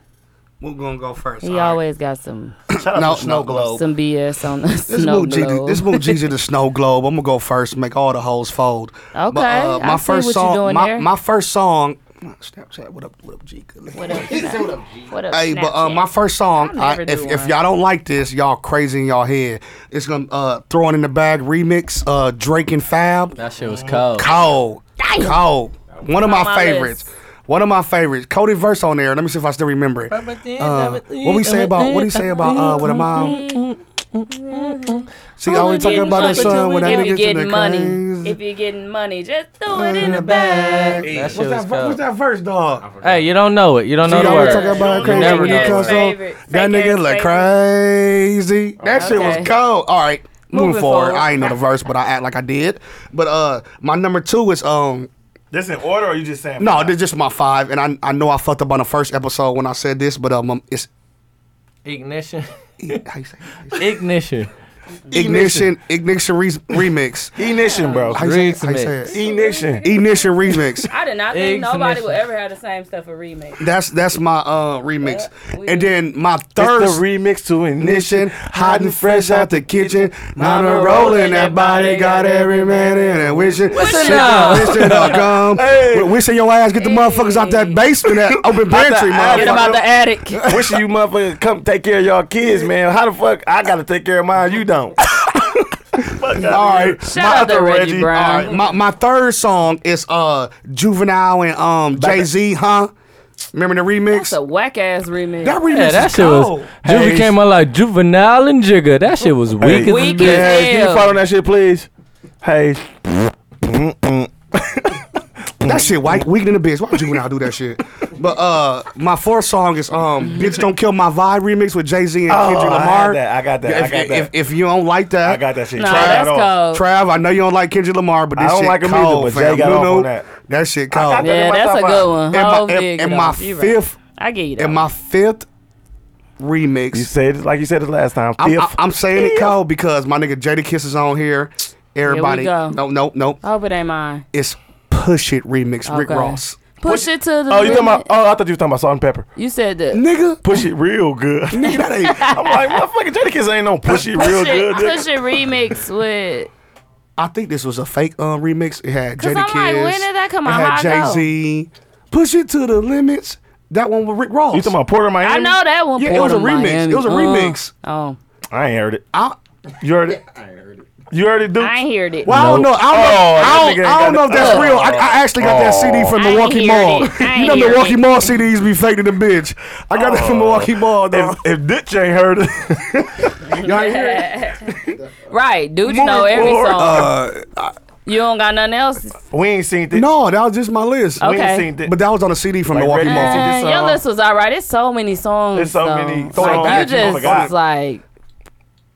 S5: We're gonna go first.
S4: He always got some
S5: no snow globe.
S4: some BS on the
S5: This
S4: snow
S5: move, Jeezy,
S4: globe.
S5: this move,
S4: <laughs>
S5: Jeezy, the snow globe. I'm gonna go first. Make all the hoes fold.
S4: Okay, I see what you
S5: song,
S4: doing
S5: my,
S4: there.
S5: my first song. Snapchat, what up, what up, G? What
S4: up, What up,
S5: Hey, but uh,
S4: Snapchat?
S5: my first song.
S4: I'll
S5: I,
S4: never
S5: if,
S4: do
S5: if
S4: one.
S5: y'all don't like this, y'all crazy in y'all head. It's gonna uh, throw it in the bag remix. Uh, Drake and Fab.
S6: that shit was cold.
S5: Cold. Cold. One of my,
S4: on my
S5: favorites.
S4: list.
S5: One of my favorites. Cody verse on there. Let me see if I still remember it. Uh, what we say about what do you say about uh with a mom? See, I always talking about that son when that
S4: if
S5: nigga
S4: you're
S5: get in
S4: getting
S5: the
S4: money,
S5: crazy.
S4: if you're getting money, just throw it in the bag.
S6: That shit
S5: What's
S6: was
S5: that, ver- what's
S6: cold.
S5: that verse, dog?
S6: Hey, you don't know it. You don't
S5: See,
S6: know the
S5: I always talking
S6: word.
S5: about that
S3: You
S5: crazy
S6: never
S5: when it
S6: know.
S5: comes on.
S4: Favorite,
S5: That
S4: fake
S5: nigga
S4: ass
S5: look
S4: favorite.
S5: crazy. That shit was
S4: Okay.
S5: cold. All right, moving,
S4: Moving
S5: forward.
S4: forward.
S5: I ain't know the verse, but I act like I did. But uh, my number two is um.
S3: This in order, or you just saying?
S5: No, this is just my five, and I I know I fucked up on the first episode when I said this, but um, um, it's
S6: Ignition.
S5: how you say it? How you say
S6: Ignition.
S5: it? ignition ignition re- remix.
S3: ignition, bro.
S5: How you say, it? how you say it?
S3: Ignition.
S5: Ignition remix.
S4: I did not think
S6: Eggs
S4: nobody
S6: and
S4: would ever have the same stuff for remix.
S5: That's that's my uh remix,
S4: we-
S5: and then my third
S3: It's the remix to
S5: ignition,
S3: ignition.
S5: hot and fresh out the kitchen. Mama rolling that body, got every man in it wishing. Wishing <laughs>
S6: up?
S5: wishing I'll come.
S3: Hey.
S5: Wi- Wishing your ass get the motherfuckers out that
S4: <laughs>
S5: basement, that open pantry,
S3: attic.
S5: motherfucker.
S4: About the attic.
S3: <laughs>
S5: <laughs>
S3: Wishing you motherfuckers come take care of y'all kids, man. How the fuck I gotta take care of mine? You
S5: <laughs>
S3: don't.
S5: All right.
S4: Shout out to Reggie
S5: All
S4: Brown.
S5: right, my, my third song is uh Juvenile and um Jay Z, huh? Remember the remix?
S4: It's a whack ass remix.
S5: that remix
S6: <laughs> Yeah, that
S5: is
S6: shit
S5: cold.
S6: was. Juvie came out like juvenile and jigger. That shit was weak. as
S4: Weak
S6: a bitch.
S4: as
S3: Hey, can you
S4: hell.
S3: follow that shit, please? Hey,
S5: That shit white weak than a bitch. Why would Juvenile do that shit? But uh my fourth song is um Bitch Don't Kill My Vibe remix with Jay Z and
S3: Oh,
S5: Kendrick
S3: I had
S5: Lamar.
S3: that. I got that. I
S5: If,
S3: got that.
S5: if, if you don't like that,
S3: I got that shit.
S4: No,
S3: Try it
S4: that's
S3: off.
S4: cold.
S5: Trav, I know you don't like Kendrick Lamar, but
S3: I
S5: this
S3: don't
S5: shit
S3: like him either,
S5: cold,
S3: but Jay
S5: fam.
S3: got
S5: No,
S3: off
S5: no.
S3: on that.
S5: shit
S3: I got
S5: cold.
S3: that.
S4: yeah,
S3: my
S4: that's
S3: top
S4: a
S3: five.
S4: good one.
S5: And my,
S4: Hov
S5: and-
S4: did
S5: and
S4: get
S5: my
S4: off. You right.
S5: fifth
S4: I get you. that
S5: and
S4: one.
S5: my fifth
S3: You
S5: remix.
S3: said it like you said it last time.
S5: I'm,
S3: Fifth.
S5: I'm- I'm saying it cold because my nigga Jada Kiss is on here. Everybody,
S4: go.
S5: no, no, no.
S4: I hope it ain't mine.
S5: It's Push It remix. Rick
S4: Okay.
S5: Ross,
S4: Push it to the.
S3: oh, you talking
S4: limit.
S3: about? Oh, I thought you was talking about salt and pepper.
S4: You said that.
S5: nigga.
S3: Push it real good.
S5: <laughs> Nigga, that ain't.
S3: I'm like, motherfucking Jadakiss ain't no push it real
S4: Push it,
S3: good. nigga.
S4: push it remix with.
S5: I think this was a fake um remix. It had
S4: Cause
S5: Jada
S4: I'm
S5: Kiss.
S4: like, when did that come out?
S5: It
S4: How I
S5: had
S4: know?
S5: Jay Z. Push it to the limits. That one with Rick Ross.
S3: You talking about Porter Miami?
S4: I know that one.
S5: Yeah, it was a
S4: Port of
S5: remix. It
S4: Miami.
S5: was a
S4: Uh,
S5: remix.
S4: Oh,
S3: I ain't heard it.
S5: <laughs> I,
S3: You heard it? I heard it. You heard it, dude?
S4: I ain't heard it.
S5: Well, I don't know. I don't,
S3: Oh,
S5: know.
S3: that
S5: I
S3: nigga
S5: don't,
S3: ain't
S5: I don't
S3: got
S5: know if
S3: it.
S5: that's
S3: Oh.
S5: real. I, I actually got that
S3: Oh.
S5: CD from
S4: I ain't
S5: Milwaukee
S4: hear
S5: Mall.
S4: it. I
S5: <laughs> You know
S4: ain't hear
S5: Milwaukee
S4: it.
S5: Mall CDs be fake to the bitch. I got
S3: Oh.
S5: that from Milwaukee Mall. Dog.
S3: If, if Ditch ain't heard
S4: <laughs>
S3: it,
S5: Y'all ain't hear it?
S4: Right, dude, you know
S3: Moving
S4: every
S3: forward,
S4: song.
S5: Uh,
S4: <laughs> you don't got nothing else.
S3: we ain't seen this.
S5: no, that was just my list.
S3: We ain't
S4: Okay.
S3: seen this.
S5: But that was on a CD from
S3: Like
S5: Milwaukee
S3: Red
S5: Mall.
S3: Dead.
S4: Uh,
S3: this
S4: your
S3: song.
S4: list was all right. It's so many songs.
S3: There's so
S4: though.
S3: many
S4: Like,
S3: songs. Oh
S5: back,
S4: you just
S3: Throwback.
S4: was like.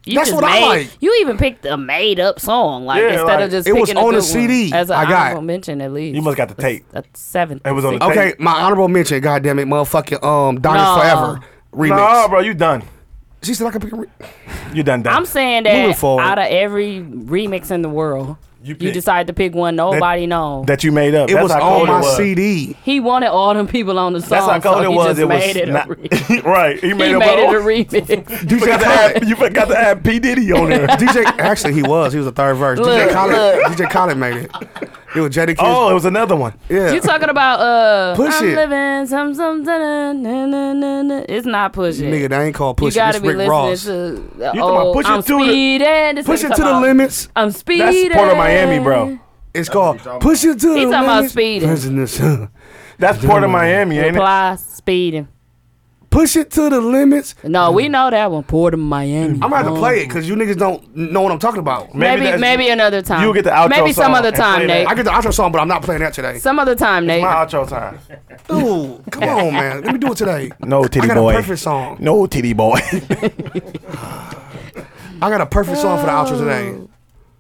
S4: You
S5: That's
S4: just
S5: what I
S4: made,
S5: like.
S4: You even picked a made up song, like
S3: Yeah,
S4: instead
S3: like,
S4: of just
S5: it was
S4: picking
S5: on a
S4: a good
S5: CD.
S4: One, as an
S5: I got-
S4: honorable mention, at least
S3: You must got the
S4: That's-
S3: tape.
S4: That's seven.
S3: It was on the
S4: six.
S3: tape.
S5: Okay, my honorable mention, goddamn it, motherfucking um, Diamonds
S4: No.
S5: Forever remix.
S3: Nah, bro, you done.
S5: She said I can pick a. Re-
S3: You done done.
S4: I'm saying
S5: Moving
S4: that
S5: forward.
S4: out of every remix in the world,
S3: You
S4: you,
S3: picked-
S4: decide to pick one nobody knows.
S3: that you made up.
S5: it
S3: That's
S5: was
S3: how
S5: on
S3: cold
S5: my
S3: it was.
S5: CD.
S4: he wanted all them people on the song.
S3: That's how cold
S4: so
S3: it
S4: he
S3: was.
S4: Just
S3: It was
S4: made it
S3: <laughs> not-
S4: a remix.
S3: right. He
S4: <laughs>
S3: made,
S4: he
S3: up
S4: made it
S3: all- <laughs>
S4: a remix.
S3: You forgot to add. You forgot to add P Diddy
S5: <laughs>
S3: on there.
S5: DJ, actually, he was. He was the third verse. DJ
S4: Look,
S5: Khaled,
S4: look.
S5: DJ Khaled made it. It was Jada Kiss.
S3: Oh, it was another one.
S5: yeah.
S4: You talking about uh?
S5: Push
S4: I'm
S5: it.
S4: living some some da- na- na- na- na. It's not pushing.
S5: Nigga, that ain't called
S4: you
S5: pushing.
S4: gotta
S5: It's
S4: be listening
S5: Rick Ross.
S4: to the
S3: You talking about
S4: old.
S3: push it
S4: I'm
S3: to the-
S4: speeding. This
S5: Push
S4: nigga
S5: it to
S4: talking
S5: the
S4: about,
S5: limits.
S4: I'm
S3: That's
S4: speeding.
S3: Port of Miami, bro.
S5: It's called push it to the
S4: talking
S5: limits.
S4: about speeding.
S5: Pushing this, huh?
S3: That's Port of Miami, ain't it?
S4: Reply speeding.
S5: Push it to the limits.
S4: No, we know that one. Port of Miami.
S5: I'm gonna have to play it because you niggas don't know what I'm talking about.
S4: Maybe maybe,
S3: that's-
S4: another time.
S3: You'll get the outro
S4: Maybe some
S3: song
S4: other
S3: and play
S4: time,
S3: that.
S4: Nate.
S5: I get the outro song, but I'm not playing that today.
S4: Some other time, Nate.
S3: My
S5: <laughs>
S3: outro time.
S5: Dude, come on, man. Let me do it today.
S3: No
S5: I
S3: titty
S5: got
S3: boy.
S5: a perfect song.
S3: No titty <laughs> boy.
S5: I got a perfect song for the outro today.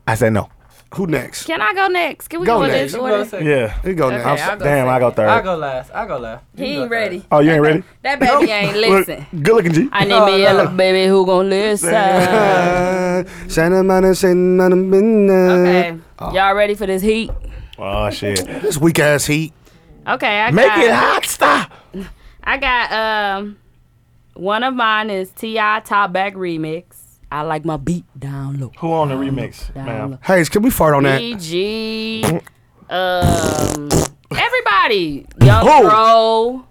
S3: I said no.
S5: Who next?
S4: Can I go next? Can we
S5: Go
S4: go,
S5: next.
S4: this order?
S3: Yeah.
S5: Here you go next.
S8: I'll go
S3: Damn, I go third.
S6: I go last. I go last. You
S8: He
S6: go
S8: ain't
S6: third.
S8: ready.
S3: oh, you
S4: <laughs>
S3: ain't ready?
S8: That baby ain't listen.
S3: Look, good looking G.
S4: I
S5: Oh,
S4: need me a little baby who gon' listen.
S5: Santa Monica, Santa Monica.
S4: Uh, Okay. Y'all ready for this heat?
S3: Oh shit.
S5: This weak ass heat.
S4: Okay, I
S3: Make
S4: got,
S3: it hot, stop.
S4: I got um one of mine is T.I. Top Back Remix. I like my beat down low.
S3: Who on the remix,
S4: Down
S3: ma'am?
S5: Hayes, can we fart on that?
S4: E.G. Um everybody. Young
S5: Who?
S4: Bro.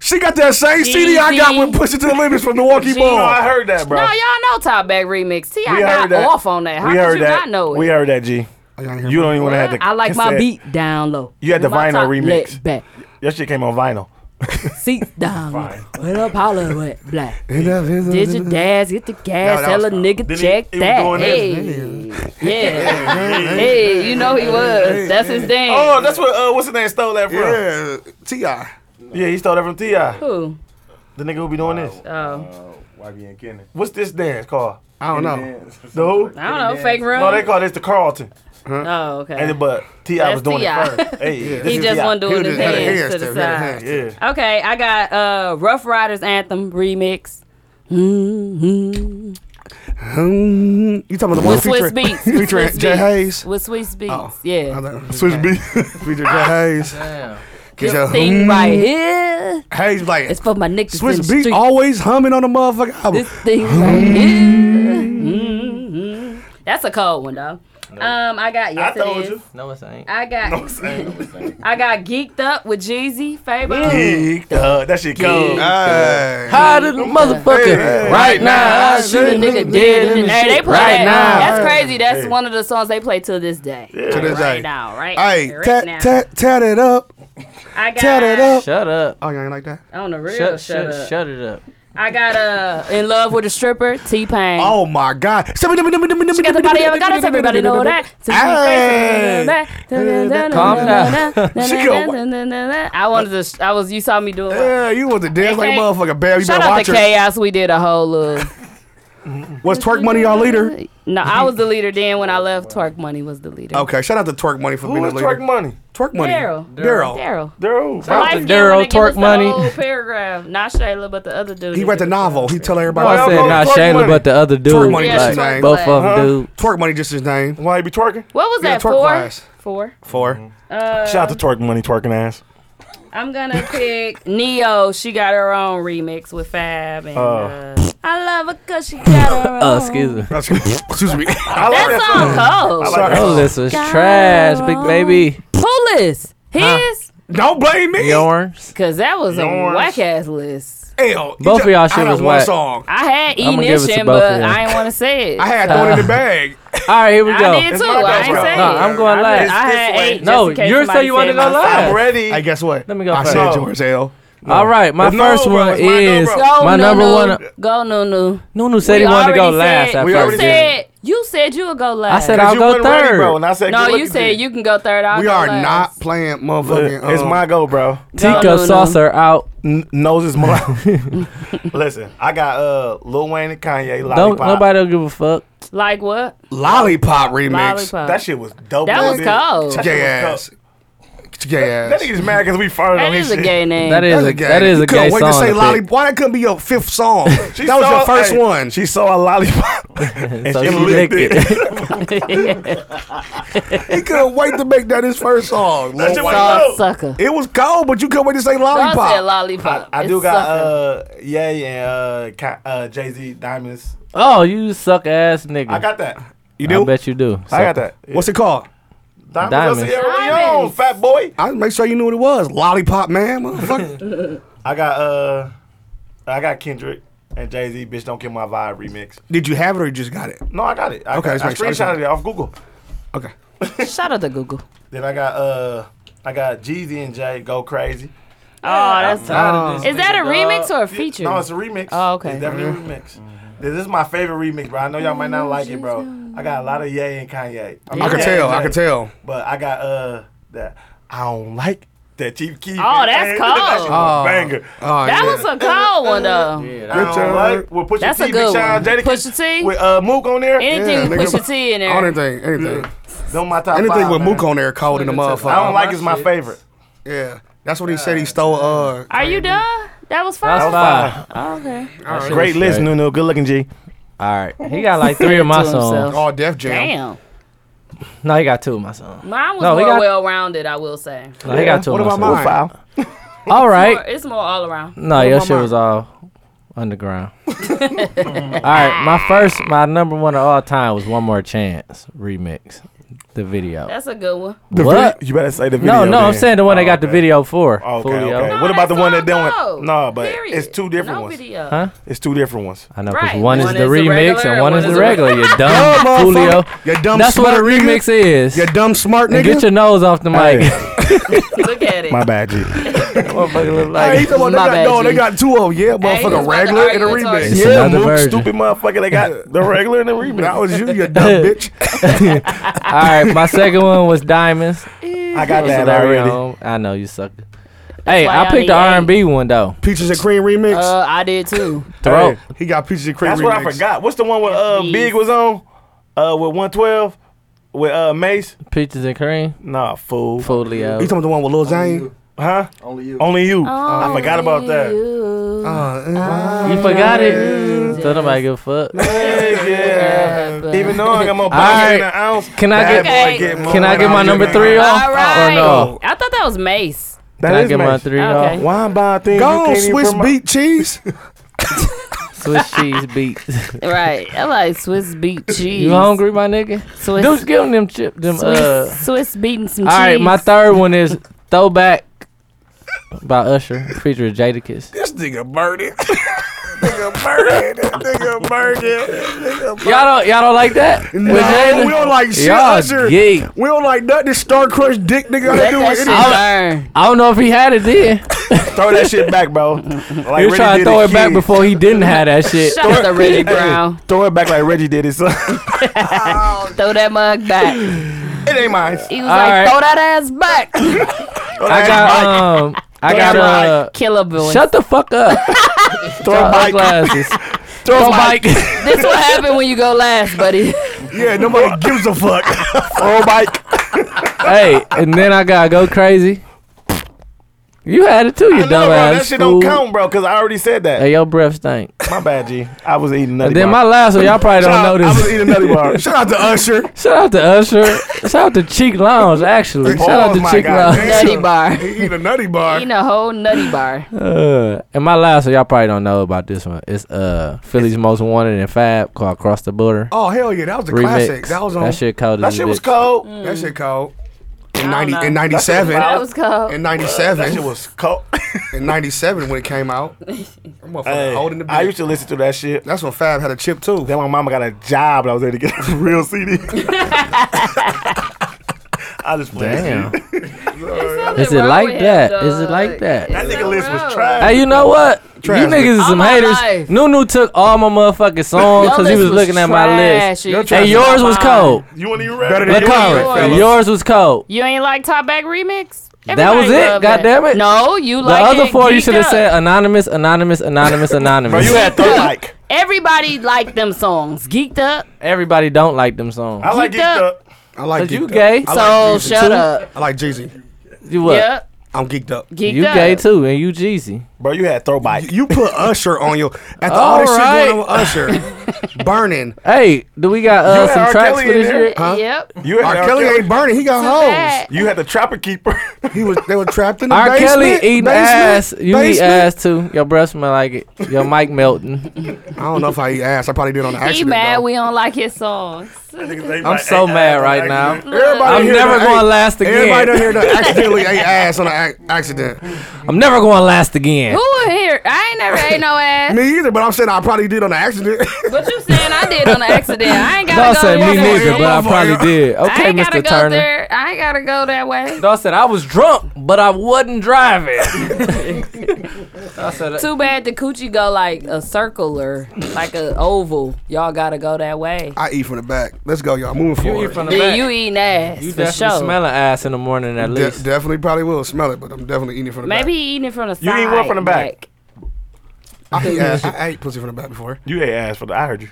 S5: She got that same CD I got
S4: Jeezy.
S5: when Push It to the Limits from Milwaukee
S3: No, I
S5: Ball.
S3: heard that, bro.
S4: No,
S5: <laughs>
S4: y'all know Top Back Remix. T.I.
S3: we heard
S4: got
S3: that.
S4: off on that. How
S3: we
S4: could
S3: heard
S4: you
S3: that.
S4: not know it? <laughs>
S3: We heard that, G. You don't even want to have the.
S4: I like my
S3: cassette.
S4: beat down low.
S3: You had the
S4: My
S3: vinyl
S4: top
S3: remix.
S4: leg Back.
S3: Your shit came on vinyl.
S4: Seats down. What up, Hollywood? Black. Did
S5: Did
S4: your dad's get the gas?
S5: No, that
S4: Tell a
S5: was-
S4: nigga
S3: Did he-
S4: check
S3: he was
S4: that.
S3: doing
S4: Hey. Yeah. Hey, you know he was. That's his thing.
S3: Oh, that's what. Uh, what's his name stole that from? Yeah,
S5: Yeah, T.I.
S3: he stole that from Ti. The
S4: Who?
S3: nigga who be doing this.
S4: Oh.
S9: YB and Kenny.
S3: What's this dance called?
S5: I don't know.
S3: The who?
S4: I don't know. Fake room?
S3: No, they call this the Carlton.
S4: oh,
S3: And
S4: okay.
S3: it- but Ti
S4: That's
S3: was doing
S4: T.I. <laughs>
S3: it first. Hey, this
S4: He
S3: is
S4: just
S3: T.I.
S4: wasn't doing his
S5: had a
S4: hands to the
S5: handstand, he had a
S4: side.
S5: handstand.
S3: Yeah.
S4: Okay, I got uh Rough Riders Anthem remix. hmm
S5: Hmm, You talking about the one
S4: With Swiss
S5: featuring,
S4: Beats. With
S5: featuring
S4: Swiss
S5: Jay
S4: Beats.
S5: Hayes?
S4: With Swiss Beats.
S5: Oh.
S4: Yeah.
S5: Swiss <laughs> Beats. featuring Jay Hayes.
S6: Damn.
S5: Get
S4: This
S5: your
S4: thing
S5: hmm.
S4: right here.
S5: Hayes like,
S4: It's for my niggas in the
S5: Swiss Beats
S4: street.
S5: always humming on the motherfucking album.
S4: This thing right here. Mhm. That's Mm-hmm. a cold one, though. Um, I got yes,
S9: I told
S4: it is.
S9: you.
S6: No, it's ain't.
S4: I got <laughs> I got geeked up with Jeezy Fabo.
S9: Geeked up. That shit cold.
S6: Hotter than a motherfucker right now. I shoot a nigga dead in the
S4: Hey, they
S6: shit
S4: play
S6: right
S4: that. That's
S6: now.
S4: crazy. That's one of the songs they play till this day.
S5: To this
S4: Right
S5: day.
S4: now, right?
S5: Hey,
S4: right
S5: tat,
S4: now.
S5: tat, tat it up.
S4: I got
S5: Tat it up.
S6: Shut up.
S5: Oh, you ain't like that?
S4: on the real.
S6: Shut,
S4: Shut,
S6: shut,
S4: up.
S6: shut it up.
S4: I got uh in love with a stripper, T Pain.
S5: Oh my God.
S4: She got the body of a goddess. Everybody know that.
S5: Hey.
S6: Calm
S4: down. I wanted to. I was. You saw me doing. it.
S5: Yeah, you want to dance like a
S4: Hey, hey.
S5: motherfucker, babe. You
S4: Shout
S5: better
S4: out
S5: watch
S4: to
S5: her.
S4: Chaos. We did a whole
S5: <laughs>
S4: little.
S5: Was Twerk Money our leader?
S4: No, I was the leader then. When I left, Twerk Money was the leader.
S5: Okay, shout out to Twerk Money for
S9: Who
S5: being
S9: was
S5: the leader.
S9: twerk money?
S5: Twerk Money.
S4: Daryl.
S5: Daryl.
S4: Daryl.
S9: Dude.
S4: The light
S6: to
S4: skin
S6: Daryl,
S4: one that give us
S6: Twerk Money.
S4: The whole paragraph, not Shayla, but the other dude.
S5: He
S4: that
S5: read the
S4: did
S5: novel. He tell
S6: Oh,
S5: everybody.
S6: I
S9: Well,
S6: said
S9: no,
S6: not
S9: Twerk
S6: Shayla,
S9: Money.
S6: but the other dude.
S5: Twerk Money
S4: Yeah,
S5: just his
S4: Twerk
S5: name.
S6: both of them,
S9: Huh?
S6: dude.
S5: Twerk Money just his name.
S9: Why you be twerking? Uh,
S4: What was
S5: Yeah,
S4: that?
S5: twerk
S4: Four.
S5: class.
S4: Four. Um,
S5: Four.
S3: Shout out to twerk money, twerking ass.
S4: I'm gonna pick Neo. She got her own remix with Fab and.
S5: Oh.
S4: Uh, I love her cause she got her own.
S6: Uh, excuse me.
S5: <laughs> Excuse
S6: <laughs>
S5: me.
S9: I like
S4: That song cold.
S9: Sorry.
S6: Oh, this was
S4: God.
S6: trash, big baby.
S4: Who list? His?
S6: Huh.
S5: Don't blame me.
S6: Yours.
S4: Cause that was
S9: Yours.
S4: a whack ass list.
S5: Hell, Oh, you
S6: Both
S5: ju-
S6: of y'all shit
S5: I done
S6: was
S5: one
S6: whack.
S5: song.
S4: I had
S6: I'ma give it to
S4: Ignition,
S6: both of
S4: but
S6: y'all.
S4: I didn't want to say it.
S5: I had thrown it in the bag.
S6: <laughs> All right, here we
S4: I did
S6: go.
S4: too.
S9: my
S4: I
S9: best
S4: ain't
S9: round.
S4: say
S6: No,
S4: it.
S6: I'm going
S4: I
S6: last.
S4: I
S9: It's
S4: had
S9: this way.
S4: eight.
S6: No,
S4: just in case
S6: yours
S4: somebody
S6: say you wanna
S4: said
S6: go
S4: my song.
S6: last.
S9: I'm ready.
S5: Hey, guess what?
S6: Let me go
S5: I
S6: first.
S5: said
S9: No.
S5: George L.
S6: All right, my
S9: No,
S6: first
S9: bro,
S6: one
S9: it's my
S6: is
S9: number.
S4: Go,
S6: my
S4: Nunu.
S6: number one.
S4: Go, Nunu.
S6: Nunu said he wanted to go
S4: already
S6: last.
S4: Said,
S6: at
S9: we
S4: you
S9: already
S6: first.
S4: said you said you would go last.
S6: I said
S9: Cause
S6: I'll
S9: you
S6: go
S9: wasn't ready,
S6: third.
S9: bro, and I said,
S4: no.
S9: good
S4: You
S9: looking
S4: said
S9: shit.
S4: you can go third. I'll
S5: We
S4: go
S5: are not
S4: last.
S5: playing
S3: Uh, Look,
S5: motherfucking.
S3: it's
S5: um,
S3: my go, bro.
S4: Go,
S6: Tico
S4: Nunu.
S6: saucer out.
S3: N- nose is
S6: <laughs>
S3: my. Listen, I got uh Lil Wayne and Kanye
S6: Don't
S3: lollipop.
S6: nobody don't give a fuck.
S4: Like what?
S5: Lollipop remix.
S4: Lollipop.
S3: That shit was dope.
S4: That was
S3: as
S4: cold.
S3: That shit
S5: Gay
S3: was
S5: ass.
S3: dope.
S5: Gay ass.
S3: That nigga's mad because we farted on
S4: That
S3: his
S4: is a
S3: shit.
S4: gay name.
S6: That is a that is
S5: You
S6: a
S5: couldn't
S6: gay
S5: wait
S6: song.
S5: to say
S6: to
S5: lolly.
S6: pick.
S5: Why that couldn't be your fifth song?
S6: <laughs>
S5: that
S3: She
S5: was your
S3: saw-
S5: first
S3: hey,
S5: one.
S3: She saw a lollipop and
S6: So
S3: she,
S6: she
S3: licked,
S6: licked
S3: it.
S5: he couldn't wait to make that his first song.
S3: That shit
S5: Lil
S3: was
S5: Wayne.
S3: dope.
S4: sucker.
S5: It was cold, but you couldn't wait to say
S4: I said
S5: lollipop.
S4: lollipop.
S3: I
S4: It's
S3: do got
S4: sucker.
S3: uh yeah and uh, Ka- uh Jay Z Diamonds.
S6: Oh, you suck ass nigga.
S3: I got that.
S5: You
S6: I
S5: do?
S6: bet you do.
S3: I got that.
S5: What's it called?
S3: Diamonds?
S6: Diamonds.
S3: Diamonds. Sierra Leone,
S4: Diamonds.
S3: fat boy.
S5: I make sure you knew what it was. Lollipop man,
S3: <laughs>
S5: motherfucker.
S3: I got uh I got Kendrick and Jay Z. Bitch, don't kill my vibe remix.
S5: Did you have it or you just got it?
S3: No, I got it. I,
S5: Okay,
S3: okay,
S5: let's
S3: got, I
S5: make sure-
S3: screenshotted it off Google.
S5: Okay.
S4: Shout out to Google.
S3: Then I got uh I got Jeezy and Jay go crazy.
S4: Oh, that's.
S6: that.
S4: Is that a remix or a feature?
S3: No, it's a remix.
S4: Oh, okay.
S3: It's definitely
S5: Mm-hmm.
S3: a remix. This is my favorite remix, bro. I know y'all might not like it, bro. I got a lot of Ye and Kanye. I, mean,
S5: I could
S3: Ye
S5: tell.
S3: and
S5: I
S3: Jay.
S5: could tell.
S3: But I got uh that I don't like that Chief Keef.
S4: Oh, that's cold.
S5: Oh.
S3: banger.
S5: Oh,
S4: that
S5: yeah.
S4: was a cold one though.
S3: I don't
S5: job.
S3: like. We'll put your
S4: That's a
S3: T,
S4: good
S3: Big
S4: one.
S3: Sean, Jadakiss
S4: Pusha T.
S3: with uh Mook on there.
S4: Anything
S5: Yeah,
S4: with
S5: nigga.
S4: Pusha T in there.
S5: anything, anything,
S3: Them my top
S5: anything
S3: five,
S5: with
S3: man.
S5: Mook on there, cold in the motherfucker.
S3: I don't like
S6: my
S3: is my
S6: shits.
S3: favorite.
S5: Yeah, that's what he said. He stole. Uh,
S4: Are you done? That was
S6: That's
S4: five.
S6: fine.
S3: Oh,
S4: Okay.
S3: Great list, Nuno. Good looking G.
S6: All right, he got
S4: <laughs>
S6: like three of my
S4: To himself.
S6: songs.
S3: Oh,
S5: all Oh, Def Jam.
S4: Damn.
S6: No, he got two of my songs.
S4: Mine was
S6: No, he
S4: more
S6: got-
S4: well rounded, I will say.
S6: No, he got two
S5: What
S6: of my
S5: about
S6: songs.
S5: mine?
S6: <laughs> All
S4: Or
S6: right.
S4: It's more all around.
S6: No, your
S5: about
S6: shit was all underground. all right,
S4: <laughs>
S6: my first, my number one of all time was "One More Chance" remix, the video.
S4: That's a good one.
S6: what?
S3: You better say the video.
S6: no, no, I'm
S3: then.
S6: saying the one they
S3: Oh,
S6: got the
S3: okay. Oh,
S6: video for.
S3: Okay,
S6: Fulio.
S3: okay.
S4: No,
S3: What about the one that
S4: that's all
S3: done
S4: gold.
S3: with- No, but
S4: Period.
S3: it's two different
S4: no
S3: ones.
S4: Video.
S6: Huh?
S3: It's two different ones.
S6: I know, 'cause
S4: Right.
S6: one,
S4: One
S6: is the
S4: is the
S6: remix
S4: regular,
S6: and one is the regular. You dumb
S5: motherfucker.
S6: Julio.
S5: You dumb
S6: That's what a
S5: smart nigga.
S6: remix is.
S5: You dumb smart nigga.
S6: Get your nose off the mic.
S3: Hey.
S4: Look
S6: <laughs>
S4: at it.
S3: My bad, G.
S4: <laughs>
S6: Motherfucker look
S5: Hey,
S6: like
S5: he talking about they
S4: My
S5: got,
S4: bad,
S5: no,
S4: G.
S5: they got two of them. Yeah,
S4: Hey, you was
S5: motherfucker,
S4: about to
S5: regular and a
S4: argue with
S5: remix.
S4: Target.
S6: It's
S3: yeah,
S6: another
S3: Mook,
S6: version.
S3: stupid motherfucker. They got the regular and the remix.
S5: That was you, you dumb bitch.
S6: All right, my second one was Diamonds.
S3: I got
S6: So
S3: that
S6: there we
S3: already.
S6: go. I know you suck. Hey,
S4: why
S6: I
S4: I
S6: picked the
S4: need eight.
S6: R&B one though.
S5: Peaches and cream remix.
S4: Uh, I did too.
S6: Throw.
S3: Hey,
S5: he got peaches and cream.
S3: that's
S5: remix.
S3: what I forgot. What's the one with uh
S4: Beast.
S3: Big was on? Uh, with 112, with uh Mace.
S6: Peaches and cream.
S3: Nah, fool.
S5: You
S6: Folio.
S5: talking about the one with Lil Zane?
S3: Huh?
S9: Only you.
S3: Only you. I forgot about that.
S4: You.
S5: Uh, uh,
S6: You forgot it. So nobody give a fuck.
S3: Hey, yeah. Even though Oh, I got more
S6: All
S3: pounds
S6: right.
S3: than an ounce.
S6: Can I
S3: Bad
S6: get
S4: Okay.
S3: boy get more
S6: Can I
S3: than
S6: get my
S3: do
S6: number
S3: now.
S6: three
S4: All
S6: off?
S4: right.
S6: Or no?
S4: I thought that was Mace.
S3: That
S6: Can I
S3: is
S6: get my
S3: Mace.
S6: three
S4: Okay.
S6: off?
S3: Why buy things
S5: Go
S3: you
S5: on,
S3: can't even
S5: Swiss
S3: promote?
S5: beat cheese.
S4: <laughs>
S6: Swiss cheese beats.
S4: right. I like Swiss beat cheese.
S6: you hungry, my nigga?
S4: Swiss,
S6: Deuce, give them them chip. Them
S4: Swiss,
S6: uh.
S4: Swiss beating some
S6: All
S4: cheese.
S6: right, my third one is throwback by Usher featuring Jadakiss.
S5: This nigga burning. <laughs> nigga burning. nigga burning.
S6: Y'all don't y'all don't
S3: <laughs>
S6: like that?
S5: No,
S6: With Jada?
S5: we don't like shit,
S6: Y'all
S5: Usher.
S6: geek.
S5: We don't like nothing. This Star Crush dick nigga.
S4: Let
S5: I do
S4: that
S5: it.
S4: shit
S5: It
S4: burn.
S6: I don't know if he had it then.
S3: Throw that shit back,
S6: <laughs>
S3: bro. Like
S6: He was
S3: Reggie
S6: trying
S3: did
S6: to throw
S3: his
S6: it back
S3: kid.
S6: before he didn't have that shit.
S4: Shout out to Reggie Brown.
S3: Throw it <laughs> back like Reggie did his son.
S4: Throw that mug back. He
S3: <laughs> it ain't mine.
S4: was
S6: All
S4: like,
S6: right.
S4: throw that ass back.
S6: <laughs> I got um I got uh
S4: Killer Bill.
S6: Shut the fuck up.
S3: Throw it
S6: My
S3: back.
S6: glasses. Throw bike.
S4: This what happened when you go last, buddy.
S5: Yeah, nobody gives a
S6: <laughs>
S5: fuck.
S3: Throw bike.
S6: hey, and then I gotta go crazy. You had it too, you
S3: No, <laughs> bro,
S6: dumbass.
S3: that shit don't
S6: fool.
S3: count, bro, because I already said that.
S6: Hey, your breath stink.
S3: My bad, G. I was eating nutty
S6: And then my
S3: bar.
S6: last one, y'all probably don't know
S3: I
S6: this.
S3: was eating nutty
S6: <laughs>
S3: bar.
S5: Shout out to Usher.
S6: Shout out to Usher. Shout out to Cheek Lounge, actually. Shout out
S3: Oh
S6: to
S3: my
S6: Cheek
S3: God.
S6: Lounge. <laughs>
S4: Nutty bar.
S5: He eat a nutty bar.
S4: Eating a whole nutty bar.
S6: Uh, and my last one, y'all probably don't know about this one. It's uh Philly's most wanted and fab called Cross the Border.
S5: Oh hell yeah, that was a
S6: remix.
S5: classic. That was on that shit,
S6: shit cold.
S3: That shit was cold.
S5: cold.
S4: I
S5: In
S4: don't
S5: ninety
S4: know.
S5: in ninety seven.
S4: That was cold.
S5: In ninety seven.
S3: It was cold.
S5: <laughs> in '97 when it came
S3: <laughs>
S5: out. That motherfucker
S3: Hey,
S5: holding the beat.
S3: I used to listen to that shit.
S5: That's when Fab had a chip too.
S3: Then my mama got a job and I was able to get a <laughs> real CD.
S4: <laughs>
S3: I just played
S6: Damn.
S3: <laughs>
S4: Something
S6: Is it
S4: wrong
S6: like
S4: with him,
S6: that? Is it
S4: dog.
S6: like that?
S4: It's
S3: That nigga
S4: not
S3: list was
S4: wrong.
S3: trash.
S6: Hey, you know what? You niggas is
S4: All
S6: some
S4: my
S6: haters.
S4: life.
S6: Nunu took all my motherfucking songs
S4: Your
S6: because he
S4: list
S6: was looking at my list.
S4: trash, and you
S6: And
S4: took
S6: yours
S4: my
S6: was
S4: mind.
S6: cold.
S3: You weren't even ready.
S5: Better than
S6: Look,
S5: yours,
S6: Conrad,
S5: fellas.
S6: yours was cold.
S4: You ain't like Top Back Remix?
S6: That was it,
S4: loved
S6: God
S4: that.
S6: damn it.
S4: No, you
S6: The
S4: like
S6: other
S4: it
S6: four you
S4: geeked
S6: should have
S4: up.
S6: said anonymous, anonymous, anonymous, anonymous.
S3: Bro, you had
S6: <laughs>
S3: throw like.
S4: Everybody liked them songs. Geeked up.
S6: Everybody don't like them songs.
S3: I like it.
S4: Geeked up.
S3: Up.
S5: I like
S6: Cause you
S5: geeked
S6: gay.
S5: Up. I
S4: So
S5: like Jeezy,
S4: shut
S5: too.
S4: up.
S5: I like Jeezy.
S6: You what?
S4: Yep.
S5: I'm geeked up.
S4: Geeked
S6: You
S4: up.
S6: gay too, and you Jeezy.
S3: Bro, you had throw bike.
S5: You put Usher on your after all, this
S6: Alright.
S5: shit going on with Usher,
S3: <laughs>
S5: burning.
S6: <laughs> Hey, do we got
S3: You
S6: uh,
S3: had
S6: some
S3: R.
S6: tracks
S3: Kelly
S6: for
S3: in
S6: this
S3: there?
S6: year?
S5: Huh?
S4: Yep.
S3: You had
S5: R. Kelly ain't burning. He got hoes.
S4: bad.
S3: You had the Trapper Keeper.
S5: He was they were trapped in <laughs>
S3: <laughs>
S5: the
S6: R.
S5: basement.
S6: Kelly eating
S5: basement,
S6: ass. You
S5: basement.
S6: eat ass too. Your breath smell like it. Your mic melting.
S5: <laughs> I don't know if I eat ass. I probably did on the accident.
S4: He mad
S5: though.
S4: we don't like his songs.
S3: I'm
S6: so mad right now.
S5: Everybody
S6: I'm
S5: here
S6: never
S5: done
S6: gonna
S5: ate-
S6: last again.
S5: Everybody done
S3: <laughs>
S5: here done accidentally ate ass on an ac- accident.
S6: I'm never gonna last again.
S4: Who in here? I ain't never ate no ass.
S5: Me either, but I'm saying I probably did on an accident.
S4: But you saying I did on an accident. I ain't
S6: Dawg
S4: gotta go
S6: said
S4: there.
S6: me
S5: motherfucker,
S6: neither, but I
S5: motherfucker.
S6: probably did.
S4: I
S6: Okay,
S4: ain't gotta
S6: Mr.
S4: go
S6: Turner.
S4: there. I ain't gotta go that way.
S6: Dawg said I was drunk, but I wasn't driving. <laughs> Dawg said,
S4: <laughs> Too bad the coochie go like a circle or like a oval. Y'all gotta go that way.
S5: I eat from the back. Let's go, y'all. Moving
S6: You
S5: forward.
S6: eat from the
S4: Then
S6: back.
S4: you eating ass
S6: You
S4: for
S6: definitely
S4: sure.
S6: smell an ass in the morning at
S5: De-
S6: least.
S5: definitely probably will smell it, but I'm definitely eating from the
S4: Maybe he eating it from the
S3: You
S4: side.
S3: eat what from the back?
S4: like-
S5: back. Maybe. I,
S4: <laughs>
S5: ate ass. I ate pussy from the back before.
S3: You ate ass for the. I
S5: <laughs>
S3: heard you.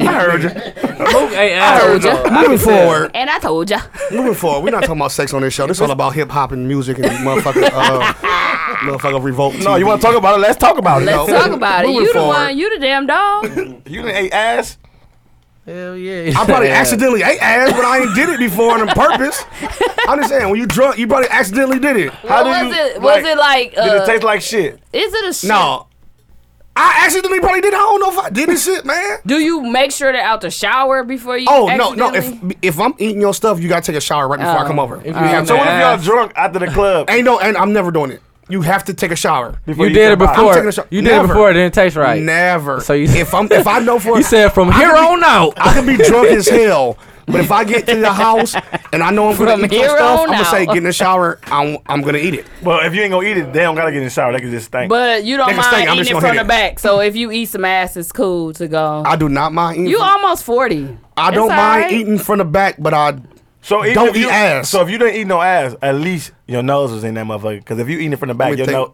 S3: I heard you.
S6: Hey, ass.
S5: Moving forward.
S4: And I told ya.
S5: Moving forward. We're not talking about sex on this show. This is all about hip hop and music and motherfucking,
S4: <laughs>
S5: uh, motherfucking revolt.
S3: No, you want to talk about it? Let's talk about it.
S5: Let's-
S3: No.
S5: Nope.
S4: Talk about it.
S5: Oh, Moving
S4: You the
S5: forward.
S4: one. You the damn
S5: <laughs>
S4: dog.
S3: You didn't ate ass.
S6: Hell yeah.
S5: I
S6: <laughs>
S5: probably accidentally ate ass, but I ain't did it before on <laughs> purpose. I'm just saying, when you drunk, you probably accidentally did it.
S3: How
S4: was
S3: do you,
S4: it? Was it like?
S3: Did
S4: Uh,
S3: it taste like shit?
S4: is it a shit?
S5: No. I accidentally probably did it. I don't know if I did this shit, man.
S4: Do you make sure to out the shower before you?
S5: Oh no, no! If
S4: accidentally-
S5: if I'm eating your stuff, you gotta take a shower right before I
S4: Oh.
S5: come over.
S6: If you eating
S3: So what if y'all
S6: ass-
S3: drunk after the club?
S5: Ain't no, and I'm never doing it. You have to take a shower.
S3: before
S6: You did it
S3: come out?
S6: before.
S5: taking a shot.
S6: You did it
S5: Never.
S6: before. It didn't taste right.
S5: Never.
S6: So you-
S5: if I'm <laughs> if I
S6: <laughs>
S5: know for
S6: You said from here on out.
S5: I
S6: <laughs>
S5: could be drunk as hell, but if I get to the house and I <laughs> know I'm gonna
S4: From
S5: eat your
S4: here
S5: stuff, I'm
S4: on
S5: gonna say
S4: out.
S5: get in the shower. I'm I'm gonna eat it.
S3: Well, if you ain't gonna eat it, they don't gotta get in the shower. They can just
S5: <laughs>
S3: stink.
S4: But you don't
S5: Nigga
S4: mind
S5: stink, I'm just
S4: eating it
S5: gonna
S4: from the
S5: hit it.
S4: back. So if you eat some ass, it's cool to go.
S5: I do not mind. Eating
S4: you
S5: from-
S4: almost forty.
S5: I
S4: It's
S5: don't mind
S4: alright.
S5: eating from the back, but I
S3: so even
S5: don't
S3: if you,
S5: eat ass.
S3: So if you didn't eat no ass, at least your nose was in that motherfucker. Because if you eating it from the back,
S5: me
S3: your
S5: think.
S3: nose.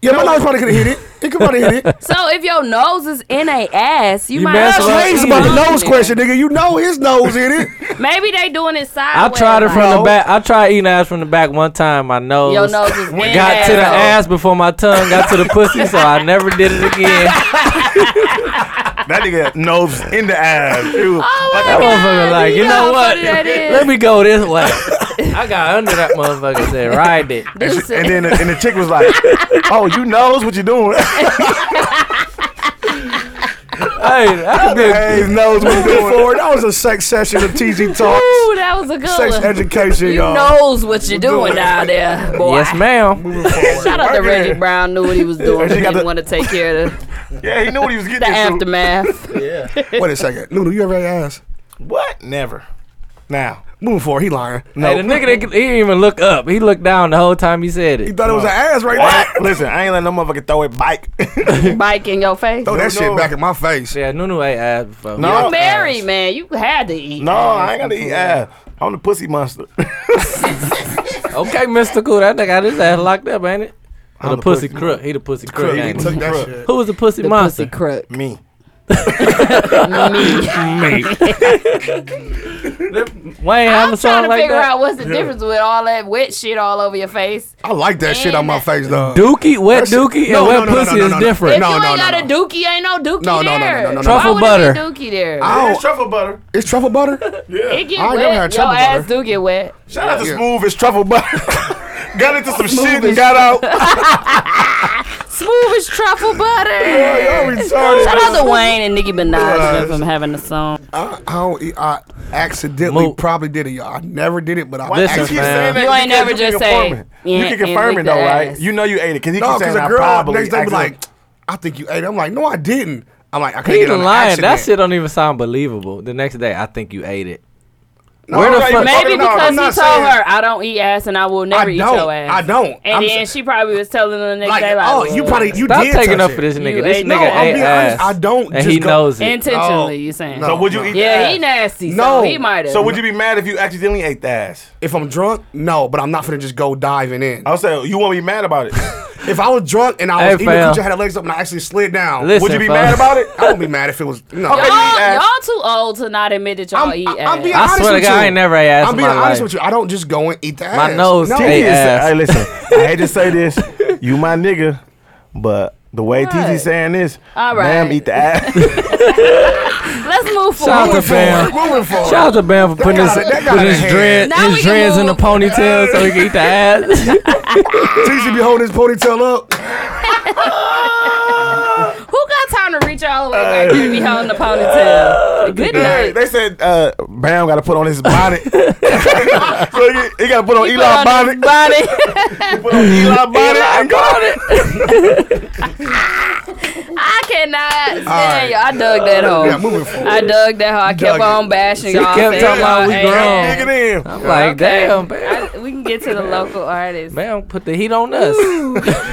S5: yeah, my nose probably could have hit it. It could <laughs> probably hit it.
S4: So if your nose is in a ass, you,
S6: You
S4: might.
S6: mess
S4: as
S6: with
S4: well
S6: us.
S5: It's
S4: eat
S5: about the
S4: it on
S5: nose
S4: there.
S5: question, nigga. You know his nose in it.
S4: Maybe they doing it
S6: I
S4: sideways.
S6: tried it
S4: like-
S6: from the
S5: No.
S6: back. I tried eating ass from the back one time. My nose,
S4: Your nose is in
S6: got to the
S4: asshole.
S6: ass before my tongue got to the pussy, so I never did
S5: <laughs>
S6: it again.
S3: <laughs> That nigga nose in the ass. It was like
S6: That motherfucker,
S4: Oh God,
S6: like,
S4: you
S6: you
S4: know
S6: know
S4: how
S6: what?
S4: funny that is.
S6: Let me go this way.
S4: <laughs>
S6: I got under that motherfucker. Said, ride it.
S4: This
S3: and then and the chick was like, "Oh, you knows what you doing."
S6: hey, that's a good.
S5: Dave knows what he's doing. Forward. That was a sex session of TG Talks.
S4: Ooh, that was a good
S5: Sex
S4: one.
S5: education,
S8: You
S5: y'all.
S8: knows what you're doing down there,
S5: <laughs>
S8: boy.
S6: Yes, ma'am.
S5: Moving forward.
S8: Shout out to Reggie
S5: Okay.
S8: Brown. Knew what he was doing.
S3: Reggie
S8: He
S3: got
S8: didn't
S3: the-
S8: want to take care of the,
S5: <laughs>
S3: Yeah, he knew what he was getting.
S8: the
S3: into.
S8: aftermath.
S5: Wait a second. Nunu, you ever had ass?
S3: What? Never. Now,
S5: Moving forward, he lying.
S6: Hey, the nigga, didn't- he didn't even look up. He looked down the whole time he said
S5: He
S6: it.
S5: thought it was an ass right there.
S3: listen, I ain't let no motherfucker throw a bike.
S8: Bike in your face.
S5: Throw that
S3: No,
S5: shit
S3: no.
S5: back in my face.
S6: Yeah, Nunu uh, ain't asked before.
S3: No.
S8: I'm
S3: ass.
S8: married, man. You had to eat.
S3: <laughs> no, I ain't gotta
S5: <laughs>
S3: eat ass. I'm the pussy monster.
S6: Okay, Mystical, that nigga got his ass locked up, ain't it? Or
S3: I'm
S6: the,
S3: the
S6: pussy
S3: pussy
S6: crook. He the pussy crook.
S5: He
S6: ain't
S5: took
S6: he?
S5: that shit.
S6: Who was the pussy
S8: The
S6: monster?
S8: pussy crook.
S3: Me.
S6: <laughs> Wayne have
S8: I'm trying
S6: a song
S8: to
S6: like
S8: figure
S6: that.
S8: out what's the difference with all that wet shit all over your face.
S5: I like that shit on my face, though.
S6: Dookie, wet
S5: That shit-
S6: dookie,
S5: No, no,
S6: and wet
S5: no, no,
S6: pussy
S5: no,
S6: is
S5: no, no.
S6: different.
S8: If
S5: No,
S8: you
S5: no,
S8: ain't got
S5: no,
S8: a dookie, ain't no dookie
S5: No, no, no,
S8: there.
S5: no, no, no, no,
S6: Truffle
S8: Why
S6: butter.
S8: Would there be dookie there.
S5: I don't-
S3: It's
S5: <laughs>
S3: truffle butter.
S5: It's truffle butter?
S8: it get
S5: I ain't never had
S8: wet. Your
S5: trouble
S8: ass
S5: butter.
S8: do get wet.
S3: Shout out to
S5: Yeah.
S3: Smooth. It's truffle butter. <laughs> got into some shit and got <laughs> out.
S8: Smooth as
S5: <laughs>
S8: truffle butter.
S5: Y'all retarded.
S8: Shout out to Wayne and Nicki Minaj for having the song.
S5: I, I, don't eat- I accidentally
S6: Move.
S5: probably did it, y'all. I never did it, but I
S6: Listen,
S5: accidentally.
S6: man.
S8: You ain't never just say,
S3: You
S8: "Yeah,
S3: can
S8: and
S3: confirm it
S8: lick
S3: though,
S8: the
S3: right?
S8: ass."
S3: You know you ate it. Can you
S5: No,
S3: keep
S5: because
S3: saying
S5: a
S3: I
S5: girl
S3: probably?
S5: next day be like,
S3: accidentally-
S5: I think you ate it. I'm like, no, I didn't. I'm like, I can't
S6: He
S5: get it on
S6: lying.
S5: Accident.
S6: That shit don't even sound believable. The next day, I think you ate it.
S5: No,
S6: Where the
S5: I'm
S6: fuck-
S5: not
S4: Maybe
S5: even talking about-
S4: because
S5: I'm
S4: he told
S5: not saying-
S4: her, I don't eat ass and I will never
S5: I
S4: eat
S5: don't.
S4: your ass.
S5: I don't.
S4: And
S5: I'm
S4: then
S5: s-
S4: she probably was telling him the next
S5: Like,
S4: day, like,
S5: oh, you
S4: "Well,
S5: probably you
S6: Stop
S5: did
S6: taking
S5: touch
S6: up
S5: it.
S6: for this nigga.
S4: You
S6: This
S4: ate
S6: nigga
S4: that.
S5: I'm
S6: ate
S5: being
S6: ass.
S5: honest, I don't
S6: And
S5: just
S6: he
S5: go-
S6: knows it.
S4: Intentionally,
S5: No.
S4: you saying?
S5: No.
S3: So would you
S5: no.
S3: eat?
S4: Yeah,
S3: the
S4: he
S3: ass?
S4: nasty.
S5: No.
S4: So he might have.
S3: So would you be mad if you accidentally ate the ass?
S5: If I'm drunk, no, but I'm not finna just go diving in.
S3: I'll say you won't be mad about
S6: <laughs>
S3: it.
S5: If I was drunk and I
S6: Hey,
S5: was eating,
S6: fam.
S5: I had her legs up and I actually slid down.
S6: Listen,
S3: Would you be
S6: fam.
S3: mad
S6: <laughs>
S3: about it?
S5: I wouldn't be mad if it was. No.
S3: Okay. eat
S4: Y'all,
S3: ass.
S4: y'all too old to not admit that y'all
S5: I'm,
S4: eat
S5: I,
S4: ass.
S5: I'm being
S6: I
S5: honest
S6: swear to
S5: with
S6: God,
S5: you.
S6: I ain't never had ass
S5: I'm
S6: in
S5: being
S6: my
S5: honest
S6: life.
S5: with you. I don't just go and eat the ass.
S6: My nose
S5: No.
S6: Hey,
S3: Hey,
S6: ass.
S3: hey, listen, I hate to say this,
S6: <laughs>
S3: you my nigga, but the way TG
S4: What?
S3: saying this,
S4: All
S3: ma'am,
S4: right.
S3: eat the
S6: <laughs>
S3: ass.
S4: Let's move
S6: Shout out
S4: forward.
S6: to Bam.
S5: Moving forward.
S6: Shout out to Bam for putting his,
S5: got a- that got
S6: putting
S5: a
S6: his,
S5: hand.
S6: dread,
S4: Now
S6: his
S4: we can
S6: dreads in the
S4: move.
S6: <laughs>
S5: <laughs>
S6: ponytail so he can eat the ass. <laughs>
S5: TC be holding his ponytail up.
S4: Who got time to reach all the way back here and be holding the
S3: <laughs>
S4: ponytail? Good
S3: Hey,
S4: night.
S3: they said uh, Bam got to put on his
S6: <laughs>
S3: bonnet. <laughs> so he, got to put on
S4: He put
S3: Eli
S4: on his
S3: bonnet. Put on <laughs> Eli bonnet and go.
S4: <laughs> I cannot stand
S5: right.
S4: you. I dug that hole.
S5: Yeah, moving forward.
S4: I dug that hole. I kept
S5: Dug it.
S4: on bashing y'all. saying
S6: kept talking about
S4: y'all
S6: we
S4: ate
S6: grown.
S4: ass.
S3: Dig it in.
S6: I'm like,
S4: Okay.
S6: damn, Bam.
S4: I- we can get to the local artists.
S6: Bam, put the heat on us.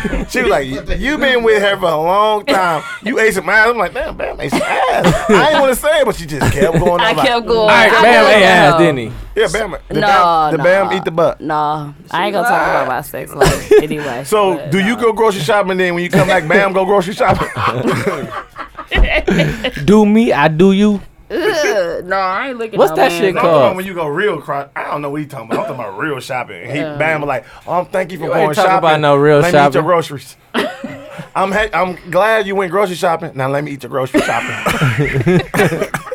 S3: <laughs> She was like, "You- "You been with her for a long time. You ate some ass." I'm like, "Damn, Bam ate some ass." I ain't want to say, it, but she just kept going.
S4: I
S3: I'm like,
S4: kept going.
S6: All right,
S4: I
S6: Bam
S4: dug
S6: ate
S4: that
S6: ass,
S4: hole.
S6: didn't he?
S3: "Yeah, Bam." The
S4: No,
S3: Bam, the
S4: no.
S3: Bam eat the butt.
S4: No, I ain't gonna talk about my sex
S3: <laughs>
S4: life <laughs> anyway.
S3: So,
S4: but
S3: do you
S4: no.
S3: go grocery shopping? Then when you come back, Bam go grocery shopping.
S4: <laughs>
S6: Do me, I do you.
S4: Ugh, <laughs> no, I ain't looking.
S6: What's
S4: no
S6: that
S4: man.
S6: shit
S3: No,
S6: called?
S3: I'm talking about when you go real cro- I don't know what he talking about. I'm talking about real shopping. And he bam was like, um, thank you for
S6: You ain't
S3: going
S6: talking
S3: shopping.
S6: about no real
S3: let me eat
S6: shopping."
S3: your groceries. I'm ha- I'm glad you went grocery shopping. Now let me eat your grocery shopping.
S6: <laughs>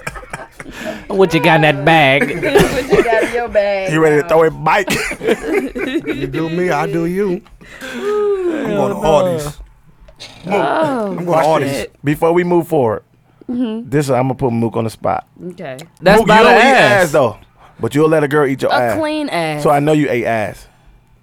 S6: What you got in that bag?
S4: what you got in your bag?
S3: you ready to throw a bike?
S5: <laughs> You do me, I do you. I'm going to Audie's.
S6: Oh,
S4: Oh,
S5: I'm going to Audie's.
S3: Before we move forward, this I'm gonna put Mook on the spot.
S4: Okay,
S6: Mm-hmm. That's
S3: Mook, you
S6: about
S3: don't
S6: an
S3: eat
S6: ass.
S3: ass though, but you'll let a girl eat your
S4: a
S3: ass.
S4: clean ass.
S3: So I know you ate ass.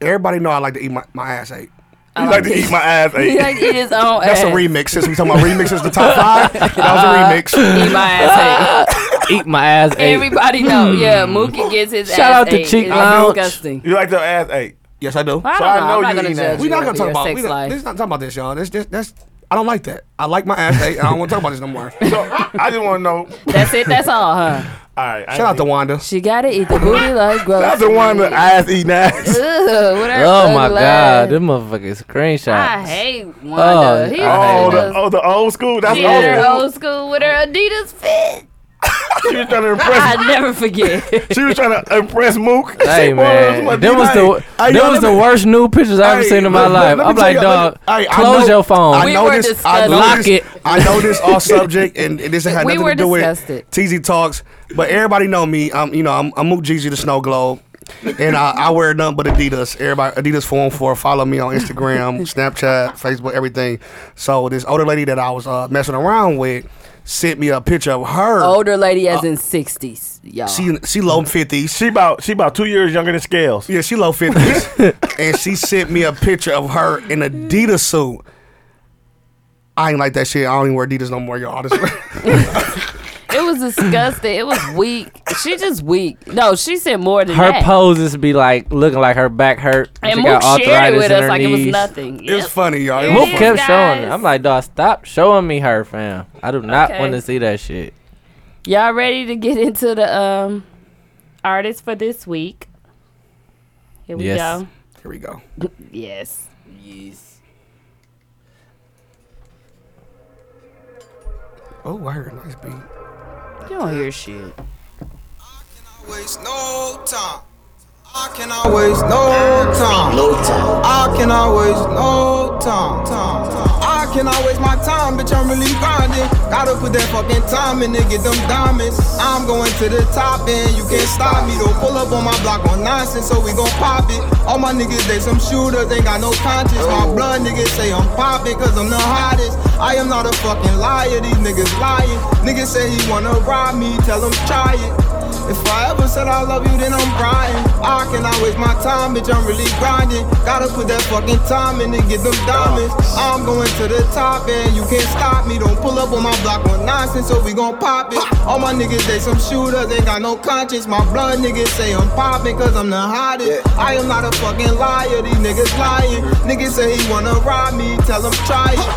S5: Everybody know I like to eat my, my ass ate.
S3: You like to eat my
S4: <laughs>
S3: ass.
S4: he
S3: ate.
S4: like eat his own
S5: That's
S4: ass.
S5: a remix. Since we talking about remixes, the top
S4: <laughs>
S5: five. That was a remix.
S4: Eat my ass. ate.
S5: <laughs>
S6: Eat my ass. ate.
S4: Everybody know.
S5: Hmm.
S4: Yeah, Mookie gets his ass.
S6: Shout out to
S4: ate.
S6: Cheek
S4: It's
S6: Lounge.
S4: Disgusting.
S3: You like your ass ate.
S5: Yes, I do.
S4: I
S3: So
S4: don't know.
S3: I know
S4: I'm not
S3: you
S4: gonna
S3: eating
S4: judge.
S3: ass.
S5: We're not gonna
S4: you
S5: talk about.
S4: over
S5: We
S4: your
S5: not, this
S4: sex
S5: is not talking about this, y'all. This, this, that's. I don't like that. I like my ass ate. I don't want to talk about this no more. Shout
S3: So
S4: <laughs>
S3: I just want to know.
S4: life. That's it. That's all, huh?
S3: All right. <laughs> Shout
S5: out to Wanda.
S4: She gotta eat the booty like gross.
S3: That's the one that ass eating ass.
S4: Ugh,
S3: <laughs>
S4: whatever.
S6: Oh my god, this motherfucking screenshot.
S4: I hate Wanda.
S6: Oh,
S4: He
S6: I
S3: Oh,
S4: was
S3: the, oh, the old school. That's
S4: she had her
S3: old.
S4: old school with her Adidas fit.
S3: school. She was
S4: <laughs>
S3: trying to impress.
S4: I never forget.
S3: <laughs> she was trying to impress Mook.
S6: <laughs> Hey man, that was the
S5: Hey,
S6: that
S5: yo, let
S6: was the
S5: me-
S6: worst new pictures I've ever
S5: Hey,
S6: seen in my
S5: let- let- let
S6: life.
S5: me
S6: I'm
S5: tell
S6: like,
S5: y'all, let
S6: dog,
S5: me- hey, I
S6: close
S5: know-
S6: your phone.
S5: I
S4: We
S5: know
S4: were
S5: this. I
S4: disgusted.
S5: know
S6: Lock
S5: this,
S6: it.
S5: I know this
S6: <laughs>
S5: off subject, and, and this had
S4: We
S5: nothing
S4: were
S5: to do
S4: disgusted.
S5: with TZ talks. But everybody know me. I'm, you know, I'm, I'm Mook Jeezy the Snow Globe, and I, I wear nothing but Adidas. Everybody, Adidas Form Four. Follow me on
S4: <laughs>
S5: Instagram, Snapchat, Facebook, everything. So this older lady that I was uh, messing around with sent me a picture of her.
S4: Older lady
S3: Uh,
S4: as in sixties, y'all.
S5: She she low fifties.
S3: She about she about two years younger than Scales.
S5: Yeah, she low
S3: <laughs>
S5: fifties, and she sent me a picture of her in Adidas suit. I ain't like that shit. I don't even wear Adidas no more,
S4: <laughs>
S5: y'all. Honestly,
S4: it was disgusting. It was weak. She just weak. No, she said more than
S6: Her
S4: that.
S6: poses be like looking like her back hurt.
S4: and
S6: she
S4: Mook shared
S6: got
S4: it
S6: arthritis
S4: with
S6: in
S4: us
S6: her
S4: like it was
S6: knees.
S4: nothing.
S5: it was
S4: Yep.
S5: funny, y'all. It
S4: Yeah.
S5: was
S6: Mook
S5: funny.
S6: kept showing.
S4: guys.
S6: it. I'm like, dog, stop showing me her, fam. I do not
S4: Okay.
S6: want to see that shit.
S4: Y'all ready to get into the um artist for this week? Here we
S6: Yes.
S4: go.
S5: Here we go.
S4: <laughs> Yes.
S5: Oh, I heard a nice beat.
S4: You don't hear shit.
S12: waste no time. I cannot waste no time. I cannot waste no time. time, time. I cannot waste my time, bitch. I'm really grinding. Gotta put that fucking time in to get them diamonds. I'm going to the top and you can't stop me. Don't pull up on my block on nonsense, so we gon' pop it. All my niggas, they some shooters, ain't got no conscience. My blood niggas say I'm popping, cause I'm the hottest. I am not a fucking liar, these niggas lying. Niggas say he wanna rob me, tell him try it. If I ever said I love you, then I'm crying. I cannot waste my time, bitch. I'm really grinding. Gotta put that fucking time in and get them diamonds. I'm going to the top and you can't stop me. Don't pull up on my block on nonsense, so we gon' pop it. All my niggas, they some shooters, ain't got no conscience. My blood niggas say I'm popping, cause I'm the hottest. I am not a fucking liar, these niggas lying. Niggas say he wanna rob me, tell him try it.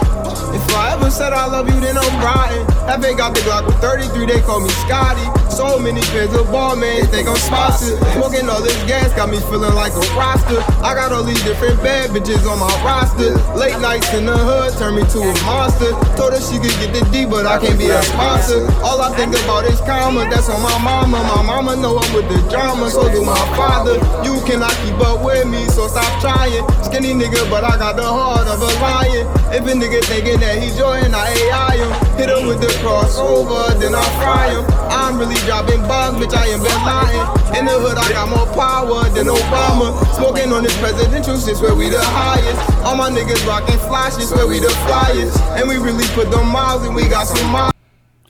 S12: If I ever said I love you, then I'm riding. That bitch got the Glock with 33, they call me Scotty. So many pairs of ball, man, they think I'm sponsored. Smoking all this gas got me feeling like a roster. I got all these different bad bitches on my roster. Late nights in the hood turn me to a monster. Told her she could get the D, but I can't be a sponsor. All I think about is karma, that's on my mama. My mama know I'm with the drama, so do my father. You cannot keep up with me, so stop trying. Skinny nigga, but I got the heart of a lion. If a nigga thinking that he join, I AI him. Hit him with the crossover, then I fry him. I'm really dropping bombs, bitch, I ain't been lying. In the hood, I got more power than Obama. Smoking on this presidential shit, where we the highest. All my niggas rocking flashes, where we the flyest. And we really put them miles, and we got some miles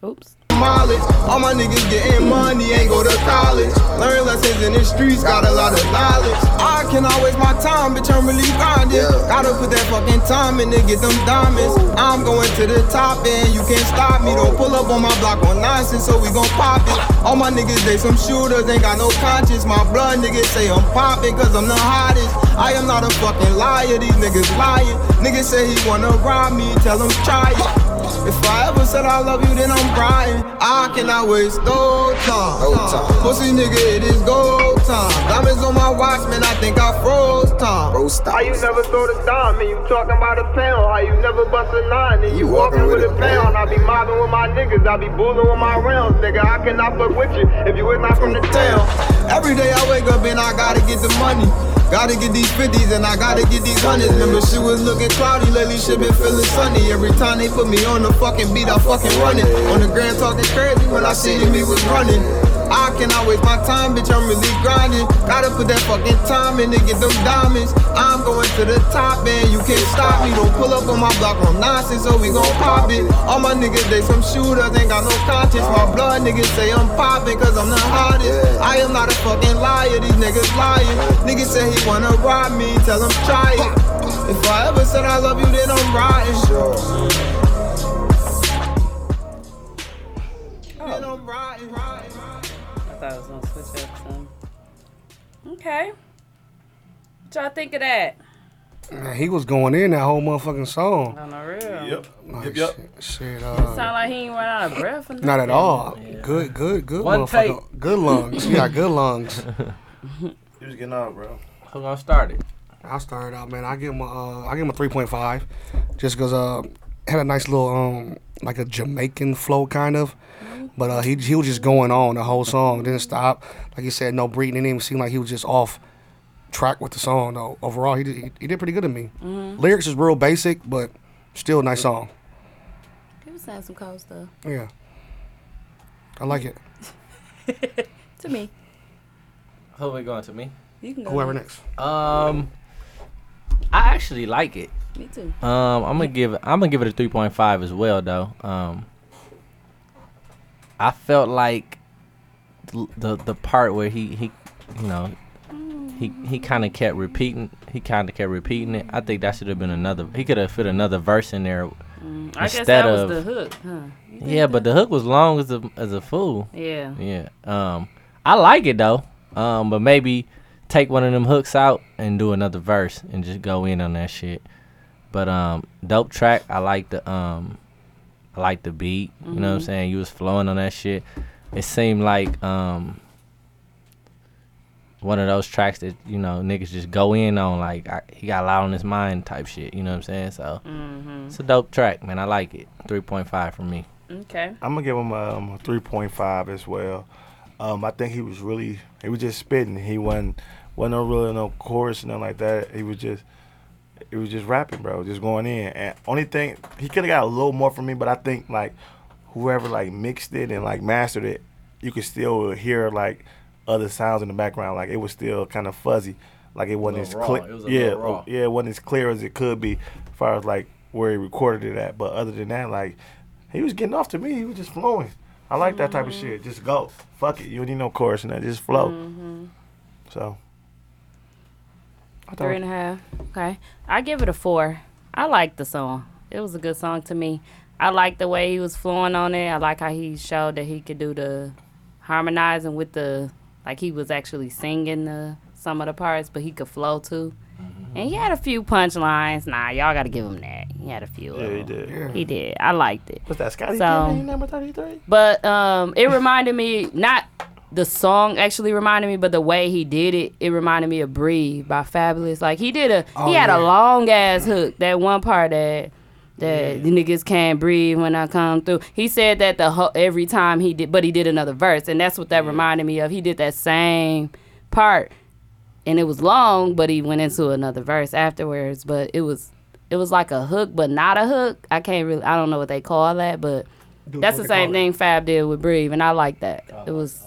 S4: Oops.
S12: mileage. All my niggas getting money, ain't go to college. Learn lessons in the streets, got a lot of knowledge. I cannot waste my time, bitch, I'm really grinding. Gotta put that fucking time in to get them diamonds. I'm going to the top and you can't stop me. Don't pull up on my block on nonsense, so we gon' pop it. All my niggas, they some shooters, ain't got no conscience. My blood niggas say I'm popping, cause I'm the hottest. I am not a fucking liar, these niggas lying. Niggas say he wanna rob me, tell him try it. If I ever said I love you, then I'm crying. I cannot waste no time. Pussy nigga, it is gold time. Diamonds on my watch, man, I think I froze time. How you never throw the dime, and you talking about a pound? How you never bust a nine, and you, walking with a pound? I be mobbing with my niggas, I be bulling with my rounds, nigga. I cannot fuck with you if you is not from the town. Every day I wake up and I gotta get the money. Gotta get these 50s and I gotta get these hundreds. Remember, she was looking cloudy lately, she been feeling sunny. Every time they put me on the fucking beat, I fucking run it. On the ground talking crazy when I seen him, he was running. I cannot waste my time, bitch, I'm really grinding. Gotta put that fucking time in to get them diamonds. I'm going to the top and you can't stop me. Don't pull up on my block on nonsense, so we gon' pop it. All my niggas, they some shooters, ain't got no conscience. My blood niggas say I'm popping, cause I'm the hottest. I am not a fucking liar, these niggas lying. Niggas say he wanna rob me, tell him try it. If I ever said I love you, then I'm riding. Then I'm riding, riding, riding.
S4: I thought I was gonna switch up some. Okay. What y'all think of that?
S5: Man, he was going in that whole motherfucking song.
S4: On the real.
S3: Yep.
S5: Like,
S3: Yep, yep.
S5: Shit, shit, uh,
S4: Sound like he ain't run out of breath or nothing.
S5: not at all. Good, good, good.
S6: One
S5: motherfucker. Good lungs. You got good lungs.
S3: He was getting out, bro.
S6: Who gonna start it?
S5: I started out, man. I give him a, uh, I give him a three point five, just cause uh, had a nice little um, like a Jamaican flow kind of, but uh, he he was just going on the whole song, didn't stop. Like you said, no breathing. It didn't even seem like he was just off track with the song. Though overall, he did, he, he did pretty good to me.
S4: Mm-hmm.
S5: Lyrics is real basic, but still a nice song.
S4: He was saying some cold stuff.
S5: Yeah, I like it.
S4: To me.
S6: Who we going to me?
S4: You can go.
S5: Whoever next,
S6: Um, I actually like it.
S4: Me too.
S6: Um, I'm gonna give I'm gonna give it a 3.5 as well though. Um, I felt like th- the the part where he he you know he he kind of kept repeating he kind of kept repeating it. I think that should have been another. He could have fit another verse in there.
S4: Mm, I guess
S6: Instead
S4: that was
S6: of-
S4: the hook, huh?
S6: Yeah, but the hook was long as a as a fool.
S4: Yeah.
S6: Yeah. Um, I like it though. Um, but maybe take one of them hooks out and do another verse and just go in on that shit. But um, dope track. I like the um, I like the beat. You know what I'm saying? You was flowing on that shit. It seemed like um, one of those tracks that you know niggas just go in on. Like I, he got a lot on his mind type shit. You know what I'm saying? So
S1: Mm-hmm.
S6: it's a dope track, man. I like it. Three point five from me.
S4: Okay.
S3: I'm gonna give him um, a 3.5 as well. Um, I think he was really he was just spitting. He wasn't wasn't no really no chorus nothing like that. He was just it was just rapping, bro, just going in. And only thing he could have got a little more from me, but I think like whoever like mixed it and like mastered it, you could still hear like other sounds in the background. Like it was still kind of fuzzy, like it wasn't as
S6: little raw.
S3: clear.
S6: It was a
S3: Yeah, oh,
S6: little raw.
S3: yeah, it wasn't as clear as it could be, as far as like where he recorded it at. But other than that, like he was getting off to me. He was just flowing. I like that type of
S4: Mm-hmm.
S3: shit. Just go, fuck it. You don't need no chorus and that. Just flow.
S4: Mm-hmm.
S3: So. I
S4: Three and a half. Okay. I give it a four. I like the song. It was a good song to me. I like the way he was flowing on it. I like how he showed that he could do the harmonizing with the like he was actually singing the some of the parts, but he could flow too.
S3: Mm-hmm.
S4: And he had a few punchlines. Nah, y'all gotta give him that. He had a few. of
S3: Yeah, he
S4: them.
S3: did.
S4: He did. I liked it.
S3: What's that, Scotty?
S4: So-
S3: Pippen, number thirty-three.
S4: But um, it reminded me not the song actually reminded me, but the way he did it, it reminded me of "Breathe" by Fabulous. Like he did a he had a long ass hook. That one part that that the niggas can't breathe when I come through. He said that the ho- every time he did, but he did another verse, and that's what that reminded me of. He did that same part, and it was long, but he went into another verse afterwards. But it was it was like a hook, but not a hook. I can't really I don't know what they call that, but that's the
S5: what
S4: same
S5: they call it.
S4: thing Fab did with Breathe, and I like that. it was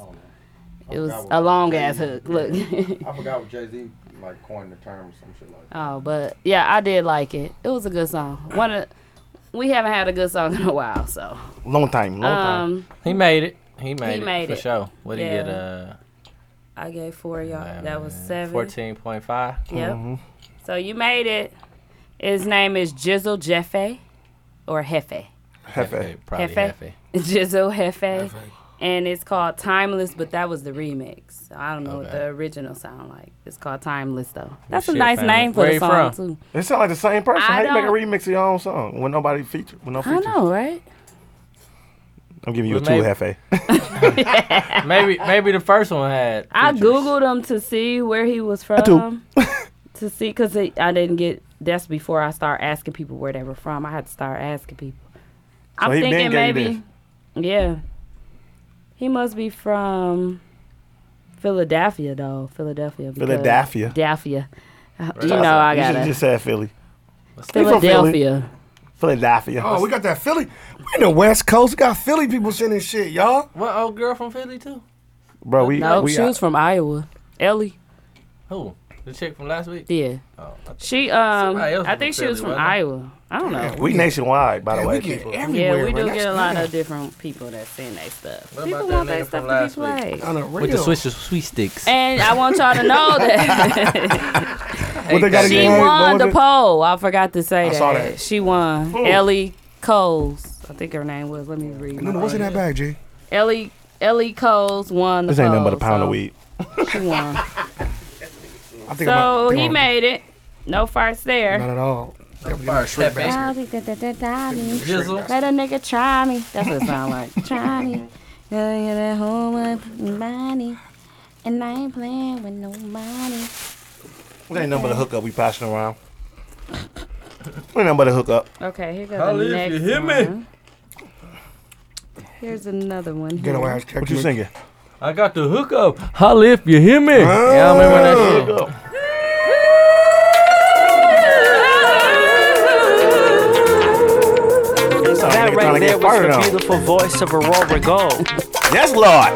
S4: it was a long ass
S13: <laughs>
S4: hook. Look.
S13: I forgot what Jay Z like coined the term or some shit like
S4: <laughs>
S13: that.
S4: oh, but yeah, I did like it. It was a good song. One of we haven't had a good song in a while, so
S3: Long time, long time.
S4: um,
S6: He made it. He made it
S4: made
S6: for
S4: it.
S6: sure. What he
S4: Yeah.
S6: get? Uh,
S4: I gave four of y'all. That was seven.
S6: fourteen point five.
S4: Yep. So you made it. His name is Jizzle Jefe or Hefe.
S3: Hefe.
S6: Probably
S4: Hefe.
S6: Hefe.
S4: <laughs> Jizzle Hefe. And it's called Timeless, but that was the remix. So I don't know what
S6: Okay.
S4: the original sound like. It's called Timeless though. That's a
S6: shit,
S4: nice
S6: family.
S4: name for
S6: Where
S4: the
S6: you
S4: song
S6: from?
S4: too.
S3: It sound like the same person.
S4: I
S3: How you make a
S4: don't-
S3: remix of your own song with nobody feature, with no
S4: I
S3: features?
S4: know, right?
S3: I'm giving you a two,
S6: Well, maybe-
S3: Hefe.
S6: <laughs> maybe maybe the first one had.
S4: I
S6: features.
S4: googled him to see where he was from. to see, cause it, I didn't get. That's before I start asking people where they were from. I had to start asking people. I'm
S3: he been
S4: thinking
S3: gave you
S4: maybe. Yeah. He must be from Philadelphia, though. Philadelphia. because-
S3: Philadelphia.
S4: Philadelphia. Uh, You know I
S3: you
S4: got
S3: should
S4: to
S3: just said Philly. He from Philly.
S4: Philadelphia.
S3: Philadelphia.
S5: Oh, we got that Philly. We in the West Coast. We got Philly people sending shit, y'all.
S6: What old girl from Philly too?
S3: bro, we
S4: No,
S3: we uh,
S4: she was from Iowa. Ellie.
S6: Who? The chick from last week.
S4: Yeah.
S6: Oh, I th-
S4: She. Um.
S6: Somebody else
S4: I
S6: from
S4: think she
S6: Philly,
S4: was from
S6: wasn't it?
S4: Iowa. I don't know.
S3: we nationwide, by the
S5: Man,
S3: way.
S5: we get
S3: people.
S5: everywhere.
S4: Yeah, we do
S5: man.
S4: get a lot of different people that send their stuff.
S6: What
S4: people want
S6: about that
S4: their
S6: nigga from
S4: stuff to be
S6: last week?
S4: played.
S5: On a real.
S6: With the Swiss sweet sticks.
S4: And I want y'all to know that
S6: What
S3: they gotta
S4: she
S3: Yeah,
S4: won
S3: what was
S4: the
S3: it?
S4: poll. I forgot to say that.
S5: saw that.
S4: She won. Ellie Coles. I think her name was. Let me read.
S5: No, no, what's in that bag, G?
S4: Ellie Ellie Coles won the
S3: This ain't nothing but a
S4: poll,
S3: pound
S4: so
S3: of weed.
S4: She won.
S5: I think
S4: so
S5: I'm- I think
S4: he
S5: I'm-
S4: made it. No farts
S5: Not
S4: there.
S5: at all.
S4: I think that- that- that- that-
S6: Jizzle.
S4: Let a nigga try me. That's what it sound like. <laughs> try me. Yeah, yeah, that whole money. And I ain't playing with no money.
S3: This ain't nothing but a hookup we passing around. ain't nothing but a hookup.
S4: Okay, here goes
S6: Holly,
S4: the
S6: if
S4: next
S6: you hear me.
S4: one. Here's another one.
S5: Get
S4: here.
S5: away. What
S3: What you singing?
S6: I got the hook up. Holla if you hear me.
S3: Oh.
S6: Y'all remember that shit?
S3: That right there
S8: beautiful voice of Aurora Gold.
S3: <laughs> Yes, Lord.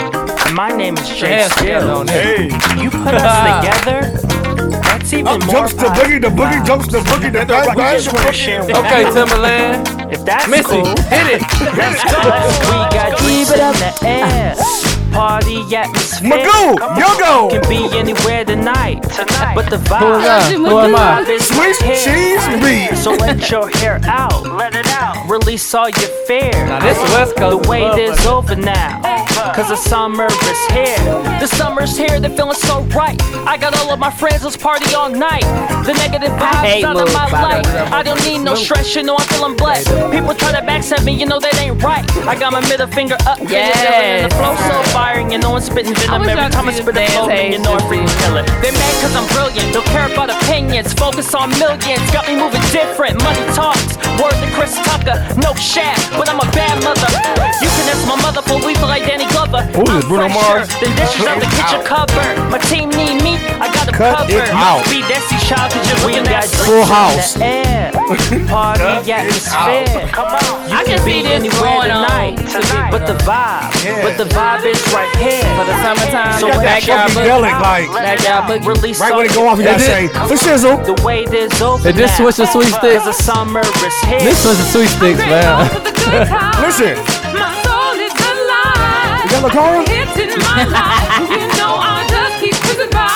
S8: And my name is Jay
S6: Ass down on that.
S3: Hey.
S8: You put us
S6: <laughs>
S8: together. That's even
S5: Jumps the
S8: pie.
S5: boogie, the boogie jumps the boogie. That, that,
S8: I
S5: that,
S8: just want to share with
S6: Okay, Timberland.
S1: If that's
S6: Missy,
S1: cool.
S6: hit it.
S1: Let's
S6: <laughs>
S1: go. We got dreams in the air. Party atmosphere.
S5: Magoo, Yogo.
S1: Can be anywhere tonight. Tonight. But the
S6: Who am I?
S1: vibe.
S6: Who am I?
S1: is
S5: Swiss
S1: here.
S5: cheese beat.
S1: So let your hair out. Let it out. Release all your fear.
S6: Now this West Coast.
S1: The wait
S6: motherfucker.
S1: is over now. Cause the summer is here.
S8: The summer's here, the feeling's so right. I got all of my friends, let's party all night. The negative
S4: hate
S8: vibes out
S4: Lil
S8: of my life.
S4: Bobby.
S8: I don't need no stress, you know I'm feeling blessed. People try to backstab me, you know that ain't right. I got my middle finger up, yeah.
S4: Yes.
S8: The flow so firing, you know I'm spitting
S4: I
S8: venom
S4: wish
S8: every
S4: y'all
S8: time I
S4: could see
S8: spit
S4: the
S8: a flow,
S4: dance
S8: and you know I'm
S4: ages.
S8: freaking killing. They mad cause I'm brilliant, don't care about opinions. Focus on millions, got me moving different. Money talks, word to Chris Tucker. No shaft, but I'm a bad mother. You can ask my mother for lethal like Danny Glover.
S3: Who is
S8: I'm
S3: Bruno
S8: fresher
S3: Mars?
S8: Than dishes out the kitchen cupboard. My team need me, I got a
S3: Cut
S8: cover.
S3: it out.
S8: Be Desi Child, cause you're looking at
S3: Full house.
S1: Air. Party atmosphere. Come on.
S4: I can see this going on
S1: tonight. But the vibe. But the vibe is right
S4: for
S1: here.
S4: the summertime.
S1: So
S4: the
S5: Got that
S4: backyard
S5: funky
S4: boogie.
S5: yelling like
S4: Backyard boogie.
S1: Release
S5: right
S1: all
S5: when it go
S1: your
S5: off. You gotta
S6: Is
S5: say
S6: it-
S5: the sizzle.
S1: The wait is over
S6: They
S1: now.
S6: just switched the sweet stick.
S1: Cause the summer is here.
S6: This was the sweet sticks, man.
S5: <laughs> Listen.
S2: My soul is alive.
S5: Is that LaCora?
S2: It's in
S5: <laughs>
S2: my life. You know I just keep cruising by.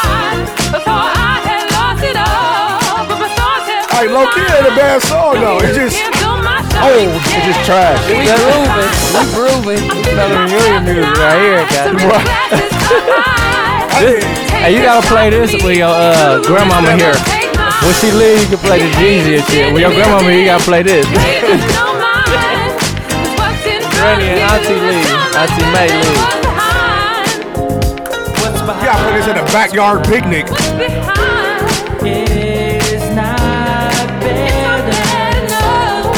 S2: Before I had lost it all, but my thoughts have
S5: Hey, low key ain't a bad song though. It's just
S2: old. It
S3: It's trash.
S6: We grooving. We grooving. It's another reunion music right here, guys. This, hey, you gotta play this with your uh, grandmama here. When she leaves, you can play the Jeezy and shit. When your grandmama here, you gotta play this.
S13: <laughs>
S6: Granny and Auntie Lee, Auntie May Lee.
S5: you gotta put this in a backyard
S6: <laughs>
S5: picnic.
S1: It's not better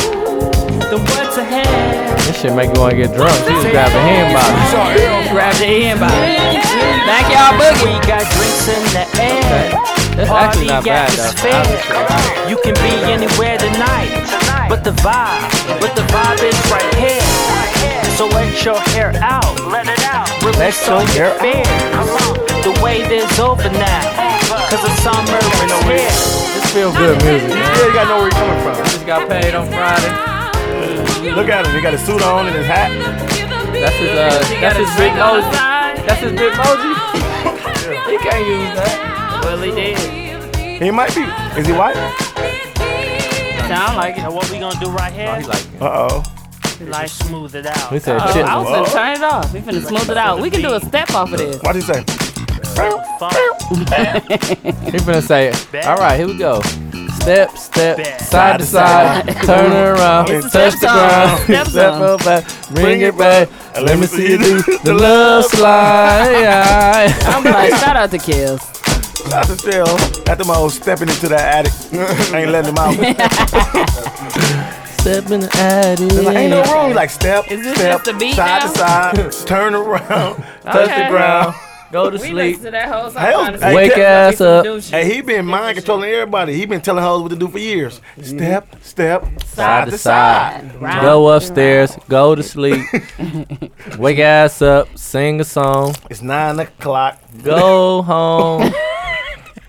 S1: than what's ahead.
S6: This shit make me wanna get drunk. She just grab a hand bottle.
S4: Grab your hand by Backyard
S1: We
S4: boogie.
S1: got drinks in the air.
S6: That's actually not bad though. Honestly.
S1: You can be anywhere tonight, but the vibe, but the vibe is right here. So let your hair out, let it out. Release all
S3: your
S1: your fear.
S3: hair
S1: The wait is over now, cause the summer is here.
S6: This feel good music. Man.
S5: You ain't got know where you're coming from.
S6: Just got paid on Friday.
S3: Look at him. He got a suit on and his hat.
S6: That's his uh, that's his big emoji. That's his big emoji. He can't use that.
S4: Well, he did.
S3: He might be. Is he white?
S4: Sound like it.
S1: And what we gonna do right
S6: Oh,
S1: here?
S6: he like it.
S3: Uh oh.
S1: Like smooth it
S6: He
S1: out.
S6: said
S4: Oh,
S6: shit.
S4: I was gonna turn it off. We finna smooth it out. We can do a step off of this.
S3: What'd he say?
S6: He finna say, all right, here we go. Step, step, side to side, <laughs> turn it around,
S3: It's a
S6: touch
S4: step
S6: the
S4: song.
S6: ground,
S4: Step
S6: <laughs> step
S4: song.
S6: up, back, bring it back.
S3: And
S6: Let me see you do the love <laughs> slide.
S4: I'm like, shout out to Kills.
S3: Not to tell. After my old stepping into the attic. ain't letting him out.
S6: <laughs> Stepping at it.
S3: Like, ain't no room. He like step,
S4: Is this
S3: step,
S4: just a beat
S3: side to
S4: <laughs>
S3: side, turn
S6: <laughs>
S3: around, touch the
S4: Okay.
S3: ground.
S6: Go to
S4: We
S6: sleep.
S4: to that whole song.
S3: Hell,
S4: honestly.
S3: hey,
S6: Wake
S3: that-
S6: ass up.
S3: Hey, he been mind controlling everybody. He been telling hoes what to do for years. Step, step,
S6: Mm-hmm. Side to side.
S4: Round
S6: Go upstairs. Go
S3: <laughs>
S6: to sleep. Wake ass up. Sing a song.
S3: It's nine o'clock. <laughs>
S6: Go home.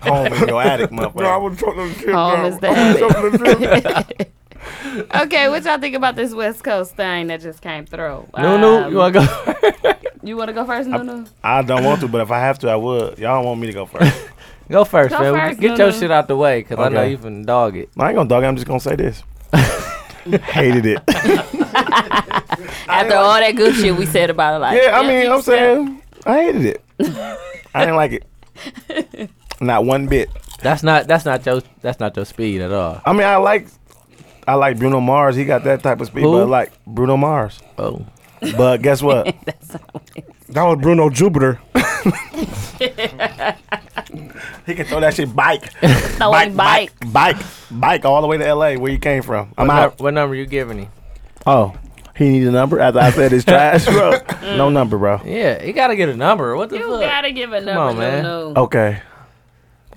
S3: Home in your attic, motherfucker.
S5: was talking shit.
S4: Home is the
S5: the
S4: <laughs>
S6: <laughs>
S4: Okay, what y'all think about this West Coast thing that just came through? Um,
S6: No, no. You wanna go?
S4: You want to go first, Nunu?
S3: I don't want to, but if I have to, I would. Y'all don't want me to go first.
S6: <laughs> Go first,
S4: Go
S6: man.
S4: first,
S6: Get your
S4: Lulu.
S6: shit out the way, cause I know
S3: Okay.
S6: you finna dog it.
S3: No, I ain't gonna dog. it. I'm just gonna say
S6: <laughs>
S3: this. Hated it.
S4: After all that good shit we said about it, like
S3: Yeah, I mean,
S4: you
S3: I'm
S4: said-
S3: saying I hated it. I didn't like it. Not one bit.
S6: That's not that's not your that's not your speed at all.
S3: I mean, I like I like Bruno Mars. He got that type of speed,
S6: Who?
S3: but I like Bruno Mars.
S6: Oh,
S3: But
S4: <laughs>
S3: guess what?
S5: That was Bruno Jupiter.
S3: he can throw that shit bike,
S4: throwing bike.
S3: bike, bike, bike all the way to L.A. where you came from.
S6: what,
S3: I'm
S6: nu-
S3: out.
S6: what number you giving him?
S3: Oh, he need a number after I
S4: <laughs>
S3: said it's trash, bro.
S4: Mm.
S3: No number, bro.
S6: Yeah, you gotta get a number. What the
S4: You
S6: fuck?
S4: gotta give a number,
S6: on, man.
S4: Nunu.
S3: Okay,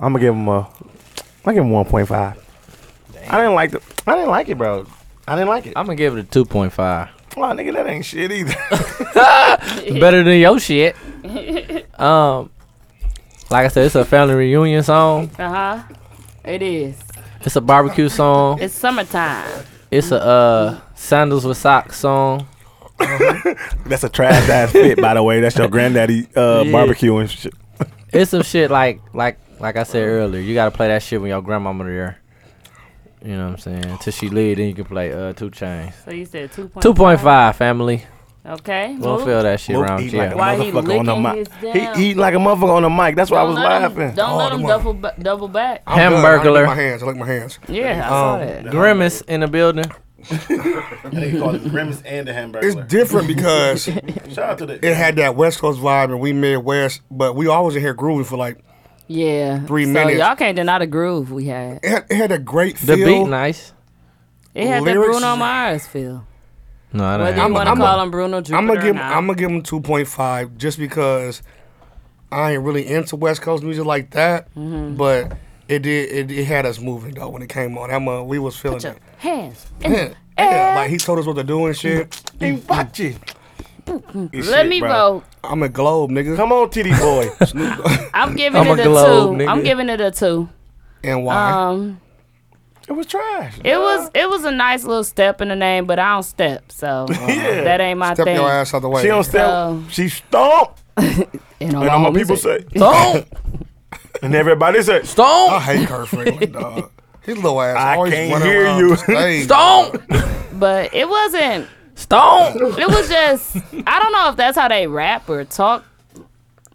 S3: I'm gonna give him a. I give him 1.5. I didn't like the. I didn't like it, bro. I didn't like it.
S6: I'm gonna give it a two
S4: <laughs>
S6: point five.
S3: Wow, nigga, that ain't shit either.
S6: Better than your shit.
S4: <laughs>
S6: um, like I said, it's a family reunion song.
S4: Uh huh. It is.
S6: It's a barbecue song.
S4: It's summertime.
S6: It's a uh Sandals with Socks song.
S3: Uh-huh. <laughs> That's a trash ass fit, by the way. That's your granddaddy uh,
S6: <laughs> Yeah.
S3: barbecue and shit.
S6: It's some shit like like like I said earlier. You gotta play that shit when your grandmama there. You know what I'm saying? Till she leave, then you can play uh Two Chains.
S4: So you said two point
S6: Two point five family.
S4: Okay.
S6: We'll
S4: move.
S6: feel that shit
S3: Mook
S6: around
S3: eat
S6: here.
S3: like a
S4: Why he
S3: motherfucker on the
S4: licking his
S3: mic.
S4: damn-
S3: He eating like a motherfucker on the mic. That's why I was
S4: Don't let him-
S3: laughing.
S4: Don't let him
S5: them
S4: double ba- double back.
S5: I'm done. I lick
S6: Hamburglar.
S5: my hands. I lick my hands.
S4: Yeah, I
S3: Um,
S4: saw that.
S6: Grimace in the building.
S9: They call it Grimace and the Hamburger.
S5: It's different because
S9: Shout out to the
S5: it had that West Coast vibe, and we Midwest, but we always in here grooving for like
S4: Yeah.
S5: Three
S4: so
S5: minutes.
S4: Y'all can't deny the groove we had.
S5: it had, it had a great
S6: The
S5: feel.
S6: beat nice.
S4: It had that
S5: Lyrics-
S4: Bruno Mars feel.
S6: No, I
S4: Whether you
S6: don't. have
S5: I'm-
S6: one.
S4: want to
S5: I'ma-
S4: call him Bruno Jupiter
S5: I'm gonna give
S4: or not.
S5: I'm gonna give him 2.5 just because I ain't really into West Coast music like that,
S4: Mm-hmm.
S5: but it did it, it had us moving though when it came on. I'm uh, we was feeling it.
S4: Hands. <laughs>
S5: Yeah,
S4: eh,
S5: yeah, like he told us what to do and shit.
S4: Mm-hmm. Let me vote.
S5: I'm a globe, nigga.
S3: Come on,
S5: <laughs>
S3: titty boy.
S4: I'm giving
S6: I'm
S4: it
S6: a
S4: a
S6: globe,
S4: two. I'm
S6: nigga.
S4: giving it a two.
S5: And why?
S4: Um,
S3: it was trash.
S4: it was it was a nice little step in the name, but I don't step,
S3: <laughs>
S4: so uh,
S3: Yeah.
S4: that ain't my
S5: Step
S4: thing.
S5: your ass out
S3: <laughs>
S5: the way.
S3: She don't step.
S4: Oh.
S3: she stomp.
S4: And all
S3: And
S4: my
S3: all my
S4: homies
S3: people
S4: say- <laughs>
S3: say. Stomp. and everybody say.
S5: I
S6: Stone.
S5: hate Kurt
S3: <laughs>
S5: Franklin, dog. His little ass
S3: I
S5: always
S3: can't
S5: running
S3: hear
S5: around
S3: you.
S5: the stage.
S6: Stone.
S4: but it wasn't.
S6: Stone.
S4: It was just I don't know if that's how they rap or talk,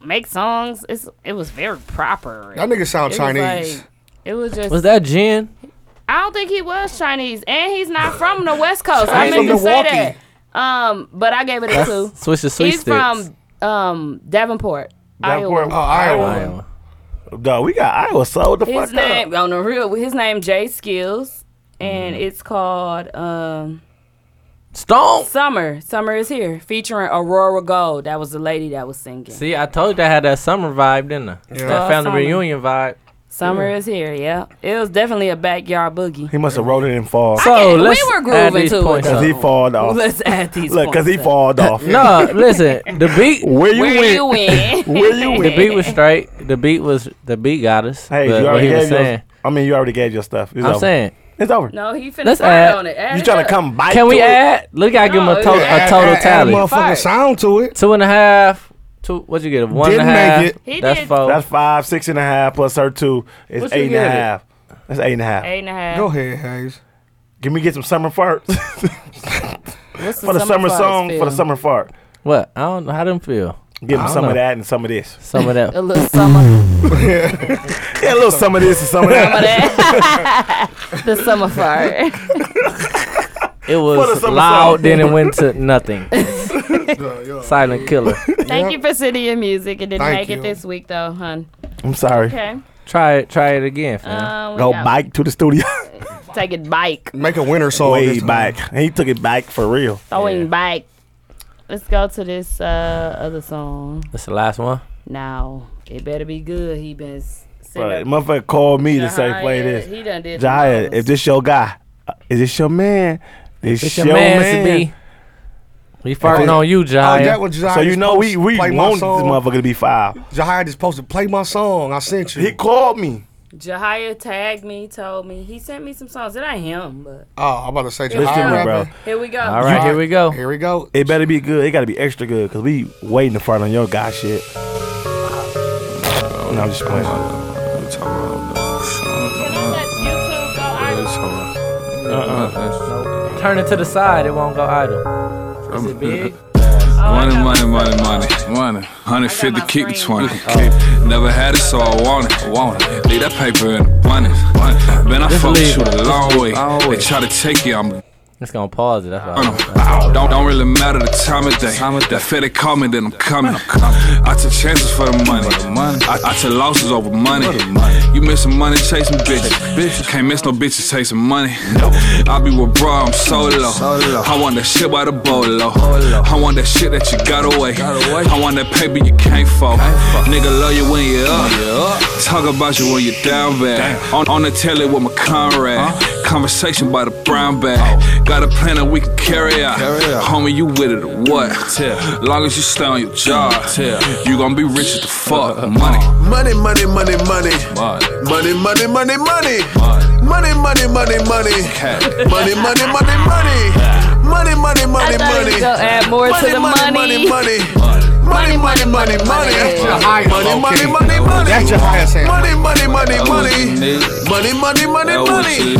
S4: make songs. It's it was very proper.
S5: That nigga sound
S4: It was
S5: Chinese.
S4: like- it was just.
S6: Was that Jen?
S4: I don't think he was Chinese, and he's not from the West Coast. I
S5: He's
S4: meant to
S5: from
S4: say that.
S5: Milwaukee.
S4: Um, but I gave it a two.
S6: Switch to sweet
S4: He's
S6: sticks.
S4: from um Davenport, Iowa.
S5: oh, Iowa.
S6: Iowa.
S3: Dog, we got Iowa sold the
S4: His
S3: fuck
S4: name
S3: up.
S4: on the real. His name Jay Skills,
S6: Mm.
S4: and it's called um
S6: Stone.
S4: Summer. Summer is here, featuring Aurora Gold. That was the lady that was singing.
S6: See, I told you I had that summer vibe, didn't I? That family
S4: Oh, Summer.
S6: reunion vibe.
S4: Summer
S6: Mm.
S4: is here. Yeah, it was definitely a backyard boogie.
S3: He must have rolled it in fall.
S6: So
S4: we
S6: let's
S4: were grooving
S6: add these
S4: to it,
S6: points
S4: though.
S6: up.
S3: Cause he falled off.
S4: Let's
S3: <laughs>
S4: add these.
S3: Look, cause he
S4: points up.
S3: falled off.
S6: No, listen. The
S3: <laughs>
S6: beat,
S3: Where you
S4: Where
S3: went?
S4: you win?
S3: <laughs> Where you
S6: the beat was straight. The beat was the beat got us.
S3: Hey,
S6: but
S3: you
S6: what
S3: already
S6: he was
S3: gave your.
S6: saying,
S3: I mean, you already gave your stuff. It's
S6: I'm
S3: over.
S6: saying,
S3: it's over.
S4: No, he finished
S6: Let's add-
S4: on it. Add
S3: you
S4: it
S3: trying
S4: up.
S3: to come bite?
S6: can we
S3: to it?
S6: add? Look, I give him
S4: No,
S6: a total,
S4: yeah,
S6: a
S4: add-
S6: total
S5: Add a
S6: tally.
S5: motherfucking
S4: Fire.
S5: sound to it.
S6: Two and a half. Two. What'd you get? A one and a
S5: Didn't make
S6: half.
S5: it.
S4: He
S6: That's
S4: did.
S6: four.
S3: That's five, six and a half plus her two is
S6: What you
S3: eight and a
S6: get it?
S3: half. That's eight and a half.
S4: Eight and a half.
S5: Go ahead, Hayes.
S3: Can we get some summer farts <laughs>
S4: What's
S3: for the summer,
S4: vibes
S3: song? For
S4: feel?
S3: the summer fart,
S6: what? I don't know. How them feel?
S3: give
S6: I
S3: them
S6: don't
S3: some
S6: know.
S3: of that and some of this.
S6: Some of
S4: <laughs>
S6: that.
S4: A little summer.
S3: <laughs>
S4: <laughs>
S3: Yeah, a little some of this and some
S5: <laughs>
S3: of that.
S4: the summer fire.
S3: For
S6: It
S3: the
S6: was
S3: summer
S6: loud.
S3: song.
S6: Then it went
S3: <laughs>
S6: to
S4: <laughs>
S6: nothing. Silent killer.
S4: Thank you for sending your music. It didn't make
S5: Thank you.
S4: it this week though, hun.
S3: I'm sorry.
S4: Okay.
S6: Try it. Try it again, fam.
S4: Um, we
S3: Go
S4: got-
S3: bike to the studio.
S4: Take it bike.
S5: Make a winter song.
S3: Way
S5: Oh, this time.
S3: back. He took it back for real.
S4: Throwing
S6: Yeah.
S4: bike. Let's go to this uh, other song
S6: That's the last one.
S4: now. It better be good. He been s-
S3: But
S4: sitting up-
S3: motherfucker called me to say
S4: Jahia,
S3: play this.
S4: He done did. the
S3: Jaya,
S4: most.
S3: if this your guy, uh, is this your man? This
S6: It's your man, to be. We farting on you,
S5: Oh,
S6: Jaya.
S5: that was Jahai
S3: So you
S5: just
S3: know we
S5: posted,
S3: we
S5: play my
S3: want this
S5: song.
S3: motherfucker to
S4: <laughs>
S3: be five.
S4: Um,
S5: Jahai just posted play my song. I sent
S3: He
S5: you.
S3: called me.
S4: Jahia tagged me, told me he sent me some songs. It ain't him, but
S5: Oh, I'm about to say Jahai
S3: Listen to me, bro.
S5: rapping.
S4: here we go.
S6: All right, here we go.
S5: Here we go.
S3: It better be good. It gotta be extra good, cause we waiting to fart on your guy shit. No, I'm just playing.
S4: Can I let YouTube go? I-
S6: Turn it to the side. It won't go idle. Is it big?
S14: Money, money, money, money, money. 150
S4: I got my
S14: kick the
S4: screen.
S14: 20. Never had it, so I want it. Want it. Leave that paper in abundance. Been I fuck
S6: leave
S14: with you
S6: it.
S14: the long way. They try to take you, I'm
S6: It's gonna pause it. That's all.
S14: Ow. Don't, don't really matter the time of day. That fit they call me, then I'm coming. I took chances for the money. I, I took losses over money. You missing money, chasing bitches. Can't miss no bitches chasing money. I be with bro, I'm solo. I want that shit by the bolo. I want that shit that you got away. I want that paper you can't fold. Nigga love you when you up. Talk about you when you down bad. On, on the telly with my comrade. Conversation by the brown bag. Got a plan that we can Oh. carry out. Homie, you with it or what? Long as you stay on your job, you gon' be rich as the fuck. Money.
S7: Money, money, money, money. Money, money, money, money. Money, money, money, money. Money, money, money, money. money, money,
S4: thought it
S7: money.
S4: was gonna add more to the money.
S7: money, money, money, money, money, money, money. That's your highest. Money, money, money, money. That's your highest. Money, money, money, money. Money, money, money, money.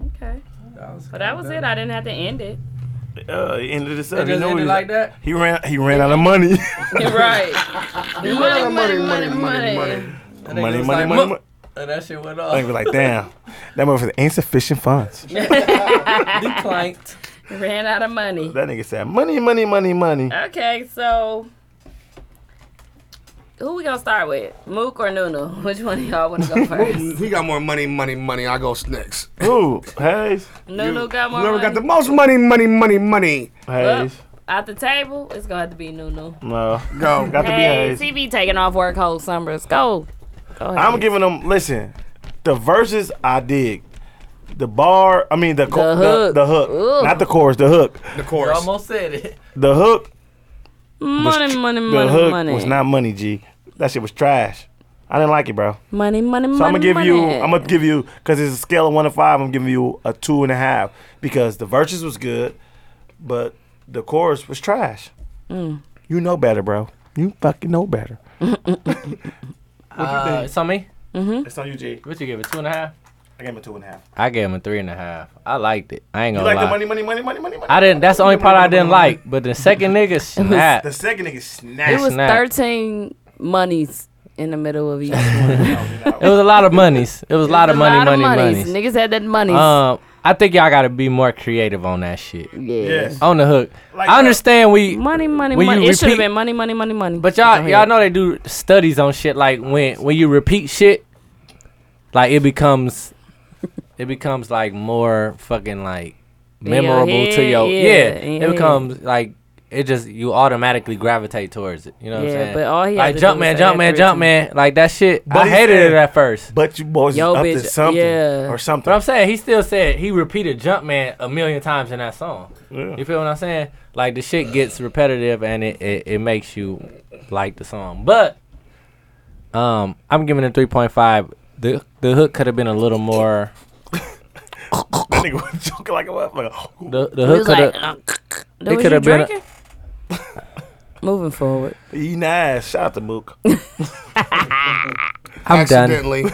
S4: Okay. But that was it. I didn't have to end it.
S3: Uh, he ended this up.
S4: It just
S3: he
S4: ended
S3: knew he was-
S4: like that?
S3: He ran. He ran out of money. <laughs>
S4: <laughs> right.
S2: Money, money, money,
S4: money,
S3: money, money, money, money.
S6: And that shit went off.
S3: I was like, <laughs> damn, that motherfucker insufficient
S4: <laughs>
S3: funds.
S4: Declined. Ran out of money.
S3: That nigga said, money, money, money, money.
S4: Okay, so who we gonna start with? Mook or Nunu? <laughs> Which one of y'all wanna
S3: <laughs>
S4: go first?
S5: He got more money, money, money. I go next.
S3: Who? Hayes.
S4: Nunu got more
S5: Whoever
S4: money.
S5: got the most money, money, money, money.
S4: Well, Out the table, it's gonna have to be Nunu.
S3: No.
S5: Go.
S3: <laughs> Got to be
S4: Hayes,
S3: Hayes.
S4: he be taking off work whole summers. Go. Go ahead.
S3: I'm giving them. Listen, the verses I dig. The bar, I mean the co-
S4: The hook.
S3: the, the hook,
S4: Ooh.
S3: not the chorus, the hook,
S5: the
S6: You
S5: chorus.
S6: almost said it.
S3: the hook.
S4: Money, money,
S3: The
S4: money,
S3: hook
S4: money.
S3: was not money, G. That shit was trash. I didn't like it, bro.
S4: money, money, money.
S3: So I'm gonna give
S4: money.
S3: you, I'm gonna give you, cause it's a scale of one to five. I'm giving you a two and a half because the verses was good, but the chorus was trash.
S4: Mm.
S3: You know better, bro. You fucking know better.
S6: Uh, it's on me.
S4: Mm-hmm.
S3: It's on you, G.
S6: What you give it? Two and a half.
S3: I gave him a two and a half.
S6: I gave him a three and a half. I liked it. I ain't
S3: You
S6: gonna
S3: like
S6: lie.
S3: the money, money, money, money, money, money.
S6: I didn't. That's the only part I didn't like. But the second
S3: <laughs>
S6: nigga snap.
S3: The second nigga snapped.
S4: It was
S6: Snap.
S4: 13 monies in the middle
S3: <laughs>
S4: of each one.
S6: It was a lot of monies. It was a lot of money, money,
S4: monies.
S6: money.
S4: Niggas had that money.
S6: Um, I think y'all gotta be more creative on that shit.
S4: Yes.
S6: On the hook. I understand we
S4: money, money,
S6: when you
S4: money. It should have
S6: repeat-
S4: been money, money, money, money.
S6: But y'all, y'all know they do studies on shit like when when you repeat shit, like it becomes, <laughs> it becomes like more fucking like
S4: In your
S6: memorable to
S4: head,
S6: your
S4: yeah,
S6: yeah.
S4: in your
S6: it
S4: head.
S6: becomes like it just you automatically gravitate towards it. You know what
S4: Yeah,
S6: I'm saying?
S4: but all he had
S6: like
S4: to do
S6: jump
S4: was
S6: man,
S4: say
S6: jump man,
S4: that
S6: jump
S4: three
S6: man.
S4: times.
S6: Like that shit.
S3: But
S6: I
S3: he
S6: hated
S3: said-
S6: it at first.
S3: But you boys
S6: Yo,
S3: is up
S6: bitch,
S3: to something
S6: yeah.
S3: or something.
S6: But I'm saying he still said he repeated jump man a million times in that song.
S3: Yeah.
S6: You feel what I'm saying? Like the shit gets repetitive and it, it, it makes you like the song. But um I'm giving it three point five. The the hook could have been a little more
S3: That nigga was joking like a motherfucker.
S6: the the hook could have
S4: uh, it
S6: it could have been a,
S4: <laughs> Moving forward.
S3: He nice. Shout out
S4: <laughs>
S3: to Mook.
S6: I'm done.
S3: <laughs>
S5: Accidentally.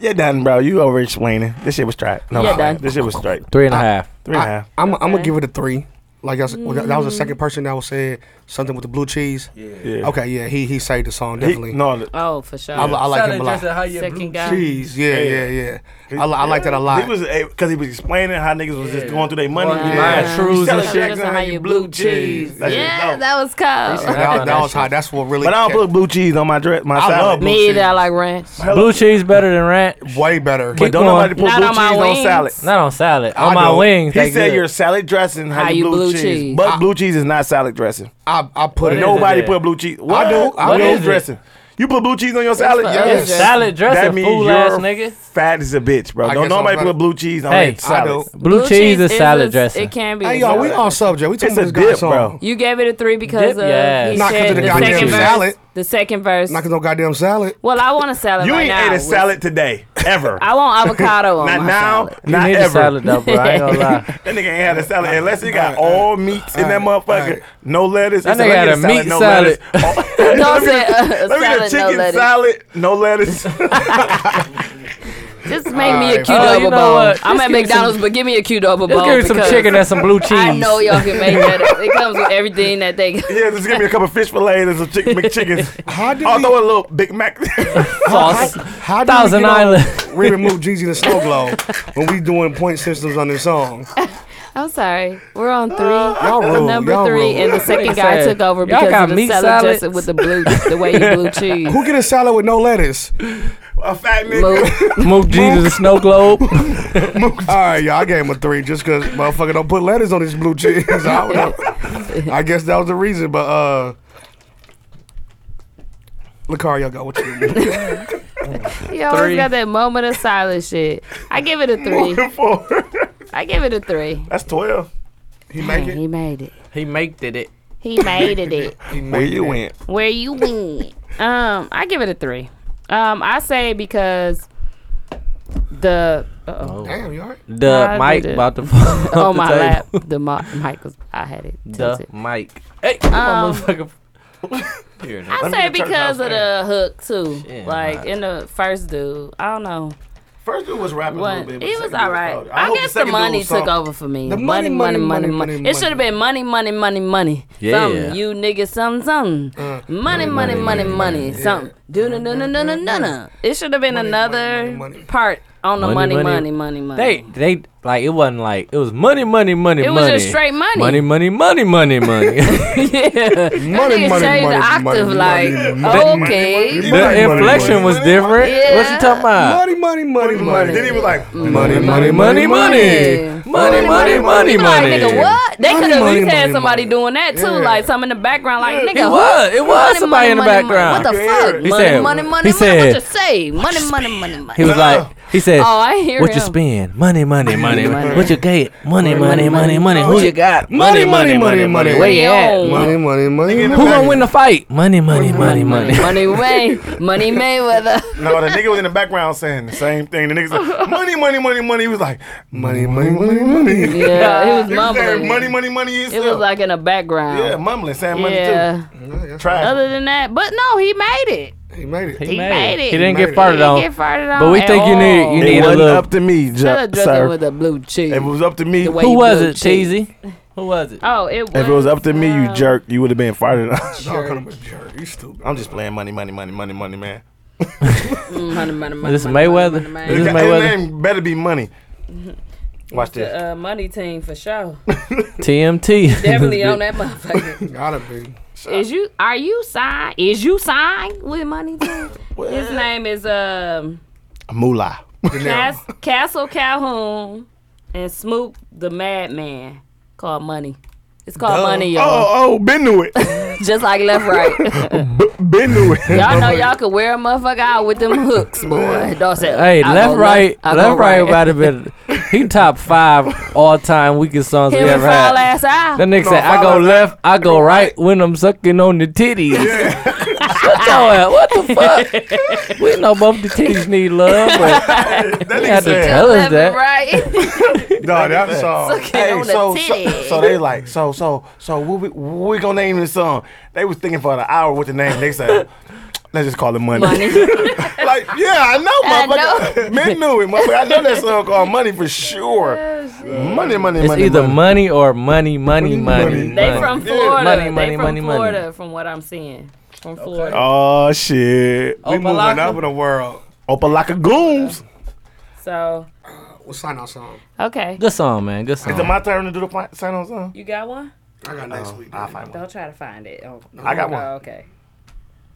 S3: You're done, bro. You over explaining. This shit was straight. No,
S4: You're
S3: I'm sorry.
S4: done.
S3: this shit was straight.
S6: Three and a half.
S3: Three and a half.
S5: I'm, I'm gonna give it a three. Like I said, that was
S4: Mm.
S5: the second person that was said something with the blue cheese.
S3: Yeah.
S5: Okay, yeah, he he saved the song
S3: He-
S5: definitely.
S3: no, the-
S4: Oh, for sure.
S5: I, li- I like him a lot.
S4: Second guy.
S5: Cheese, yeah, yeah, yeah. I, li- I like that a lot.
S3: He was because he was explaining how niggas was just going through their money.
S6: Going through buying trues
S3: You
S6: and
S3: selling
S6: shit.
S3: Jackson,
S4: That's
S3: how
S4: how
S3: you
S4: you
S3: blue
S4: blue
S3: cheese. That shit
S4: Yeah,
S3: dope.
S4: that was
S6: <laughs>
S4: cool.
S5: that, that
S6: that
S5: was hot. That's what really.
S3: But I don't
S5: kept-
S3: put blue cheese on my dress. My
S5: I
S3: salad.
S5: love blue
S4: Me either.
S5: cheese.
S4: I like ranch.
S6: Blue cheese better than ranch.
S5: Way better.
S3: But
S6: Keep
S3: don't
S6: going.
S3: nobody put
S4: Not
S3: blue
S4: on my
S3: cheese on
S4: wings.
S3: salad.
S6: Not on salad.
S5: I
S6: on my
S5: know.
S6: wings.
S3: He
S6: they
S3: said
S6: good.
S3: your salad dressing how, you blue, cheese. but blue cheese is not salad dressing.
S5: I I put
S6: What
S5: it.
S6: is
S5: No,
S3: Nobody
S6: it?
S3: put blue cheese.
S5: I do. I
S3: What
S5: do.
S3: is dressing? You put blue cheese on your salad?
S6: fucked
S3: Yes.
S6: up. Salad dressing,
S3: That means
S6: fool-ass
S3: you're
S6: nigga.
S3: Fat as a bitch, bro.
S6: I
S3: Don't
S6: guess I'm
S3: nobody
S6: fat.
S3: put blue cheese on
S6: Hey,
S3: their
S6: I
S3: salad.
S6: do. Blue Blue cheese cheese is is salad a-
S4: dressing. it can be a
S5: Hey, y'all, we
S4: salad
S5: on subject. We
S3: It's
S5: talking
S3: a
S5: about this
S3: dip, bro.
S5: song.
S4: You gave it a three because
S5: Dip,
S4: of
S5: yes.
S4: he
S5: Not 'cause
S4: said
S5: of the
S4: the,
S5: goddamn
S4: second
S5: salad.
S4: verse. The second verse.
S5: Not 'cause no goddamn salad.
S4: Well, I want a salad.
S3: You
S4: right
S3: ain't
S4: now.
S3: ate a salad today, ever.
S4: <laughs> I want avocado on
S3: Not
S4: my
S3: now,
S4: salad.
S3: not
S6: need a
S3: ever.
S6: salad though, bro. I ain't gonna lie.
S3: <laughs> that nigga ain't had a salad unless he got all meats in that motherfucker. No lettuce.
S6: That
S3: He said, "Let
S6: nigga
S3: me get
S6: had a meat
S3: no
S6: salad." <laughs>
S3: lettuce." Oh,
S4: Don't
S3: <laughs> Let me
S4: say,
S3: get-
S4: uh,
S3: <laughs> Let me get a
S4: salad, no
S3: chicken
S4: lettuce.
S3: salad,
S4: <laughs>
S3: no lettuce. <laughs>
S4: Just make me a
S3: Alright,
S4: Q
S6: Uh,
S3: fine.
S4: double
S3: Oh, you know
S4: bowl.
S3: what?
S4: I'm
S3: Just
S4: at
S3: give me
S4: McDonald's,
S3: some-
S4: but give me a Q double bowl.
S6: Just give me some
S4: because
S6: chicken and some blue cheese.
S4: I know y'all can make
S6: <laughs>
S4: that. It comes with everything that
S5: <laughs>
S4: they.
S3: yeah, just give me a couple fish fillets and some chicken McChickens. I'll throw a little Big Mac. <laughs>
S5: Sauce. How do <laughs>
S6: Thousand
S5: we get
S6: Island.
S5: on Remy Move Jeezy the Snow Globe when we doing point systems on this song?
S4: I'm sorry. We're on 3
S5: y'all rude.
S4: Number
S5: Y'all
S4: three,
S5: rude.
S4: and the second
S5: Nigga
S4: guy
S5: said,
S4: took over
S5: y'all
S4: because
S5: got
S4: of the
S5: meat
S4: salad
S5: salads?
S4: dressing with the blue, the way you
S5: <laughs>
S4: blue cheese.
S5: Who get a salad with no lettuce?
S3: A fat
S5: <laughs>
S6: Mook Jesus the snow globe.
S5: All right, y'all. I gave him a three just because motherfucker don't put lettuce on his blue cheese. I, don't know. I guess that was the reason, but uh, Lucario got what you did.
S4: You always
S5: Three.
S4: got that moment of silence shit. I give it a three. I give it a three.
S3: That's twelve.
S5: He
S4: Dang, He made it.
S6: He made it.
S4: He made it.
S3: <laughs>
S4: it.
S3: Where you went?
S4: Where you went? Um, I give it a three. Um, I say because the uh-oh.
S5: Damn, you alright?
S6: The
S4: I
S6: mic
S4: did it.
S6: about to fall off
S4: <laughs> on
S6: the
S4: my
S6: table.
S4: lap. The mo- mic was I had it.
S6: The
S4: tilted.
S6: mic. Hey, come on,
S4: Um,
S3: <laughs>
S6: motherfucker.
S4: I say because of the hook too.
S6: Shit,
S4: like
S6: alright.
S4: in the first dude, I don't know.
S3: First dude was rapping
S4: What?
S3: a little bit. but
S4: He
S3: the
S4: was
S3: second dude
S4: all right.
S3: cold.
S4: I,
S3: hope
S4: guess the
S3: second dude
S4: money
S3: was
S4: took
S3: something.
S4: over for me.
S3: The
S4: money, money, money, money, It should have been money, money, money, money.
S3: Yeah.
S4: Something. You niggas, something, something. Uh, money, money, money, money, Something. Do no, no, no, no, no, no, no. It should have been another part on the money, money, money, money.
S6: They they like it wasn't like it was money, money, money,
S4: It was
S6: money.
S4: just straight money.
S6: Money, money, money, money, money.
S4: <laughs> yeah. Money, money, money, the octave like, okay.
S6: The inflection <laughs> was different. What you talking about?
S5: Money, money, money, money.
S3: Then he was
S4: Mm.
S3: like,
S6: Money, money, money, money. Money, money,
S4: You
S6: money,
S4: know, like,
S6: money.
S4: nigga, what? They
S6: Money,
S4: could have at
S6: money,
S4: least had
S6: money,
S4: somebody doing that too, like some in the background, like nigga.
S6: It
S4: who?
S6: was. It was
S4: Money,
S6: somebody
S4: money,
S6: in the
S4: money,
S6: background.
S4: Money. What the fuck?
S6: He
S4: money,
S6: said-
S4: money, money, money.
S6: he said-
S4: what you say? Money, money, money, money.
S6: He was <laughs> like, he said,
S4: Oh, I hear
S6: "What you
S4: him.
S6: spend? Money, money, money. What you get? Money, money, money, money. Who you got?
S5: Money, money, money, money.
S6: Where you at?
S5: Money, money, money.
S6: Who gonna win the fight? Money, money, money, money. <laughs>
S4: money way, money Mayweather.
S3: No, the nigga was in the background saying the same thing. The nigga said, money, money, money, money. He was like,
S5: money, money, money, money.
S4: Yeah, he was
S3: He was saying
S4: mumbling.
S3: money, money, money.
S4: It was like in the background.
S3: Yeah, mumbling, saying money
S4: Yeah.
S3: too. Try
S4: Other than that, but no, he made it.
S5: He made it.
S4: He, made it.
S6: He didn't get
S4: He
S6: farted
S4: didn't
S6: on.
S4: get farted
S6: But we
S4: on
S6: think
S4: at
S6: you need
S4: all.
S6: you
S3: It
S6: need a
S3: wasn't
S6: little
S3: up to me, ju-
S4: Should have dressed
S3: sir.
S4: him with a blue cheese.
S3: If it was up to me,
S4: The way
S6: Who
S4: you
S6: was
S4: blue
S6: it,
S4: cheese.
S6: Cheesy? Who was it?
S4: Oh, it was.
S3: if it
S4: <laughs>
S3: was up to me, you jerk, you would have been <laughs> farted on.
S5: Y'all call him a jerk.
S4: <laughs>
S5: You stupid.
S3: I'm just playing money, money, money, money, money, man.
S4: Mm, money, money, money,
S6: This is
S4: money,
S6: Mayweather.
S4: money,
S6: This
S4: money,
S6: is
S3: His
S6: Mayweather.
S3: name better be money. Watch this.
S4: The, uh, money team for
S3: <laughs>
S4: sure.
S6: TMT. <laughs>
S4: Definitely on that motherfucker.
S5: Gotta be.
S4: Is you are you signed? Is you signed with money team? His name is um
S3: Moolah.
S4: Cas- Castle Calhoun and Smoop the Madman called Money. It's called Money, y'all.
S3: Oh, oh, been to it.
S4: Just like left, right.
S6: <laughs>
S3: Been to
S4: <laughs>
S3: it.
S4: y'all know y'all could wear a motherfucker out with them hooks, boy. Don't say.
S6: Hey,
S4: I
S6: left,
S4: go
S6: right,
S4: I go
S6: left, right. Might
S4: <laughs>
S6: have been he top five all time weakest songs we
S4: Hit me
S6: ever
S4: fall
S6: had.
S4: ass out.
S6: That nigga said, "I go left, I go right when I'm sucking on the titties." <laughs> Shut your ass. What
S4: <laughs>
S6: the fuck? we know both the titties need love, but
S3: That
S6: they
S3: nigga
S6: had to
S3: said.
S6: tell us
S4: Left and
S6: that.
S4: right.
S6: <laughs>
S3: No, that song.
S4: Sucking on the
S3: so, so
S4: titty.
S3: so they like so so so what we what we gonna name this song? They was thinking for an hour what the name. They said, let's just call it money. <laughs>
S4: Money.
S3: <laughs> like yeah, I know,
S4: I
S3: motherfucker. Men knew it, motherfucker. I know that song called Money for sure. Money, money,
S6: It's
S3: money.
S6: either
S3: money.
S6: money, or money, money, money. money,
S4: They from Florida.
S6: Money,
S4: Money, money, they
S6: money,
S4: from
S6: money, money.
S4: Florida, from what I'm seeing. From Florida.
S3: Oh shit.
S5: We moving
S6: Opalaka.
S5: up in the world.
S3: Opalaka Goons.
S4: So,
S5: We'll sign our song.
S4: okay.
S6: Good song, man. Good
S3: Is it
S6: song.
S3: my turn to do the fi- sign on song?
S4: You got one?
S5: I got next week.
S3: I'll find one.
S4: Don't try to Oh, find it. Oh,
S3: I got one.
S4: oh, okay.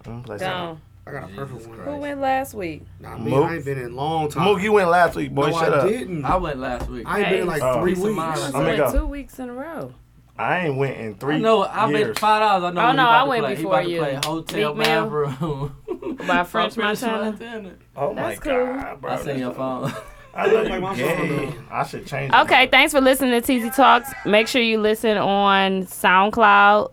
S3: Mm, play something.
S4: Gone.
S5: I got a perfect one.
S4: Who went last week?
S5: Nah, me,
S3: Mook.
S5: I ain't been in a long time.
S3: Mook, you went last week, boy.
S5: no,
S3: Shut
S5: I
S3: up.
S5: didn't. I
S6: I went last week.
S5: ain't been in like
S3: Oh.
S5: three
S6: Piece of mind.
S5: weeks.
S4: I
S3: Let me
S4: went
S3: go.
S4: two weeks in a row.
S3: I ain't went in three.
S6: I know. I bet
S3: years.
S6: five dollars. I know.
S4: Oh,
S6: he
S4: no,
S6: about
S4: I
S6: to
S4: went
S6: play. He
S4: before
S6: about to
S4: you.
S6: play
S4: <laughs>
S6: Hotel
S4: Meek Mill?
S6: Bathroom.
S4: By French Montana.
S3: Oh
S4: That's
S3: my
S4: cool.
S3: god, bro.
S6: I seen your phone.
S3: I look like my phone. I should change. it.
S4: Okay, thanks for listening to TZ Talks. Make sure you listen on SoundCloud,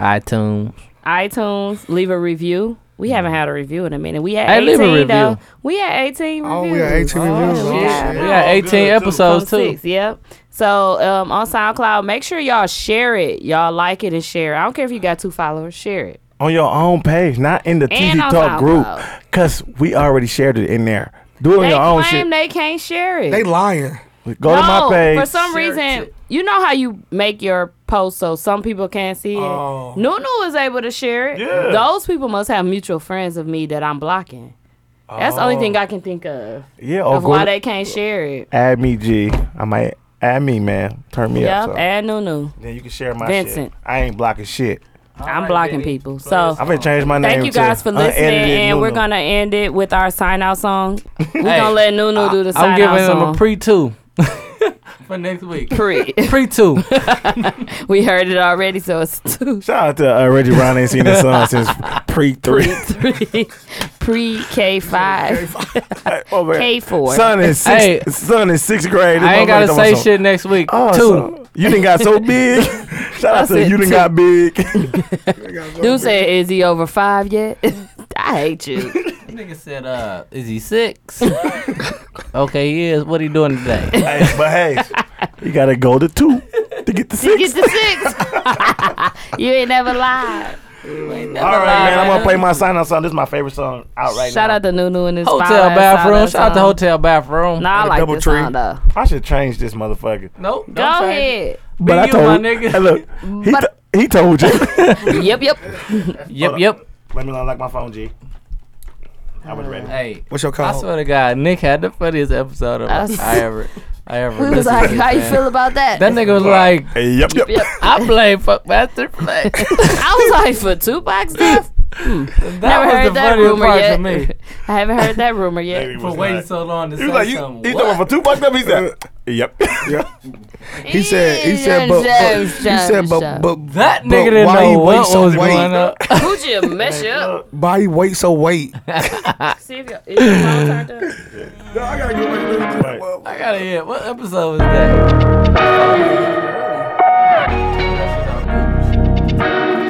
S6: iTunes.
S4: iTunes. Leave a review. We haven't had a review in a minute. We had
S6: Hey,
S4: 18
S6: leave a
S4: though.
S6: review.
S4: We had 18 reviews.
S5: Oh, we had 18 reviews. Oh, shit.
S6: We got 18 episodes
S4: From
S6: too.
S4: Six, yep. So um, on SoundCloud, make sure y'all share it. Y'all like it and share it. I don't care if you got two followers. Share it.
S3: on your own page, not in the
S4: And
S3: TV
S4: on
S3: Talk group,
S4: SoundCloud.
S3: cause we already shared it in there. Do it on
S4: They
S3: your own
S4: claim
S3: shit.
S4: they can't share it.
S5: lying.
S3: Go to my
S4: No,
S3: page.
S4: For some reason, you know how you make your post so some people can't see it. Nunu was able to share it.
S3: Yeah.
S4: Those people must have mutual friends of me that I'm blocking. That's the only
S3: Oh.
S4: thing I can think of
S3: yeah, oh, or
S4: of
S3: go
S4: why
S3: to-
S4: they can't share it.
S3: add me, G. I might add me, man. Turn me
S4: yep,
S3: up. So.
S4: and Nunu.
S3: Then you can share my
S4: Vincent.
S3: shit. I ain't blocking shit.
S4: I'm blocking people. So
S3: I've been changing my name.
S4: thank you guys
S3: to
S4: for listening,
S3: Unedited
S4: and we're
S3: Nunu.
S4: gonna end it with our sign out
S6: <laughs>
S4: song. We're
S6: Hey,
S4: gonna let Nunu do the sign
S6: I'm giving
S4: out
S6: them
S4: song.
S6: a pre two for next week.
S4: Pre.
S6: <laughs> Pre two.
S4: <laughs> we heard it already, so it's two.
S3: Shout out to uh, Reggie Brown. Ain't seen this <laughs> song since pre three.
S4: three, <laughs> pre K five,
S3: Oh, man.
S4: K four.
S3: Son is sixth,
S6: Hey.
S3: son is sixth grade. This
S6: I ain't
S3: motherfucker
S6: gotta
S3: talking about
S6: say
S3: some-
S6: shit next week.
S3: Oh,
S6: Two.
S3: son, you didn't got <laughs>
S6: <laughs>
S3: so big. Shout out to
S4: said
S3: you
S4: two.
S3: didn't got big.
S4: <laughs>
S3: <laughs>
S4: Dude said, "Is he over five yet?" <laughs> I hate you.
S6: Nigga said, uh, is
S3: <laughs>
S6: he six? okay, he is. What he doing today?
S3: hey, but
S6: <laughs>
S3: hey, you gotta go to two to get the
S4: You get
S3: six.
S4: the six. <laughs> you ain't never lied. You ain't never
S3: All right,
S4: lied,
S3: man. I'm gonna
S4: Nunu.
S3: play my sign out song. This is my favorite song out right
S4: Shout
S3: now.
S4: out to Nunu in his
S6: Hotel bathroom. Shout out to hotel bathroom.
S4: Nah, I like
S3: Double
S4: this
S3: tree.
S4: song though.
S3: I should change this motherfucker.
S6: Nope.
S4: Go ahead.
S3: <laughs> But I
S6: you,
S3: told
S6: my nigga.
S3: Hey, look, he,
S4: But-
S3: to- he told you.
S4: Yep, <laughs> yep.
S6: Yep, yep.
S3: Let me unlock my phone, G. I was ready.
S6: Hey,
S5: What's your
S6: I
S5: call?
S6: swear to God, Nick had the funniest episode of
S4: Us.
S6: I ever,
S4: <laughs>
S6: I ever.
S4: He was
S6: listened
S4: like,
S6: to,
S4: "How you
S6: man.
S4: feel about that?"
S6: That nigga was like,
S3: Hey, yep, yep.
S4: Yep.
S6: I blame fuck master play.
S4: <laughs> I was like, "For Tupac's death."
S6: Hmm. That
S4: <laughs> Never
S6: was
S4: heard
S6: the
S4: that
S6: funniest
S4: rumor
S6: part
S4: yet.
S6: for me.
S4: <laughs> I haven't heard that
S3: <laughs>
S4: rumor yet.
S3: He
S6: For
S3: was
S6: waiting
S3: like-
S6: so long to
S3: he
S6: say
S3: was like, you,
S6: something.
S3: you talking for two bucks up? He said, yep. yep.
S5: He said. He said. But. but he said. But. But.
S6: that
S5: but
S6: nigga didn't
S5: why
S6: know
S5: he wait
S6: what
S5: so
S6: was
S5: wait?
S6: going on.
S4: Who'd
S3: <laughs>
S4: you mess you up?
S5: Why he wait so
S6: <laughs>
S5: wait?
S4: See if your, is your phone turned up.
S13: <laughs>
S6: I gotta hear. What episode was that?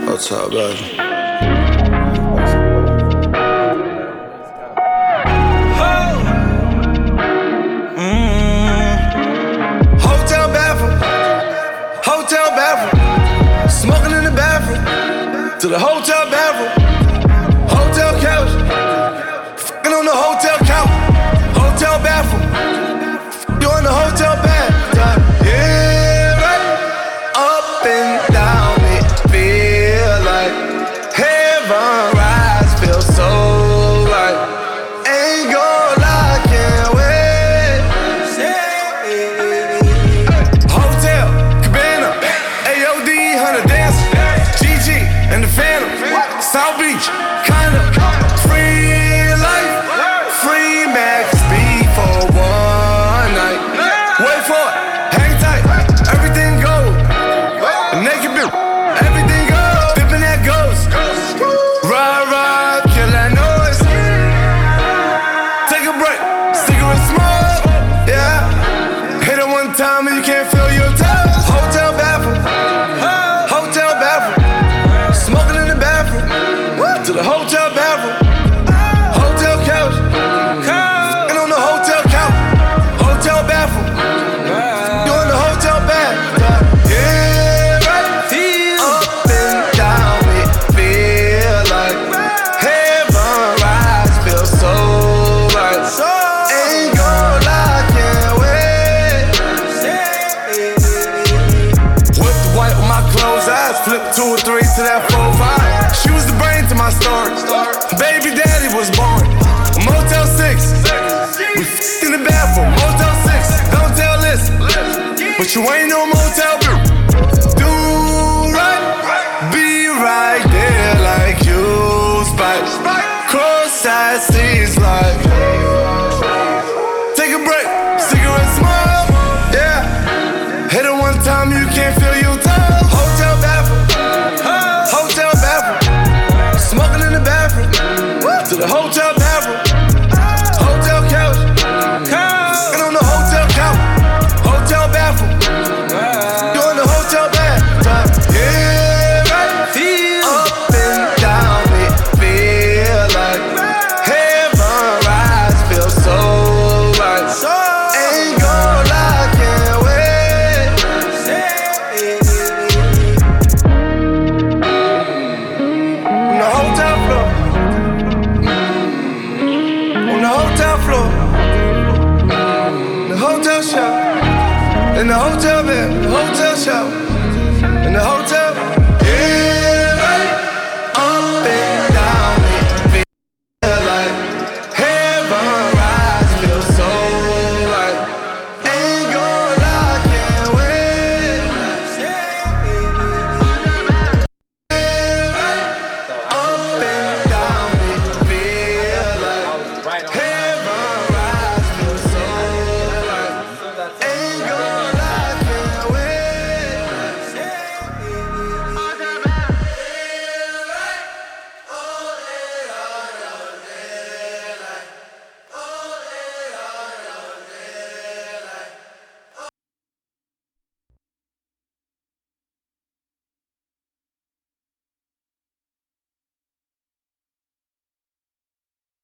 S15: What's up, baby?
S13: Hotel bathroom. Hotel bathroom. Smoking in the bathroom. To the hotel bathroom. Hotel couch. Fucking on the hotel couch. Hotel bathroom. You in the hotel bathtub. Yeah, right. Up and down, it feel like heaven rise. Feel so right. Ain't gonna lie, can't wait. Hotel, Cabana, AOD, Hunter Dance, GG, and the Phantom, South Beach, kinda, free life, free max B for one night. Wait for it, hang tight, everything go. Naked bitch, everything go. Dipping that ghost, ride, ride, kill that noise. Take a break, cigarette smoke. Yeah. Hit it one time and you can't feel your toes. Hotel bathroom. Hotel bathroom. Smoking in the bathroom. To the hotel bathroom. Hotel couch. Fucking on the hotel couch. Hotel bathroom. You in the hotel bath. Yeah, right. Up and down, it feel like heaven rise. Feel so right. Ain't gonna lie, can't wait. Whip the white with my closed eyes. Flip two or three to that four five. She was the brain to my story. Baby daddy was born. Motel six. We f- in the bathroom. Motel six. Don't tell this. But you ain't no motel girl. Do right. Be right there like you spike. Cross eyed seas like. Take a break. Cigarette smoke. Yeah. Hit it one time, you can't feel your toes. Hotel bathroom, hotel bathroom, smoking in the bathroom. To the hotel In the hotel bed, hotel shower. In the hotel